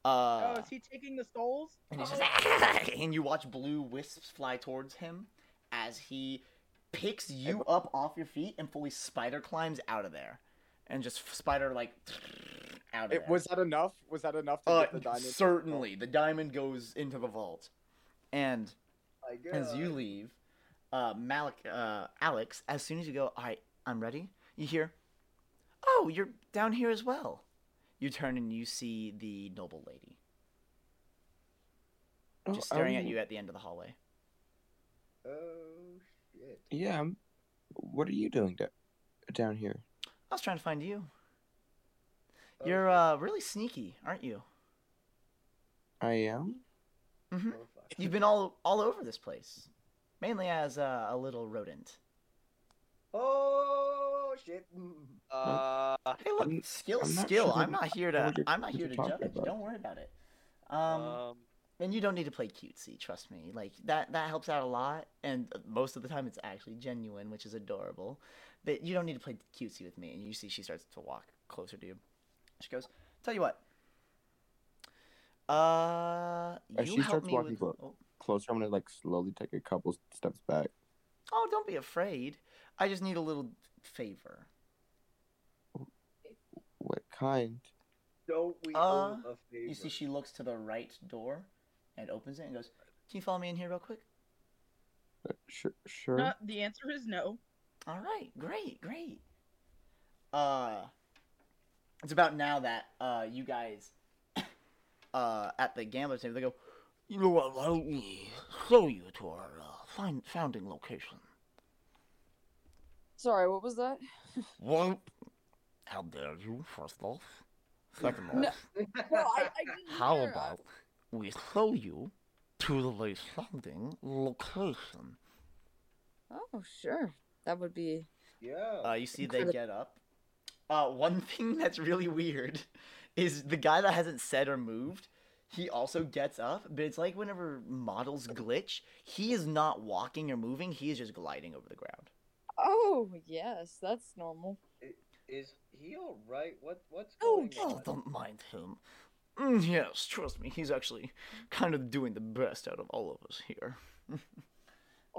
A: Uh,
C: oh, is he taking the souls?
A: and
B: Oh.
A: he's just
E: Oh.
A: [LAUGHS] and you watch blue wisps fly towards him as he picks you up off your feet and fully spider climbs out of there, and just spider like [SNIFFS] out of
B: It,
A: there.
B: was that enough? Was that enough to
A: Uh,
B: get the diamond?
A: certainly, the diamond goes into the vault, and as you leave, uh, Malik, uh, Alex, as soon as you go, all right, I'm ready. You hear, oh, you're down here as well. You turn and you see the noble lady
G: Oh,
A: just staring
G: um,
A: at you at the end of the hallway.
M: Oh shit.
G: Yeah. I'm... What are you doing da- down here?
A: I was trying to find you.
G: Oh,
A: You're uh, really sneaky, aren't you?
G: I am. Oh,
A: hmm You've been all all over this place, mainly as uh, a little rodent.
M: Oh shit.
J: Uh,
A: Hey, look,
G: I'm-
A: skill,
G: I'm not
A: skill.
G: sure
A: I'm
G: what-
A: not here
G: I know
A: to.
G: what you're-
A: I'm not
G: what
A: here
G: you're
A: to
G: talking
A: judge.
G: about.
A: Don't worry about it. um
J: um,
A: And you don't need to play cutesy, trust me. Like that that helps out a lot, and most of the time it's actually genuine, which is adorable. But you don't need to play cutesy with me. And you see, she starts to walk closer to you. She goes, "Tell you what, uh,
G: As
A: you
G: she
A: help
G: starts
A: me
G: walking
A: with."
G: clo-
A: Oh,
G: closer, I'm gonna like slowly take a couple steps back.
A: oh, don't be afraid. I just need a little favor.
G: What kind?
M: Don't we
A: Uh,
M: owe a favor?
A: you see, she looks to the right door and opens it and goes, Can you follow me in here real quick?
I: Sure. Sure.
C: Uh, the answer is no.
A: All right, great, great. Uh, it's about now that uh, you guys [COUGHS] uh, at the gambler's table, they go,
L: You know what? Why don't we show you to our uh, find, founding location?
E: [LAUGHS] Sorry, what was that?
L: Well, how dare you, first off?
A: [LAUGHS]
L: Second off,
E: No, no I, I didn't
L: how
E: hear.
L: about we show you to the founding location?
E: Oh, sure. That would be.
M: Yeah.
A: Uh, you see, they
E: Incredible.
A: get up. Uh, one [LAUGHS] thing that's really weird is the guy that hasn't said or moved. He also gets up, but it's like whenever models glitch, he is not walking or moving. He is just gliding over the ground.
E: Oh, yes, that's normal.
M: Is he all right? What what's
L: Oh,
M: going
L: oh,
M: on?
L: don't mind him. Mm, yes, trust me, he's actually kind of doing the best out of all of us here.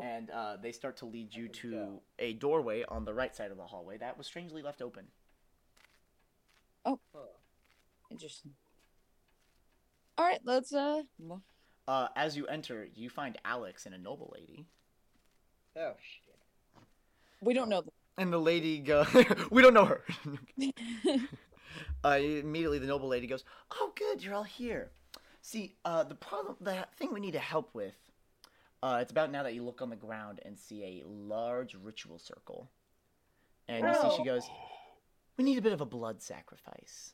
A: And uh, they start to lead you to a doorway on the right side of the hallway that was strangely left open.
E: Oh, interesting. All right, let's uh. mo-
A: Uh, as you enter, you find Alex and a noble lady.
M: Oh shit.
E: We don't know.
A: And the lady goes, [LAUGHS] We don't know her. uh, immediately, the noble lady goes, Oh, good, you're all here. See, uh, the problem, the thing we need to help with, uh, it's about now that you look on the ground and see a large ritual circle. And you see, she
L: Oh.
A: goes, We need a bit of a blood sacrifice.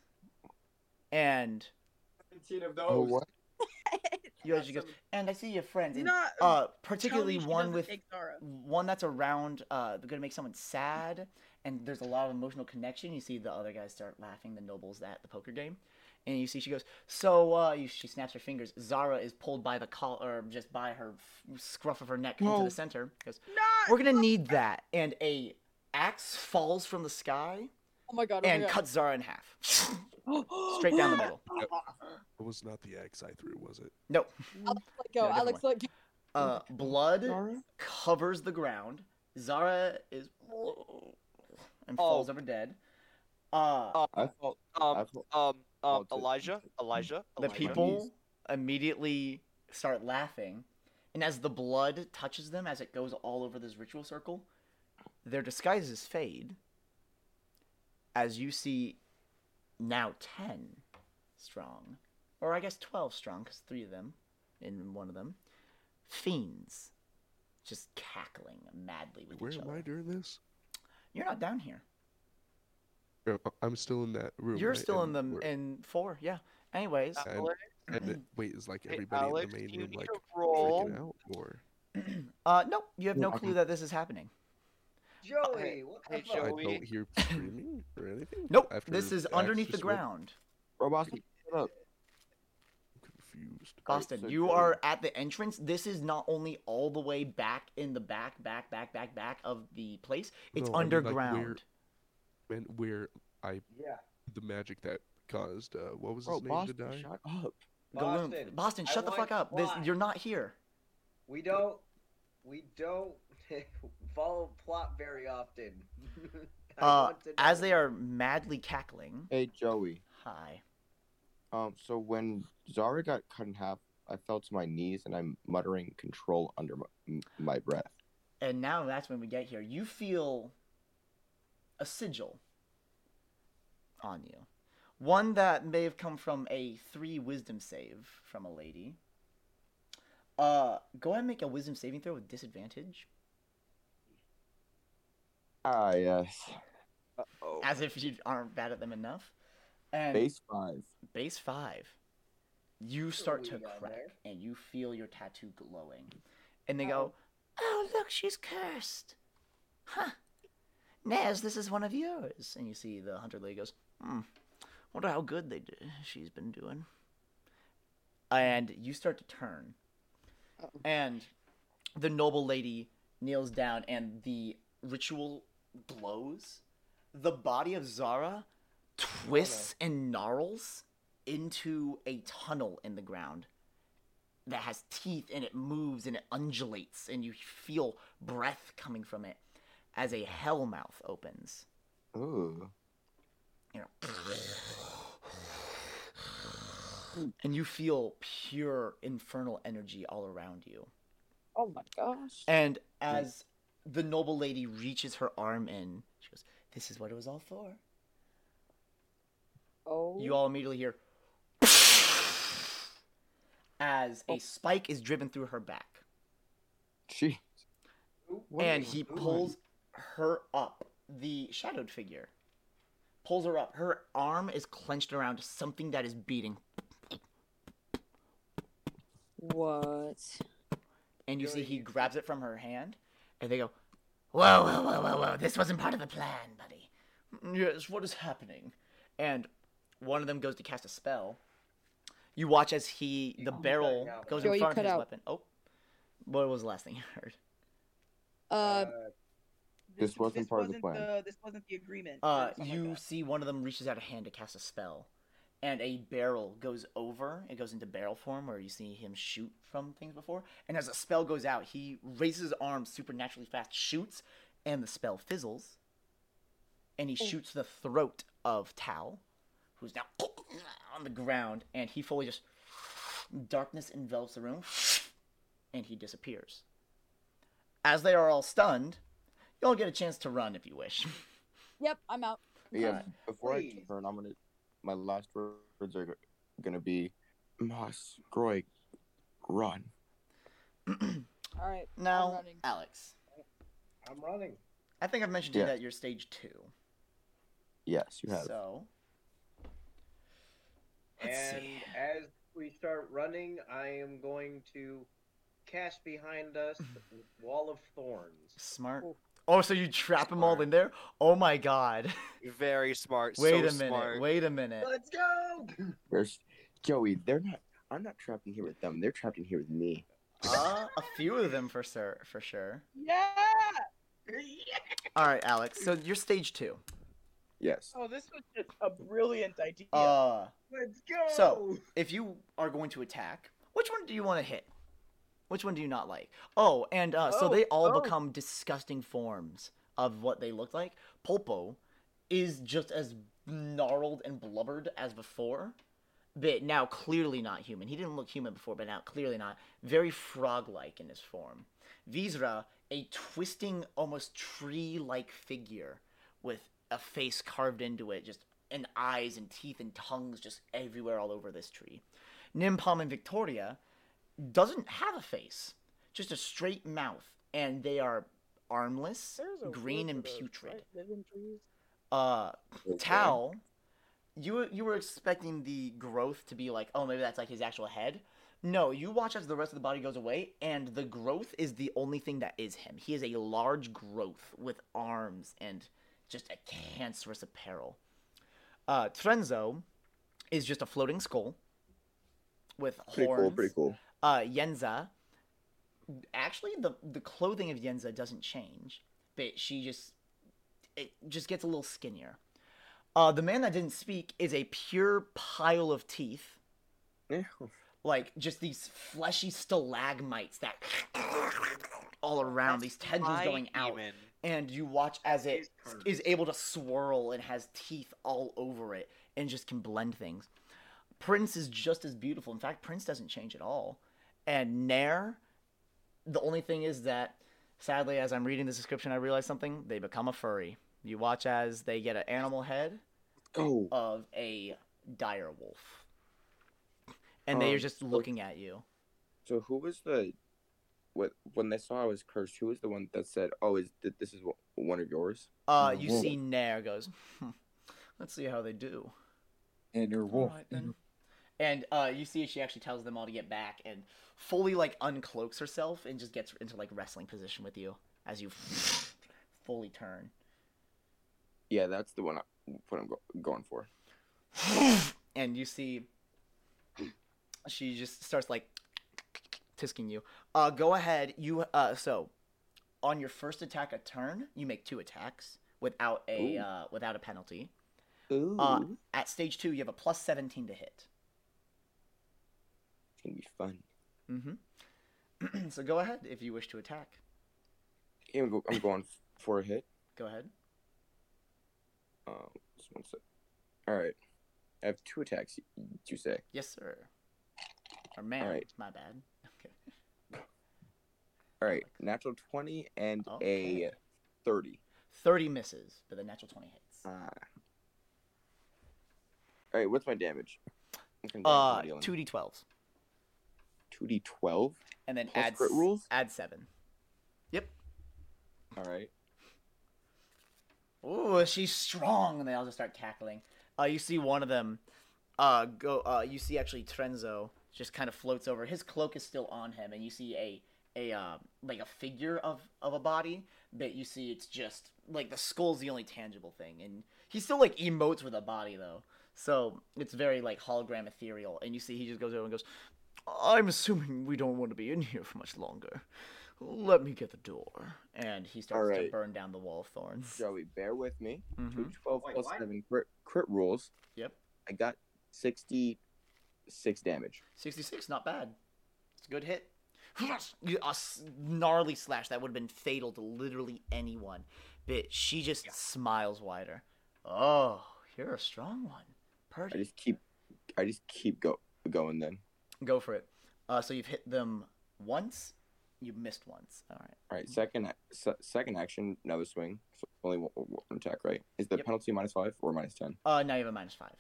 A: And.
B: 17 of
I: Oh, what?
A: You as she goes, and I see your friends, and,
C: Not-
A: uh,
C: Tell
A: particularly
C: me she
A: one
C: doesn't
A: with
C: take Zara.
A: one that's around uh, going to make someone sad, and there's a lot of emotional connection. You see the other guys start laughing, the nobles at the poker game, and you see she goes, so uh, you, she snaps her fingers. Zara is pulled by the collar, or just by her f- scruff of her neck into
L: No.
A: the center. Goes, we're gonna need that, and a axe falls from the sky
E: Oh my god! Oh
A: and
E: my god.
A: cuts Zara in half, straight down the
J: [LAUGHS]
A: middle.
F: It was not the axe I threw, was it?
A: No.
E: Alex, let go.
A: No, different
E: Alex,
A: one.
E: let go.
A: Uh, blood
E: Zara?
A: covers the ground. Zara is
J: Oh.
A: and falls over dead. Uh,
I: I thought. I
J: Um,
I: thought. oh,
J: um, um,
I: it.
J: Elijah, Elijah,
A: the
J: Elijah.
A: people immediately start laughing, and as the blood touches them, as it goes all over this ritual circle, their disguises fade. As you see, now ten strong, or I guess twelve strong, because three of them, in one of them, fiends, just cackling madly with
F: Where
A: each
F: am
A: other.
F: I during this?
A: You're not down here.
F: Or, uh, I'm still in that room.
A: You're
F: right?
A: still in
F: And
A: the
F: we're-
A: in four, yeah. Anyways,
F: and-
A: [CLEARS THROAT]
F: And, it- wait, is like
J: Hey,
F: everybody in
J: Alex,
F: the
J: do
F: main
J: you
F: room
J: need
F: like
J: to roll?
F: freaking out or?
A: uh, nope, you have
F: Yeah,
A: no
F: I
A: clue
F: mean-
A: that this is happening.
M: Joey, what the
J: Hey,
M: fuck?
F: I
J: Joey.
F: don't hear screaming or anything.
A: Nope,
F: after
A: this is
F: the axe
A: underneath the
F: just went?
A: ground.
I: Robots, shut up.
F: Confused.
A: Austin,
I: so
A: you
I: Joey-
A: are at the entrance. This is not only all the way back in the back, back, back, back, back of the place. It's
F: No, I mean, like, where-
A: underground.
F: And where I
M: Yeah.
F: the magic that caused uh what was
I: Bro,
F: his name
I: boss,
F: to die?
I: shut up.
A: Galoom-
M: Boston,
A: Boston,
M: I
A: shut the
M: want
A: fuck up. This,
M: plot.
A: you're not here.
M: We don't we don't [LAUGHS] follow plot very often. [LAUGHS] I
A: Uh,
M: want to
A: as
M: know.
A: they are madly cackling.
I: Hey, Joey.
A: Hi.
I: Um, so when Zara got cut in half, I fell to my knees and I'm muttering control under my, m- my breath.
A: And now that's when we get here. You feel a sigil on you. One that may have come from a three wisdom save from a lady. Uh, go ahead and make a wisdom saving throw with disadvantage.
I: Ah, yes.
J: Uh-oh.
A: as if you aren't bad at them enough. And base,
I: Base five.
A: five, you start
M: we
A: to
M: got
A: crack
M: there.
A: and you feel your tattoo glowing. And they go, Oh, look, she's cursed. Huh. Nez, this is one of yours. And you see the hunter lady goes, Hmm, wonder how good they do. she's been doing. And you start to turn. And the noble lady kneels down and the ritual glows. The body of Zara twists and gnarls into a tunnel in the ground that has teeth and it moves and it undulates and you feel breath coming from it as a hell mouth opens.
I: Ooh.
A: You know, and you feel pure infernal energy all around you.
E: Oh my gosh.
A: And as the noble lady reaches her arm in, she goes, This is what it was all for.
E: Oh.
A: You all immediately hear as a spike is driven through her back.
B: She.
A: and he pulls her up, the shadowed figure. Pulls her up. Her arm is clenched around something that is beating.
E: What?
A: And you see he grabs it from her hand, and they go, Whoa, whoa, whoa, whoa, whoa. This wasn't part of the plan, buddy. Yes, what is happening? And one of them goes to cast a spell. You watch as he, the barrel goes
E: Joe,
A: in
E: you
A: front of
E: cut
A: his
E: out.
A: weapon. Oh, what was the last thing you heard?
E: Uh,
G: This wasn't part of the plan.
K: this wasn't the agreement.
A: Uh, you see one of them reaches out a hand to cast a spell, and a barrel goes over. It goes into barrel form where you see him shoot from things before. And as a spell goes out, he raises his arm supernaturally fast, shoots, and the spell fizzles. And he
L: Oh.
A: shoots the throat of Tal, who's now [CLEARS THROAT] on the ground, and he fully just darkness envelops the room, [SNIFFS] and he disappears. As they are all stunned, y'all get a chance to run if you wish. [LAUGHS]
E: Yep, I'm out.
G: Yeah. before I turn, I'm gonna. My last words are gonna be, Moss, Groy, run.
E: All right.
A: Now, Alex,
M: I'm running.
A: I think I've mentioned to you
G: Yeah.
A: that you're stage two.
G: Yes, you have.
A: So, Let's
M: And as we start running, I am going to cast behind us Wall of Thorns.
A: smart. Oh, so you trap them all in there? Oh my god. [LAUGHS]
J: Very smart.
A: Wait
J: so
A: a minute.
J: smart.
A: Wait a minute. [CLEARS THROAT]
M: Let's go!
G: Where's Joey? They're not. I'm not trapped in here with them. They're trapped in here with me.
A: Uh, a few of them for sure. For sure.
K: Yeah.
A: All right, Alex. So you're stage two.
G: Yes.
K: Oh, this was just a brilliant idea.
A: Uh,
K: Let's
A: so if you are going to attack, which one do you want to hit? Which one do you not like? Oh, and uh, so
L: Oh,
A: they all
L: oh.
A: become disgusting forms of what they look like. Polpo is just as gnarled and blubbered as before, but now clearly not human. He didn't look human before, but now clearly not. Very frog like in his form. Vizra, a twisting, almost tree like figure with a face carved into it, just and eyes and teeth and tongues just everywhere all over this tree. Nimpom and Victoria doesn't have a face, just a straight mouth, and they are armless, green, and putrid. Uh, Tal, you were- you were expecting the growth to be like, oh, maybe that's like his actual head. No, you watch as the rest of the body goes away, and the growth is the only thing that is him. He is a large growth with arms and just a cancerous apparel. Uh, Trenzo is just a floating skull with
G: Pretty
A: horns.
G: cool. Pretty cool.
A: Uh, Yenza. Actually, the the clothing of Yenza doesn't change, but she just it just gets a little skinnier. Uh, the man that didn't speak is a pure pile of teeth, like just these fleshy stalagmites that [LAUGHS] all around these tendrils
J: my
A: going out, and you watch as it is able to swirl and has teeth all over it and just can blend things. Prince is just as beautiful. In fact, Prince doesn't change at all. And Nair, the only thing is that, sadly, as I'm reading this description, I realize something. They become a furry. You watch as they get an animal head
G: Oh.
A: of a dire wolf. And they
G: Um,
A: are just
G: so-
A: looking at you.
G: So who was the? What when they saw I was cursed? Who was the one that said, "Oh, is th- this is wh- one of yours"?
A: Uh, you see Nair goes, hmm, let's see how they do.
I: And your wolf.
A: Alright, then. And uh, you see she actually tells them all to get back and fully like uncloaks herself and just gets into like wrestling position with you as you fully turn.
G: Yeah, that's the one. I, what I'm go- going for.
A: and you see she just starts like tisking you. Uh, go ahead. You uh, so on your first attack a turn, you make two attacks without a
L: Ooh.
A: uh, without a penalty. Uh, at stage two, you have a plus seventeen to hit.
G: It's gonna be fun.
A: Mm-hmm. [CLEARS THROAT] so go ahead if you wish to attack.
G: Yeah, I'm, go- I'm going [LAUGHS] for a hit.
A: Go ahead.
G: Um, just one sec. All right. I have two attacks. y- You say?
A: Yes, sir. Or man,
G: Alright.
A: my bad. Okay.
G: All right, natural twenty and a thirty.
A: Thirty misses, but the natural twenty hits.
G: Ah. All right, what's my damage?
A: Uh, two d twelves.
G: Two d twelve.
A: And then
G: Plus
A: add
G: crit
A: s-
G: rules?
A: Add seven.
G: All right.
A: Ooh, she's strong, and they all just start cackling. Uh, you see one of them. Uh, go. Uh, you see actually Trenzo just kind of floats over. His cloak is still on him, and you see a a uh, like a figure of of a body, but you see it's just like the skull's the only tangible thing, and he still like emotes with a body though. So it's very like hologram ethereal, and you see he just goes over and goes, "I'm assuming we don't want to be in here for much longer. Let me get the door." And he starts to
G: Alright.
A: burn down the wall of thorns.
G: Joey, bear with me.
A: Mhm.
G: 12
A: Wait,
G: plus
A: what?
G: 7 crit, crit rules.
A: Yep.
G: I got 66 damage.
A: 66, not bad. It's a good hit. [SIGHS] You- A s- gnarly slash that would have been fatal to literally anyone. But she just smiles wider. Oh, you're a strong one.
G: I
A: Perfect.
G: just keep I just keep go, going then.
A: Go for it. Uh, so you've hit them once. You've missed once. All right.
G: All right, second a- se- second action, another swing. So only one, one attack, right? Is the
A: Yep.
G: penalty minus 5 or minus 10?
A: Uh, now you have a minus five.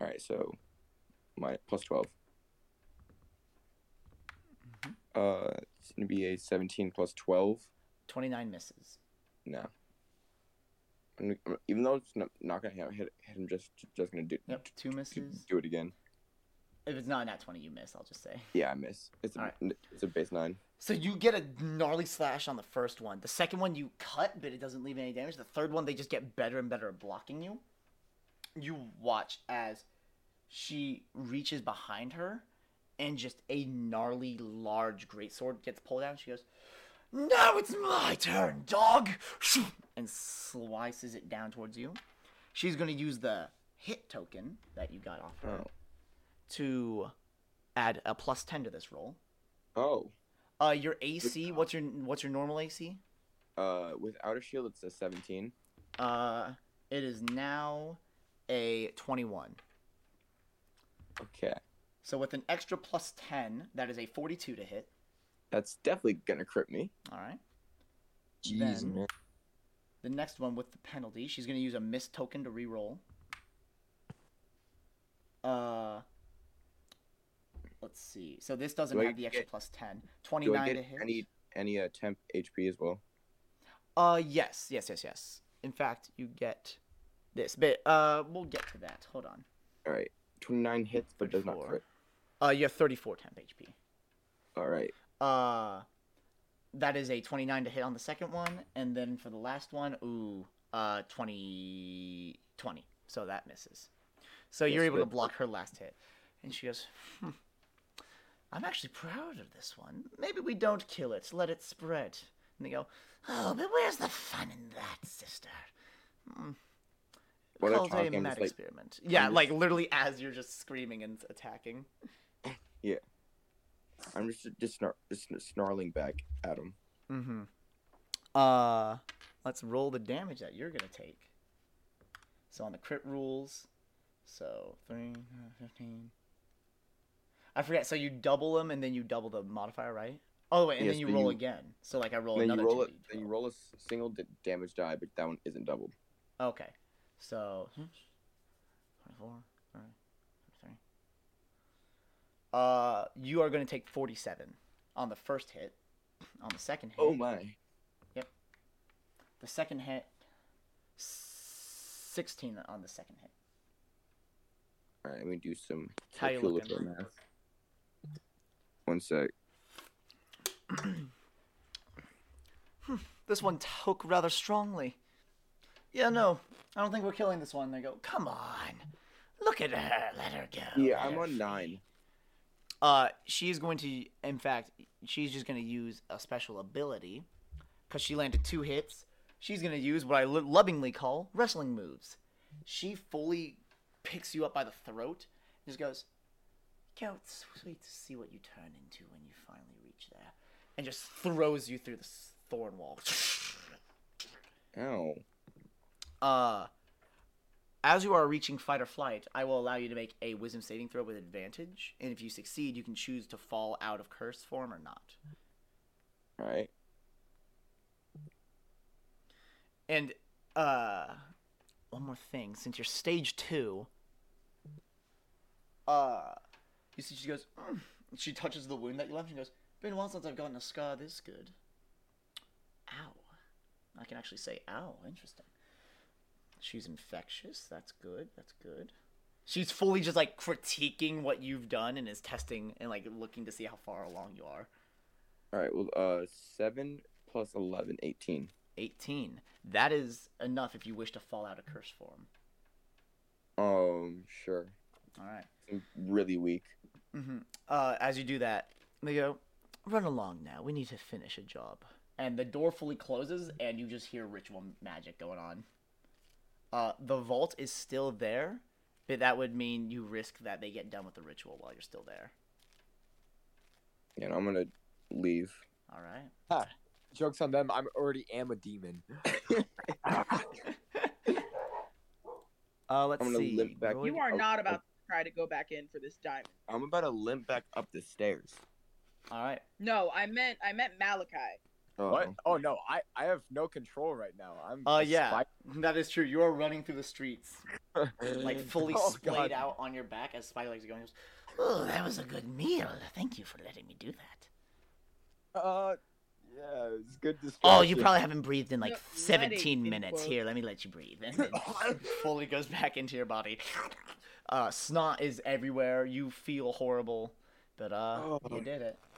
G: All right, so my plus 12.
A: Mm-hmm.
G: Uh, it's going to be a 17 plus 12.
A: 29 misses.
G: No. I'm, I'm- even though it's not, not going to hit, hit, hit him, just just going to do,
A: Yep, two misses.
G: do it again.
A: If it's not a nat 20, you miss, I'll just say.
G: Yeah, I miss. It's a, it's a base nine.
A: So you get a gnarly slash on the first one. The second one you cut, but it doesn't leave any damage. The third one they just get better and better at blocking you. You watch as she reaches behind her and just a gnarly large greatsword gets pulled out. She goes, Now it's my turn, dog! And slices it down towards you. She's going to use the hit token that you got off her to add a plus 10 to this roll.
G: Oh,
A: Uh, your AC. What's your what's your normal AC?
G: uh, without a shield, it's a seventeen.
A: Uh, it is now a twenty-one.
G: Okay,
A: So with an extra plus ten, that is a forty-two to hit.
G: that's definitely gonna crit me.
A: All right.
I: Jeez,
A: Then-
I: man.
A: The next one with the penalty, she's gonna use a miss token to re-roll. Uh, let's see. So this doesn't
G: Do I
A: have the extra
G: get-
A: plus ten.
G: Do I
A: Twenty-nine to
G: get
A: hit.
G: any any uh, temp HP as well?
A: Uh, yes, yes, yes, yes. In fact, you get this, but uh, we'll get to that. Hold on.
G: All right, twenty nine hits, but does not
A: 34.
G: crit.
A: Uh, you have 34 temp HP.
G: All right,
A: Uh, that is a 29 to hit on the second one, and then for the last one, ooh, uh, 20, 20. So that misses. So
L: Yes,
A: you're able to
L: good.
A: block her last hit, and she goes, hmm, "I'm actually proud of this one. Maybe we don't kill it. Let it spread." And they go, "Oh, but where's the fun in that, sister?" Hmm.
G: While they're
A: Called
G: talking,
A: a
G: I'm
A: mad
G: just, like,
A: experiment. Yeah,
G: I'm
A: like literally as you're just screaming and attacking.
G: yeah. I'm just just, snar- just snarling back at him.
A: Mm-hmm. Uh, let's roll the damage that you're gonna take. So on the crit rules, so 3, uh, 15. I forget. So you double them and then you double the modifier, right? Oh wait, and
G: Yes,
A: then you
G: but
A: roll
G: you-
A: again. So like I roll
G: then
A: another.
G: you roll
A: two
G: it. Then you roll a s- single d- damage die, but that one isn't doubled.
A: d- Okay, so 24, 30, 33. Uh, you are gonna take 47 on the first hit. On the second hit.
G: Oh my!
A: Yep. The second hit, sixteen on the second hit.
G: All right, let me do some
A: How you looking?
G: calculator math. One sec.
A: This one took rather strongly. Yeah, no, I don't think we're killing this one. They go, come on, look at her, let her go.
G: Yeah,
A: let
G: I'm
A: her
G: on nine.
A: Uh, she is going to, in fact, she's just going to use a special ability because she landed two hits. She's going to use what I lo- lovingly call wrestling moves. She fully picks you up by the throat and just goes, Go, it's sweet to see what you turn into when you finally reach there. And just throws you through the s- thorn wall.
G: Ow.
A: Uh, As you are reaching fight or flight, I will allow you to make a wisdom saving throw with advantage, and if you succeed, you can choose to fall out of curse form or not.
B: All right.
A: And uh one more thing, since you're stage 2, uh you see she goes "Mm," and she touches the wound that you left and goes, "Been a while since I've gotten a scar this good." Ow. I can actually say ow, interesting. She's infectious. That's good. That's good. She's fully just like critiquing what you've done and is testing and like looking to see how far along you are.
G: All right. Well, uh, seven plus 11, 18.
A: 18. That is enough if you wish to fall out of curse form.
G: Um, sure.
A: All right.
G: I'm really weak.
A: hmm Uh, as you do that, they go, run along now. We need to finish a job. And the door fully closes, and you just hear ritual magic going on. Uh, the vault is still there, but that would mean you risk that they get done with the ritual while you're still there.
G: And I'm gonna leave.
A: All right.
B: Ha, jokes on them. I'm already am
G: [LAUGHS]
B: a demon.
A: Uh, let's
G: I'm gonna
A: see.
G: limp back.
C: You are not about to try to go back in for this diamond.
G: I'm about to limp back up the stairs.
A: All right.
C: No, I meant I meant Malachi.
B: What? Oh no, I I have no control right now. I'm.
A: Uh,
B: a
A: yeah,
B: spy-
A: that is true. You are running through the
B: [LAUGHS]
A: streets, like fully
B: Oh,
A: splayed
B: God.
A: out on your back as spider legs are going. Goes, oh, that was a good meal. Thank you for letting me do that.
B: Uh, yeah, it's good.
A: Oh, you probably
B: distraction.
A: haven't breathed in like
B: No,
A: 17
B: letting,
A: minutes.
B: quote.
A: Here, let me let you breathe. And then fully goes back into your body. Uh, snot is everywhere. You feel horrible, but uh,
M: Oh,
A: you did it.
B: [LAUGHS]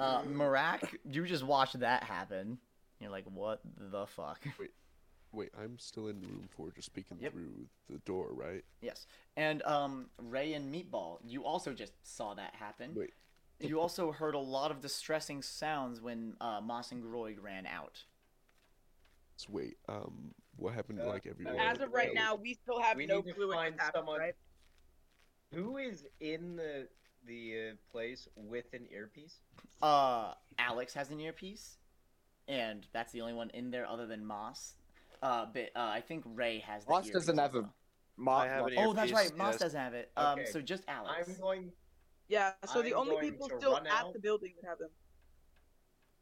A: Uh, Marak, you just watched that happen. You're like, what the fuck?
F: [LAUGHS] Wait, I'm still in room four, just peeking
A: Yep.
F: through the door, right?
A: Yes. And um, Ray and Meatball, you also just saw that happen.
F: Wait.
A: You also heard a lot of distressing sounds when uh, Moss and Groig ran out.
F: So wait, um, what happened to
M: Uh,
F: like everyone?
C: As of right
F: that
C: now,
F: was-
C: we still have
M: We
C: no
M: need to
C: clue what
M: find
C: just happened,
M: someone-
C: right?
M: Who is in the the uh, place with an earpiece?
A: Uh, Alex has an earpiece, and that's the only one in there other than Moss. Uh, but uh, I think Ray has. The
B: Moss
A: earpiece
B: doesn't have a.
A: also.
B: Moss,
J: I have an
A: Oh, that's right.
J: earpiece,
A: Moss
J: yes.
A: doesn't have it. Um,
M: Okay.
A: so just Alex.
M: I'm going.
C: Yeah, so the
M: I'm
C: only
M: going
C: people
M: to
C: still
M: run
C: at
M: out.
C: the building that have them.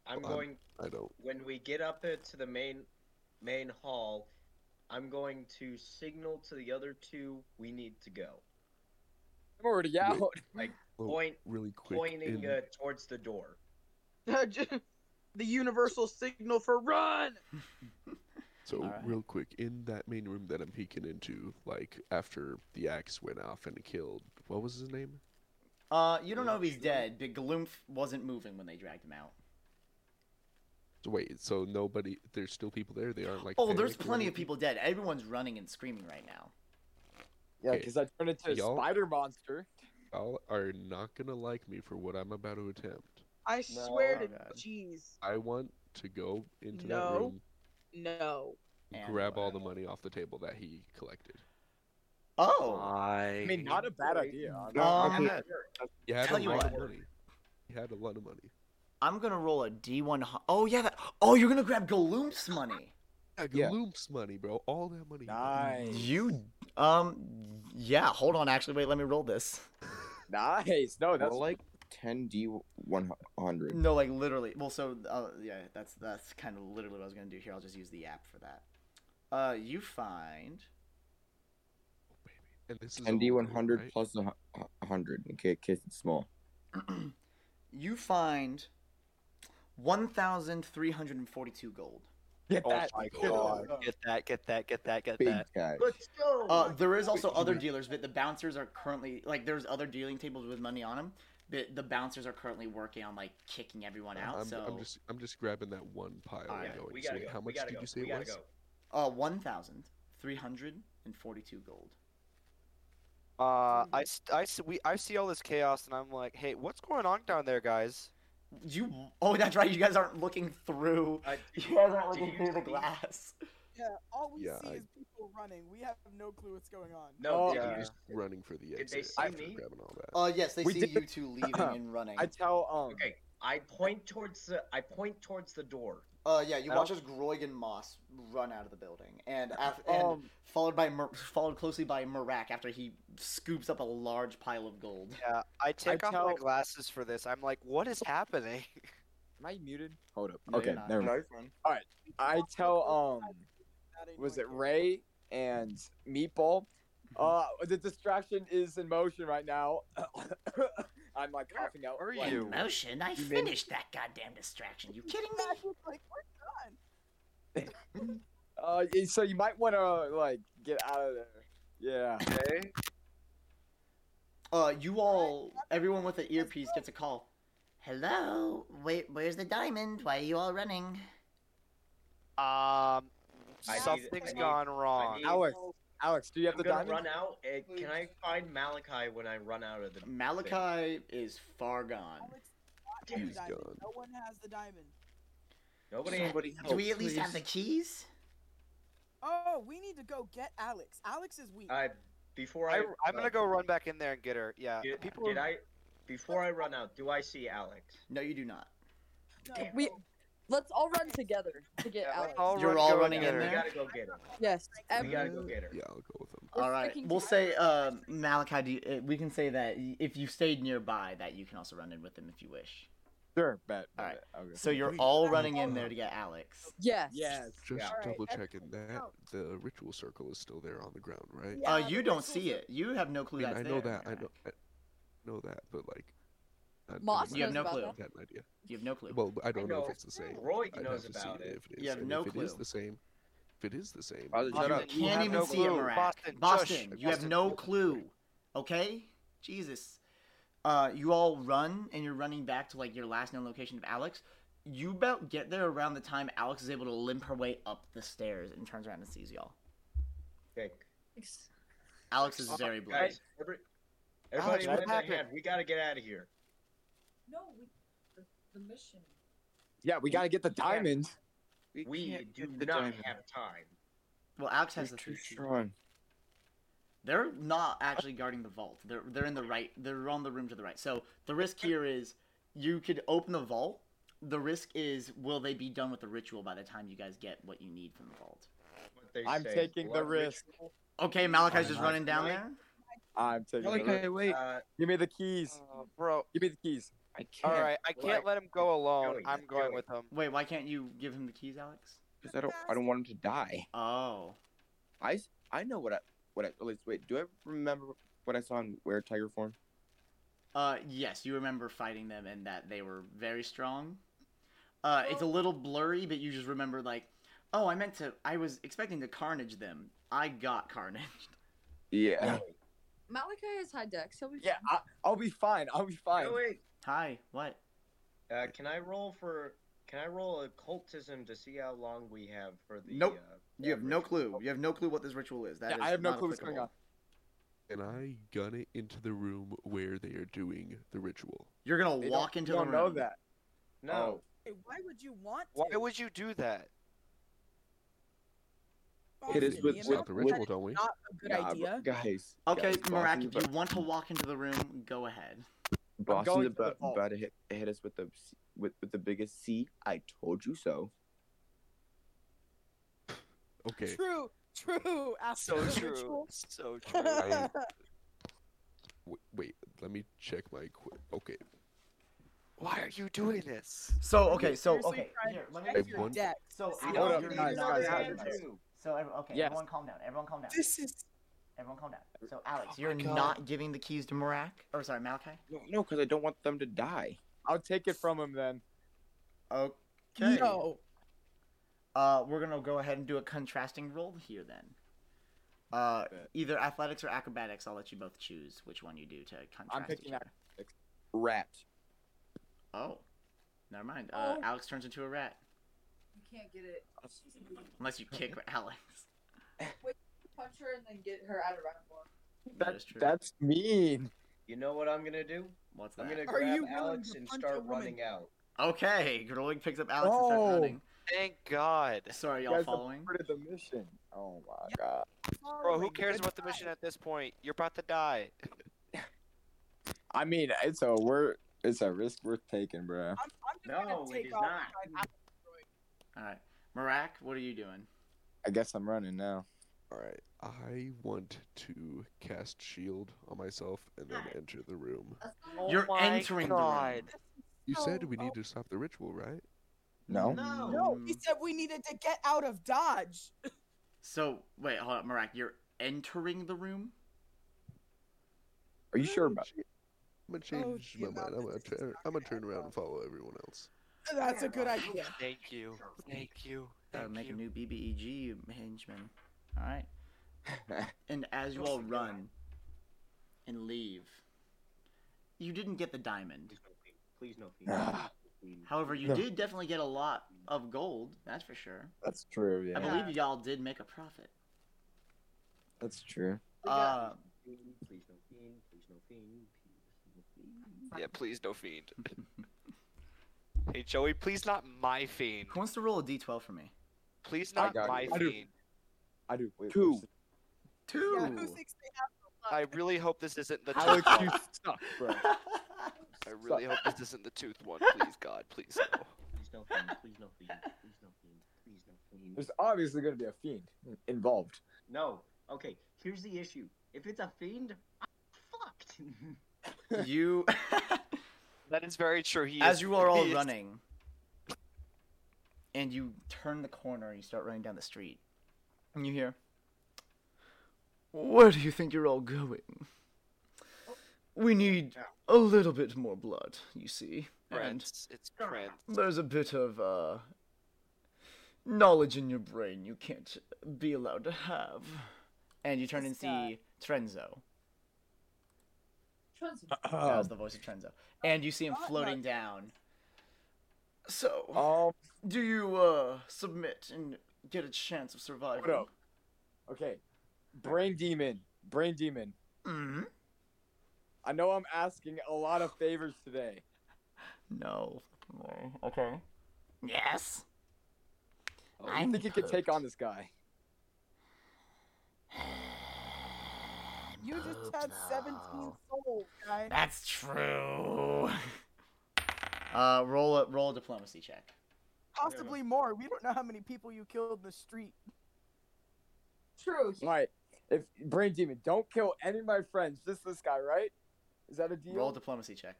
M: I'm
F: Um,
M: going
F: I don't.
M: when we get up uh, to the main main hall. I'm going to signal to the other two we need to go.
B: I'm already out.
M: Like
F: Oh,
M: point
F: really quick.
M: pointing
F: in-
M: uh, towards the door.
C: [LAUGHS] the universal signal for run.
F: So
A: Alright.
F: real quick, in that main room that I'm peeking into, like after the axe went off and killed, what was his name?
A: Uh, you don't know if he's dead, but Gloomf wasn't moving when they dragged him out.
F: So wait, so nobody, there's still people there. They aren't like.
A: Oh, there's
F: panicked or
A: plenty of
F: anything?
A: people dead. Everyone's running and screaming right now.
B: Yeah,
F: Okay.
B: because I turned into a
F: Y'all-
B: spider monster.
F: Y'all are not gonna like me for what I'm about to attempt.
C: I
M: No,
C: swear
M: oh
C: to
M: God.
C: jeez.
F: I want to go into
C: No.
F: that room,
C: No.
A: And-
F: grab all the money off the table that he collected.
A: Oh,
B: I mean, not a bad idea. honestly.
A: Um,
F: Okay. He had
A: Tell
F: a
A: you
F: lot of
A: what.
F: money. He had a lot of money.
A: I'm gonna roll a D1. hu- Oh yeah, that... oh you're gonna grab Gloomf's money.
F: Yeah,
B: Yeah.
F: Gloom's money, bro. All that money. he had.
B: Nice.
A: You, um, yeah. Hold on, actually, wait. Let me roll this.
B: [LAUGHS] Nice. No, that's
G: We're like 10d 100.
A: No, like literally. Well, so uh, yeah, that's that's kind of literally what I was gonna do here. I'll just use the app for that. Uh, you find
F: Oh, And this is all
G: 10d
F: good,
G: 100
F: right?
G: plus a hu- a 100 in ca- case it's small.
A: you find one thousand three hundred and forty-two gold.
B: get
J: Oh
B: that.
J: my
B: God.
J: god. Get that, get that, get that, get
G: Big
J: that.
G: guy.
M: Let's go.
A: Uh, there is also other dealers, but the bouncers are currently like there's other dealing tables with money on them, but the bouncers are currently working on like kicking everyone out.
F: I'm,
A: so
F: I'm just I'm just grabbing that one pile
A: Alright,
F: and going.
M: we
F: so
M: gotta
F: wait,
M: go.
F: how
M: we
F: much
M: gotta
F: did
M: go.
F: you say
M: we
F: it
M: gotta
F: was?
M: go.
A: uh, one thousand three hundred and forty-two gold.
J: Uh, I, s- I, s- we, I see all this chaos and I'm like, hey, what's going on down there, guys?
A: You oh that's right. You guys aren't looking through.
M: Uh,
A: You
M: do you-
A: guys aren't
M: do
A: looking
M: you
A: through the
M: see-
A: glass.
N: Yeah, all we
F: Yeah,
N: see
F: I-
N: is people running. We have no clue what's going on.
M: No,
B: Oh,
M: did you
B: yeah.
M: just-
F: Running for the
M: Did
F: exit
M: they see
F: after
M: me?
F: grabbing all that.
A: Uh yes, they
B: We
A: see
B: did-
A: you
B: [COUGHS]
A: two leaving and running.
B: I tell um.
M: okay. I point towards the I point towards the door.
A: Uh, yeah, you
B: I
A: watch
B: don't-
A: as Groig and Moss run out of the building, and
M: [LAUGHS]
A: af- and
B: Um,
A: followed by Mur- followed closely by Marak after he scoops up a large pile of gold.
J: Yeah, I take off my
A: tell-
J: glasses for this. I'm like, what is happening?
B: Am I muted? Hold up.
A: No, you're
B: okay,
A: not.
B: never
A: No,
B: mind.
A: you're fine.
B: All right. I tell um, was it Ray and Meatball? Uh, the distraction is in motion right now. [LAUGHS] Uh, I'm like coughing out. Where
A: In motion, I finished that goddamn distraction. You kidding me?
N: like we're done.
B: Uh, y- so you might want to like get out of there. Yeah.
J: Okay.
A: Uh, you all, everyone with an earpiece gets a call. Hello, wait, where's the diamond? Why are you all running?
J: Um,
A: I need-
J: something's
A: I need-
J: gone wrong.
M: need- Alex,
B: Alex, do you have
M: I'm
B: the
M: gonna
B: diamond?
M: run out. eh, Can I find Malachi when I run out of the thing?
A: Malachi is far gone.
N: Not in the
M: He's
N: diamond.
M: gone.
N: No one has the diamond.
M: Nobody.
A: Somebody Do we help, at least have please. the keys?
N: Oh, we need to go get Alex. Alex is weak.
M: I before I,
J: I, I'm gonna
M: uh,
J: go run back in there and get her. Yeah,
M: Did,
J: people.
M: did I? Before I run out, do I see Alex?
A: No, you do not.
E: We let's all run together to get Alex.
A: You're all running in
M: We
A: there.
M: gotta go get her.
E: Yes.
M: We
E: every-
M: gotta go get her.
F: Yeah, I'll go with him.
A: All right, we'll say um, Malachi. Do you, uh, we can say that y- if you stayed nearby, that you can also run in with them if you wish.
B: Sure, bet.
A: All right.
B: Okay.
A: So you're all running in there to get Alex.
E: Yes.
N: Yes.
F: Just
N: All right,
F: double checking that the ritual circle is still there on the ground, right?
A: Uh, you don't see it. You have no
F: I,
A: clue
F: mean,
A: that's
F: I know
A: there.
F: that. I know. I know that, but like. I- I
E: Moss
F: don't
A: You have
E: knows
A: no
E: about
A: clue.
E: that.
F: Got an idea.
A: You have no clue.
F: Well, I don't know
M: know.
F: if it's the same.
M: Roy
F: I'd
M: knows
F: have to see
M: about it.
F: If it is.
A: You have
F: and
A: no
F: if It is
A: clue.
F: the same. If it is the same.
I: Father,
F: then
I: shut
A: You
I: up.
F: you
A: can't
F: have
A: even
F: no
A: see it,
F: clue.
A: Marat.
J: Boston,
A: Boston,
J: shush.
A: you have no clue. Okay? Jesus. Uh, you all run and you're running back to like your last known location of Alex. You about get there around the time Alex is able to limp her way up the stairs and turns around and sees y'all.
M: Okay.
A: Alex is very bloody.
M: Guys, every, everybody,
J: what
M: lend a
J: happened?
M: hand. We gotta get out of here.
E: No, we, the, the mission.
B: Yeah, we gotta get the diamond.
M: We,
G: can't
M: do
G: the
M: not
G: diamond.
M: have time.
A: Well, Alex has the
G: Too
A: three keys.
G: strong.
A: They're not actually guarding the vault. They're they're in the right. They're on the room to the right. So the risk here is you could open the vault. The risk is will they be done with the ritual by the time you guys get what you need from the vault?
M: What they
B: I'm
M: say,
B: taking the
M: blood
B: risk.
M: ritual?
A: Okay, Malachi's
B: Why
A: just
B: not?
A: running down
M: Right.
A: there.
B: I'm taking the risk.
I: Okay, wait.
M: Uh,
B: Give me the keys.
J: Oh, bro,
B: Give me the keys.
G: I can't.
J: all right, I
M: Like,
J: can't let him go alone.
M: Joey,
J: I'm going
M: Joey.
J: with him.
A: Wait, why can't you give him the keys, Alex?
G: Because I don't. I don't want him to die.
A: Oh,
G: I. s- I know what I. What I. At least wait. Do I remember what I saw in Weird Tiger form?
A: uh, yes, you remember fighting them and that they were very strong. Uh, it's a little blurry, but you just remember like, oh, I meant to. I was expecting to carnage them. I got carnaged.
G: Yeah.
E: Malachi has high dex. He'll be
B: Yeah, I, I'll be fine. I'll be fine.
M: Joey,
A: Hi, what?
M: uh, can I roll for? Can I roll occultism to see how long we have for the?
A: Nope.
M: Uh,
A: You have no
M: ritual?
A: clue. You have no clue what this ritual is. That
B: Yeah,
A: is
B: I have no
A: not
B: clue what's going
A: applicable.
B: on.
F: And I gun it into the room where they are doing the ritual.
A: You're gonna
B: They
A: walk
B: don't,
A: into
B: they
A: the
B: don't
A: room.
B: know that.
M: No.
N: Hey, why would you want to?
J: Why would you do that?
G: Hit us
N: Boston,
G: with-
N: the
F: Stop
N: amount
A: [LAUGHS]
F: the
N: of
F: ritual,
N: that
F: don't we?
N: is Not a good
G: Nah,
N: idea.
G: bro- guys.
A: Okay,
G: guys,
A: Marak, if
G: Boston's
A: you want to walk into the room, go ahead.
G: about- Boston's
B: going to the
G: about,
B: vault.
G: about to hit, hit us with the C- with, with the biggest C. I told you so.
F: Okay.
N: True, true. After
J: So
N: the
J: true.
N: ritual.
J: So
N: [LAUGHS]
J: true.
F: I- Wait, wait, let me check my qu Okay.
J: Why are you doing this?
A: So okay, so
N: Seriously,
A: okay.
N: Brian,
A: Here, let
N: check
A: me.
F: I've
N: your
F: won-
N: deck.
A: So
N: See,
A: Alex,
B: up,
A: you're gonna
B: guys, guys,
A: run
B: guys,
A: down
B: guys.
A: there. So ev- okay,
B: Yes.
A: everyone calm down. Everyone calm down.
N: This is
A: Everyone calm down. So Alex,
J: Oh my
A: you're
J: God.
A: not giving the keys to Marak, or sorry, Malachi.
G: No, no, because I don't want them to die.
B: I'll take it from him then.
A: Okay.
N: no.
A: Uh, we're gonna go ahead and do a contrasting roll here then. Uh,
B: Bet.
A: either athletics or acrobatics. I'll let you both choose which one you do to contrast.
B: picking
A: each other.
G: Rat.
A: Oh, never mind. Uh,
E: Oh.
A: Alex turns into a rat
E: You can't get it.
A: unless you
B: [LAUGHS]
A: kick Alex.
E: Punch her and then get her out of round one.
A: That
B: That-
A: is true.
B: that's mean.
M: You know what I'm gonna do?
A: What's that?
M: I'm gonna
N: Are you
M: grab
N: willing
M: Alex
N: to
M: and
N: punch a
M: start
N: woman?
M: running out.
A: Okay, Groig picks up Alex and
B: Oh.
A: starts running.
J: Thank God.
A: Sorry,
B: You
A: y'all
B: guys
A: following?
B: supported the mission. Oh my god.
J: Bro, who cares about the mission at this point? You're about to
A: [LAUGHS]
J: die.
B: I mean, it's a we're it's a risk worth taking, bruh.
N: I'm, I'm just
M: No,
N: gonna
M: it
N: take
M: is
N: off
M: not.
N: my-
A: All right, Marak, what are you doing?
B: I guess I'm running now.
F: All right. I want to cast shield on myself and then enter the room.
A: Oh You're my entering the room. God.
F: You said we need to stop the ritual, right?
B: No.
N: No. No, he said we needed to get out of Dodge. [LAUGHS]
A: So wait, hold on, Marak, you're entering the room.
B: Are you sure about
F: it? I'm gonna
A: Oh,
F: change my mind. I'm gonna, turn, I'm gonna turn around and follow everyone else.
N: That's a good idea.
J: Thank you. Thank you.
A: Gotta make a new BBEG henchman. All
B: [LAUGHS]
A: right. and as you all run and leave, you didn't get the diamond.
M: Please no fiend.
B: Ah.
A: However, you
M: No.
A: did definitely get a lot of gold. That's for sure.
I: That's true.
A: I
I: Yeah,
A: believe y'all did make a profit.
I: that's true.
A: Uh,
M: Please no fiend. Please no fiend.
J: Yeah, please no fiend. hey Joey, please not my fiend.
A: who wants to roll a d12 for me?
J: Please
A: I
J: not
A: got
J: my
A: you. I do.
J: fiend.
B: I do. Wait,
J: Two.
B: where's the-
A: Two.
N: Yeah, who thinks they have the
J: I
N: luck?
J: really hope this isn't the tooth
B: Alex,
J: one.
B: you [LAUGHS] suck,
N: [LAUGHS]
B: bro.
J: I really hope this isn't the tooth one. Please God, please no.
M: Please no fiend. Please no fiend. Please no fiend. Please no fiend.
B: There's obviously going to be a fiend involved.
M: No. Okay. Here's the issue. If it's a fiend, I'm fucked.
A: you
J: That is very true. He
A: as
J: is-
A: you are all
J: he is-
A: running and you turn the corner and you start running down the street and you hear where do you think you're all going we need a little bit more blood you see and
J: Prince. It's Prince.
A: there's a bit of uh knowledge in your brain you can't be allowed to have and you turn and see Trenzo. That
B: Uh-huh.
A: was the voice of Trenzo. And you see him floating down. So,
B: Um,
A: do you uh, submit and get a chance of survival?
B: What up? Okay. Brain demon. Brain demon.
A: Mm-hmm.
B: I know I'm asking a lot of favors today.
A: No.
B: Mm,
A: Okay. Yes.
B: I think Oh, you could take on this guy.
N: You just had 17 souls, guy.
A: That's true. [LAUGHS] Uh, roll a roll a diplomacy check.
N: Possibly more. We don't know how many people you killed in the street.
E: True.
B: All right. If brain demon, don't kill any of my friends. Just this guy, right? Is that a deal?
A: Roll a diplomacy check.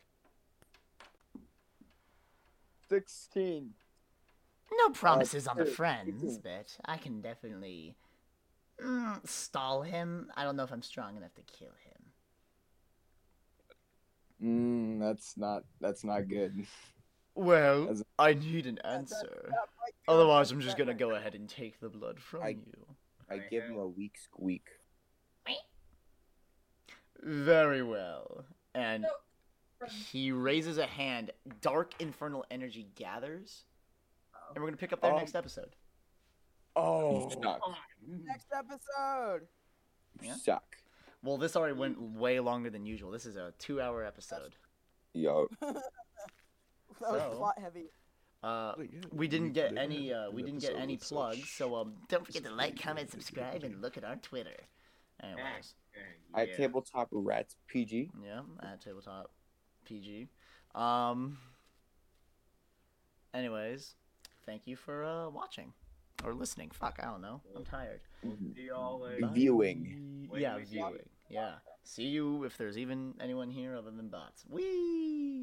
B: Sixteen. Uh,
A: No promises on the
B: sure.
A: friends, but I can definitely mm, stall him. I don't know if I'm strong enough to kill him.
B: Mm, that's not. That's not good.
A: Well, I need an answer. Otherwise, I'm just gonna go ahead and take the blood from
G: I-
A: you.
G: I give him a weak squeak.
A: Very well. And he raises a hand. Dark infernal energy gathers,
G: Oh.
A: and we're gonna pick up there
B: Um,
A: next episode.
B: Oh.
N: Next episode.
A: Yeah.
B: Suck.
A: Well, this already went way longer than usual. This is a two-hour episode.
G: Yo.
N: That was
E: [LAUGHS]
A: So-
N: plot heavy.
A: Uh, we didn't get any. Uh, we didn't get any plugs. So um, don't forget to like, comment, subscribe, and look at our Twitter. Anyways,
G: At tabletop rats PG.
A: yeah, at tabletop PG. Um. Anyways, thank you for uh, watching or listening. Fuck, I don't know. I'm tired.
M: See y'all later.
G: Viewing.
A: Yeah, viewing. Yeah. See you if there's even anyone here other than bots. Wee.